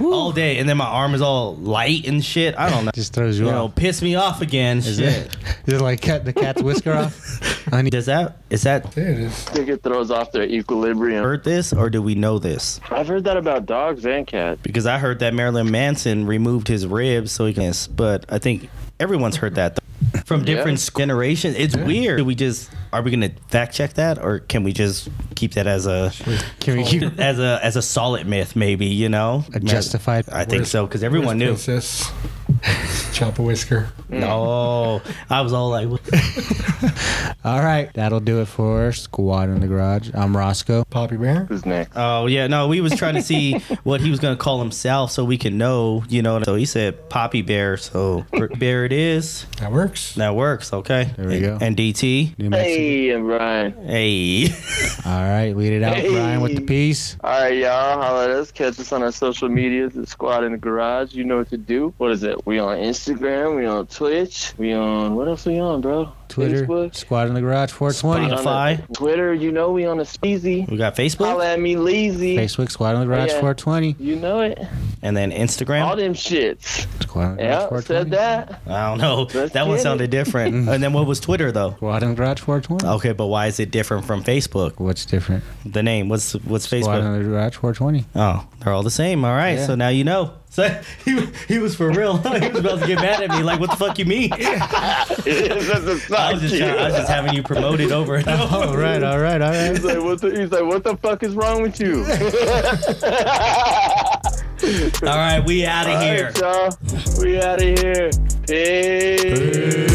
[SPEAKER 3] All day. And then my arm is all light and shit. I don't know.
[SPEAKER 1] Just throws
[SPEAKER 3] you
[SPEAKER 1] you,
[SPEAKER 3] know,
[SPEAKER 1] off.
[SPEAKER 3] piss me off again.
[SPEAKER 1] Is
[SPEAKER 3] shit.
[SPEAKER 1] it? Is it like cut the cat's whisker off? I need
[SPEAKER 3] Does that, is that
[SPEAKER 4] there it is.
[SPEAKER 2] I think it throws off their equilibrium.
[SPEAKER 3] hurt this or do we know this?
[SPEAKER 2] I've heard that about dogs and cats.
[SPEAKER 3] Because I heard that Marilyn Manson removed his ribs so he can, but I think everyone's heard that. Though. From
[SPEAKER 2] Yeah.
[SPEAKER 3] different generations, it's weird. Do we just are we gonna fact check that, or can we just keep that as a
[SPEAKER 1] Can we keep
[SPEAKER 3] as a as a solid myth? Maybe you know,
[SPEAKER 1] a justified?
[SPEAKER 3] I think so because everyone knew.
[SPEAKER 4] Where's Princess? Chop a whisker.
[SPEAKER 3] No, I was all like,
[SPEAKER 1] All right, that'll do it for Squad in the Garage. I'm Roscoe.
[SPEAKER 4] Poppy Bear.
[SPEAKER 2] Who's next?
[SPEAKER 3] oh yeah, no. We was trying to see what he was gonna call himself so we can know, you know. So he said Poppy Bear, so Bear it is.
[SPEAKER 4] That works.
[SPEAKER 3] That works, okay. There
[SPEAKER 1] we
[SPEAKER 3] and,
[SPEAKER 1] go.
[SPEAKER 3] And DT,
[SPEAKER 1] New Mexico.
[SPEAKER 2] Hey, I'm Brian.
[SPEAKER 3] hey.
[SPEAKER 1] All right, lead it out,
[SPEAKER 2] Hey.
[SPEAKER 1] Brian, with the piece.
[SPEAKER 2] All right, y'all. Holla at us. Catch us on our social medias at Squad in the Garage. You know what to do. What is it? We on Instagram. We on Twitch. We on what else? We on, bro?
[SPEAKER 1] Twitter,
[SPEAKER 2] Facebook.
[SPEAKER 1] Squad in the Garage, 420.
[SPEAKER 2] On the-
[SPEAKER 3] Spotify.
[SPEAKER 2] Twitter. You know we on a speezy.
[SPEAKER 3] We got Facebook
[SPEAKER 2] Holla at me, lazy.
[SPEAKER 1] Facebook, Squad in the Garage,
[SPEAKER 2] Oh, yeah.
[SPEAKER 1] 420.
[SPEAKER 2] You know it.
[SPEAKER 3] and then Instagram.
[SPEAKER 2] All them shits.
[SPEAKER 1] Squad in the Garage,
[SPEAKER 2] Yeah,
[SPEAKER 1] 420.
[SPEAKER 2] said that.
[SPEAKER 3] I don't know.
[SPEAKER 2] Let's
[SPEAKER 3] that one
[SPEAKER 2] get it.
[SPEAKER 3] sounded different. and then what was Twitter though?
[SPEAKER 1] Squad in the Garage, 420.
[SPEAKER 3] Okay, but why is it different from Facebook?
[SPEAKER 1] What's different?
[SPEAKER 3] The name. What's what's
[SPEAKER 1] Squad
[SPEAKER 3] Facebook?
[SPEAKER 1] in the Garage, 420.
[SPEAKER 3] Oh, they're all the same. All right,
[SPEAKER 1] Yeah.
[SPEAKER 3] so now you know. So he, he was for real. he was about to get mad at me. Like, what the fuck you mean?
[SPEAKER 2] That's a
[SPEAKER 3] I was just trying, I was just having you promoted over and
[SPEAKER 1] All
[SPEAKER 3] over.
[SPEAKER 1] right, all right, all right.
[SPEAKER 2] He's like, what the, he's like, what the fuck is wrong with you?
[SPEAKER 3] All right, we out of
[SPEAKER 2] All
[SPEAKER 3] here.
[SPEAKER 2] right, y'all. We out of here. Peace.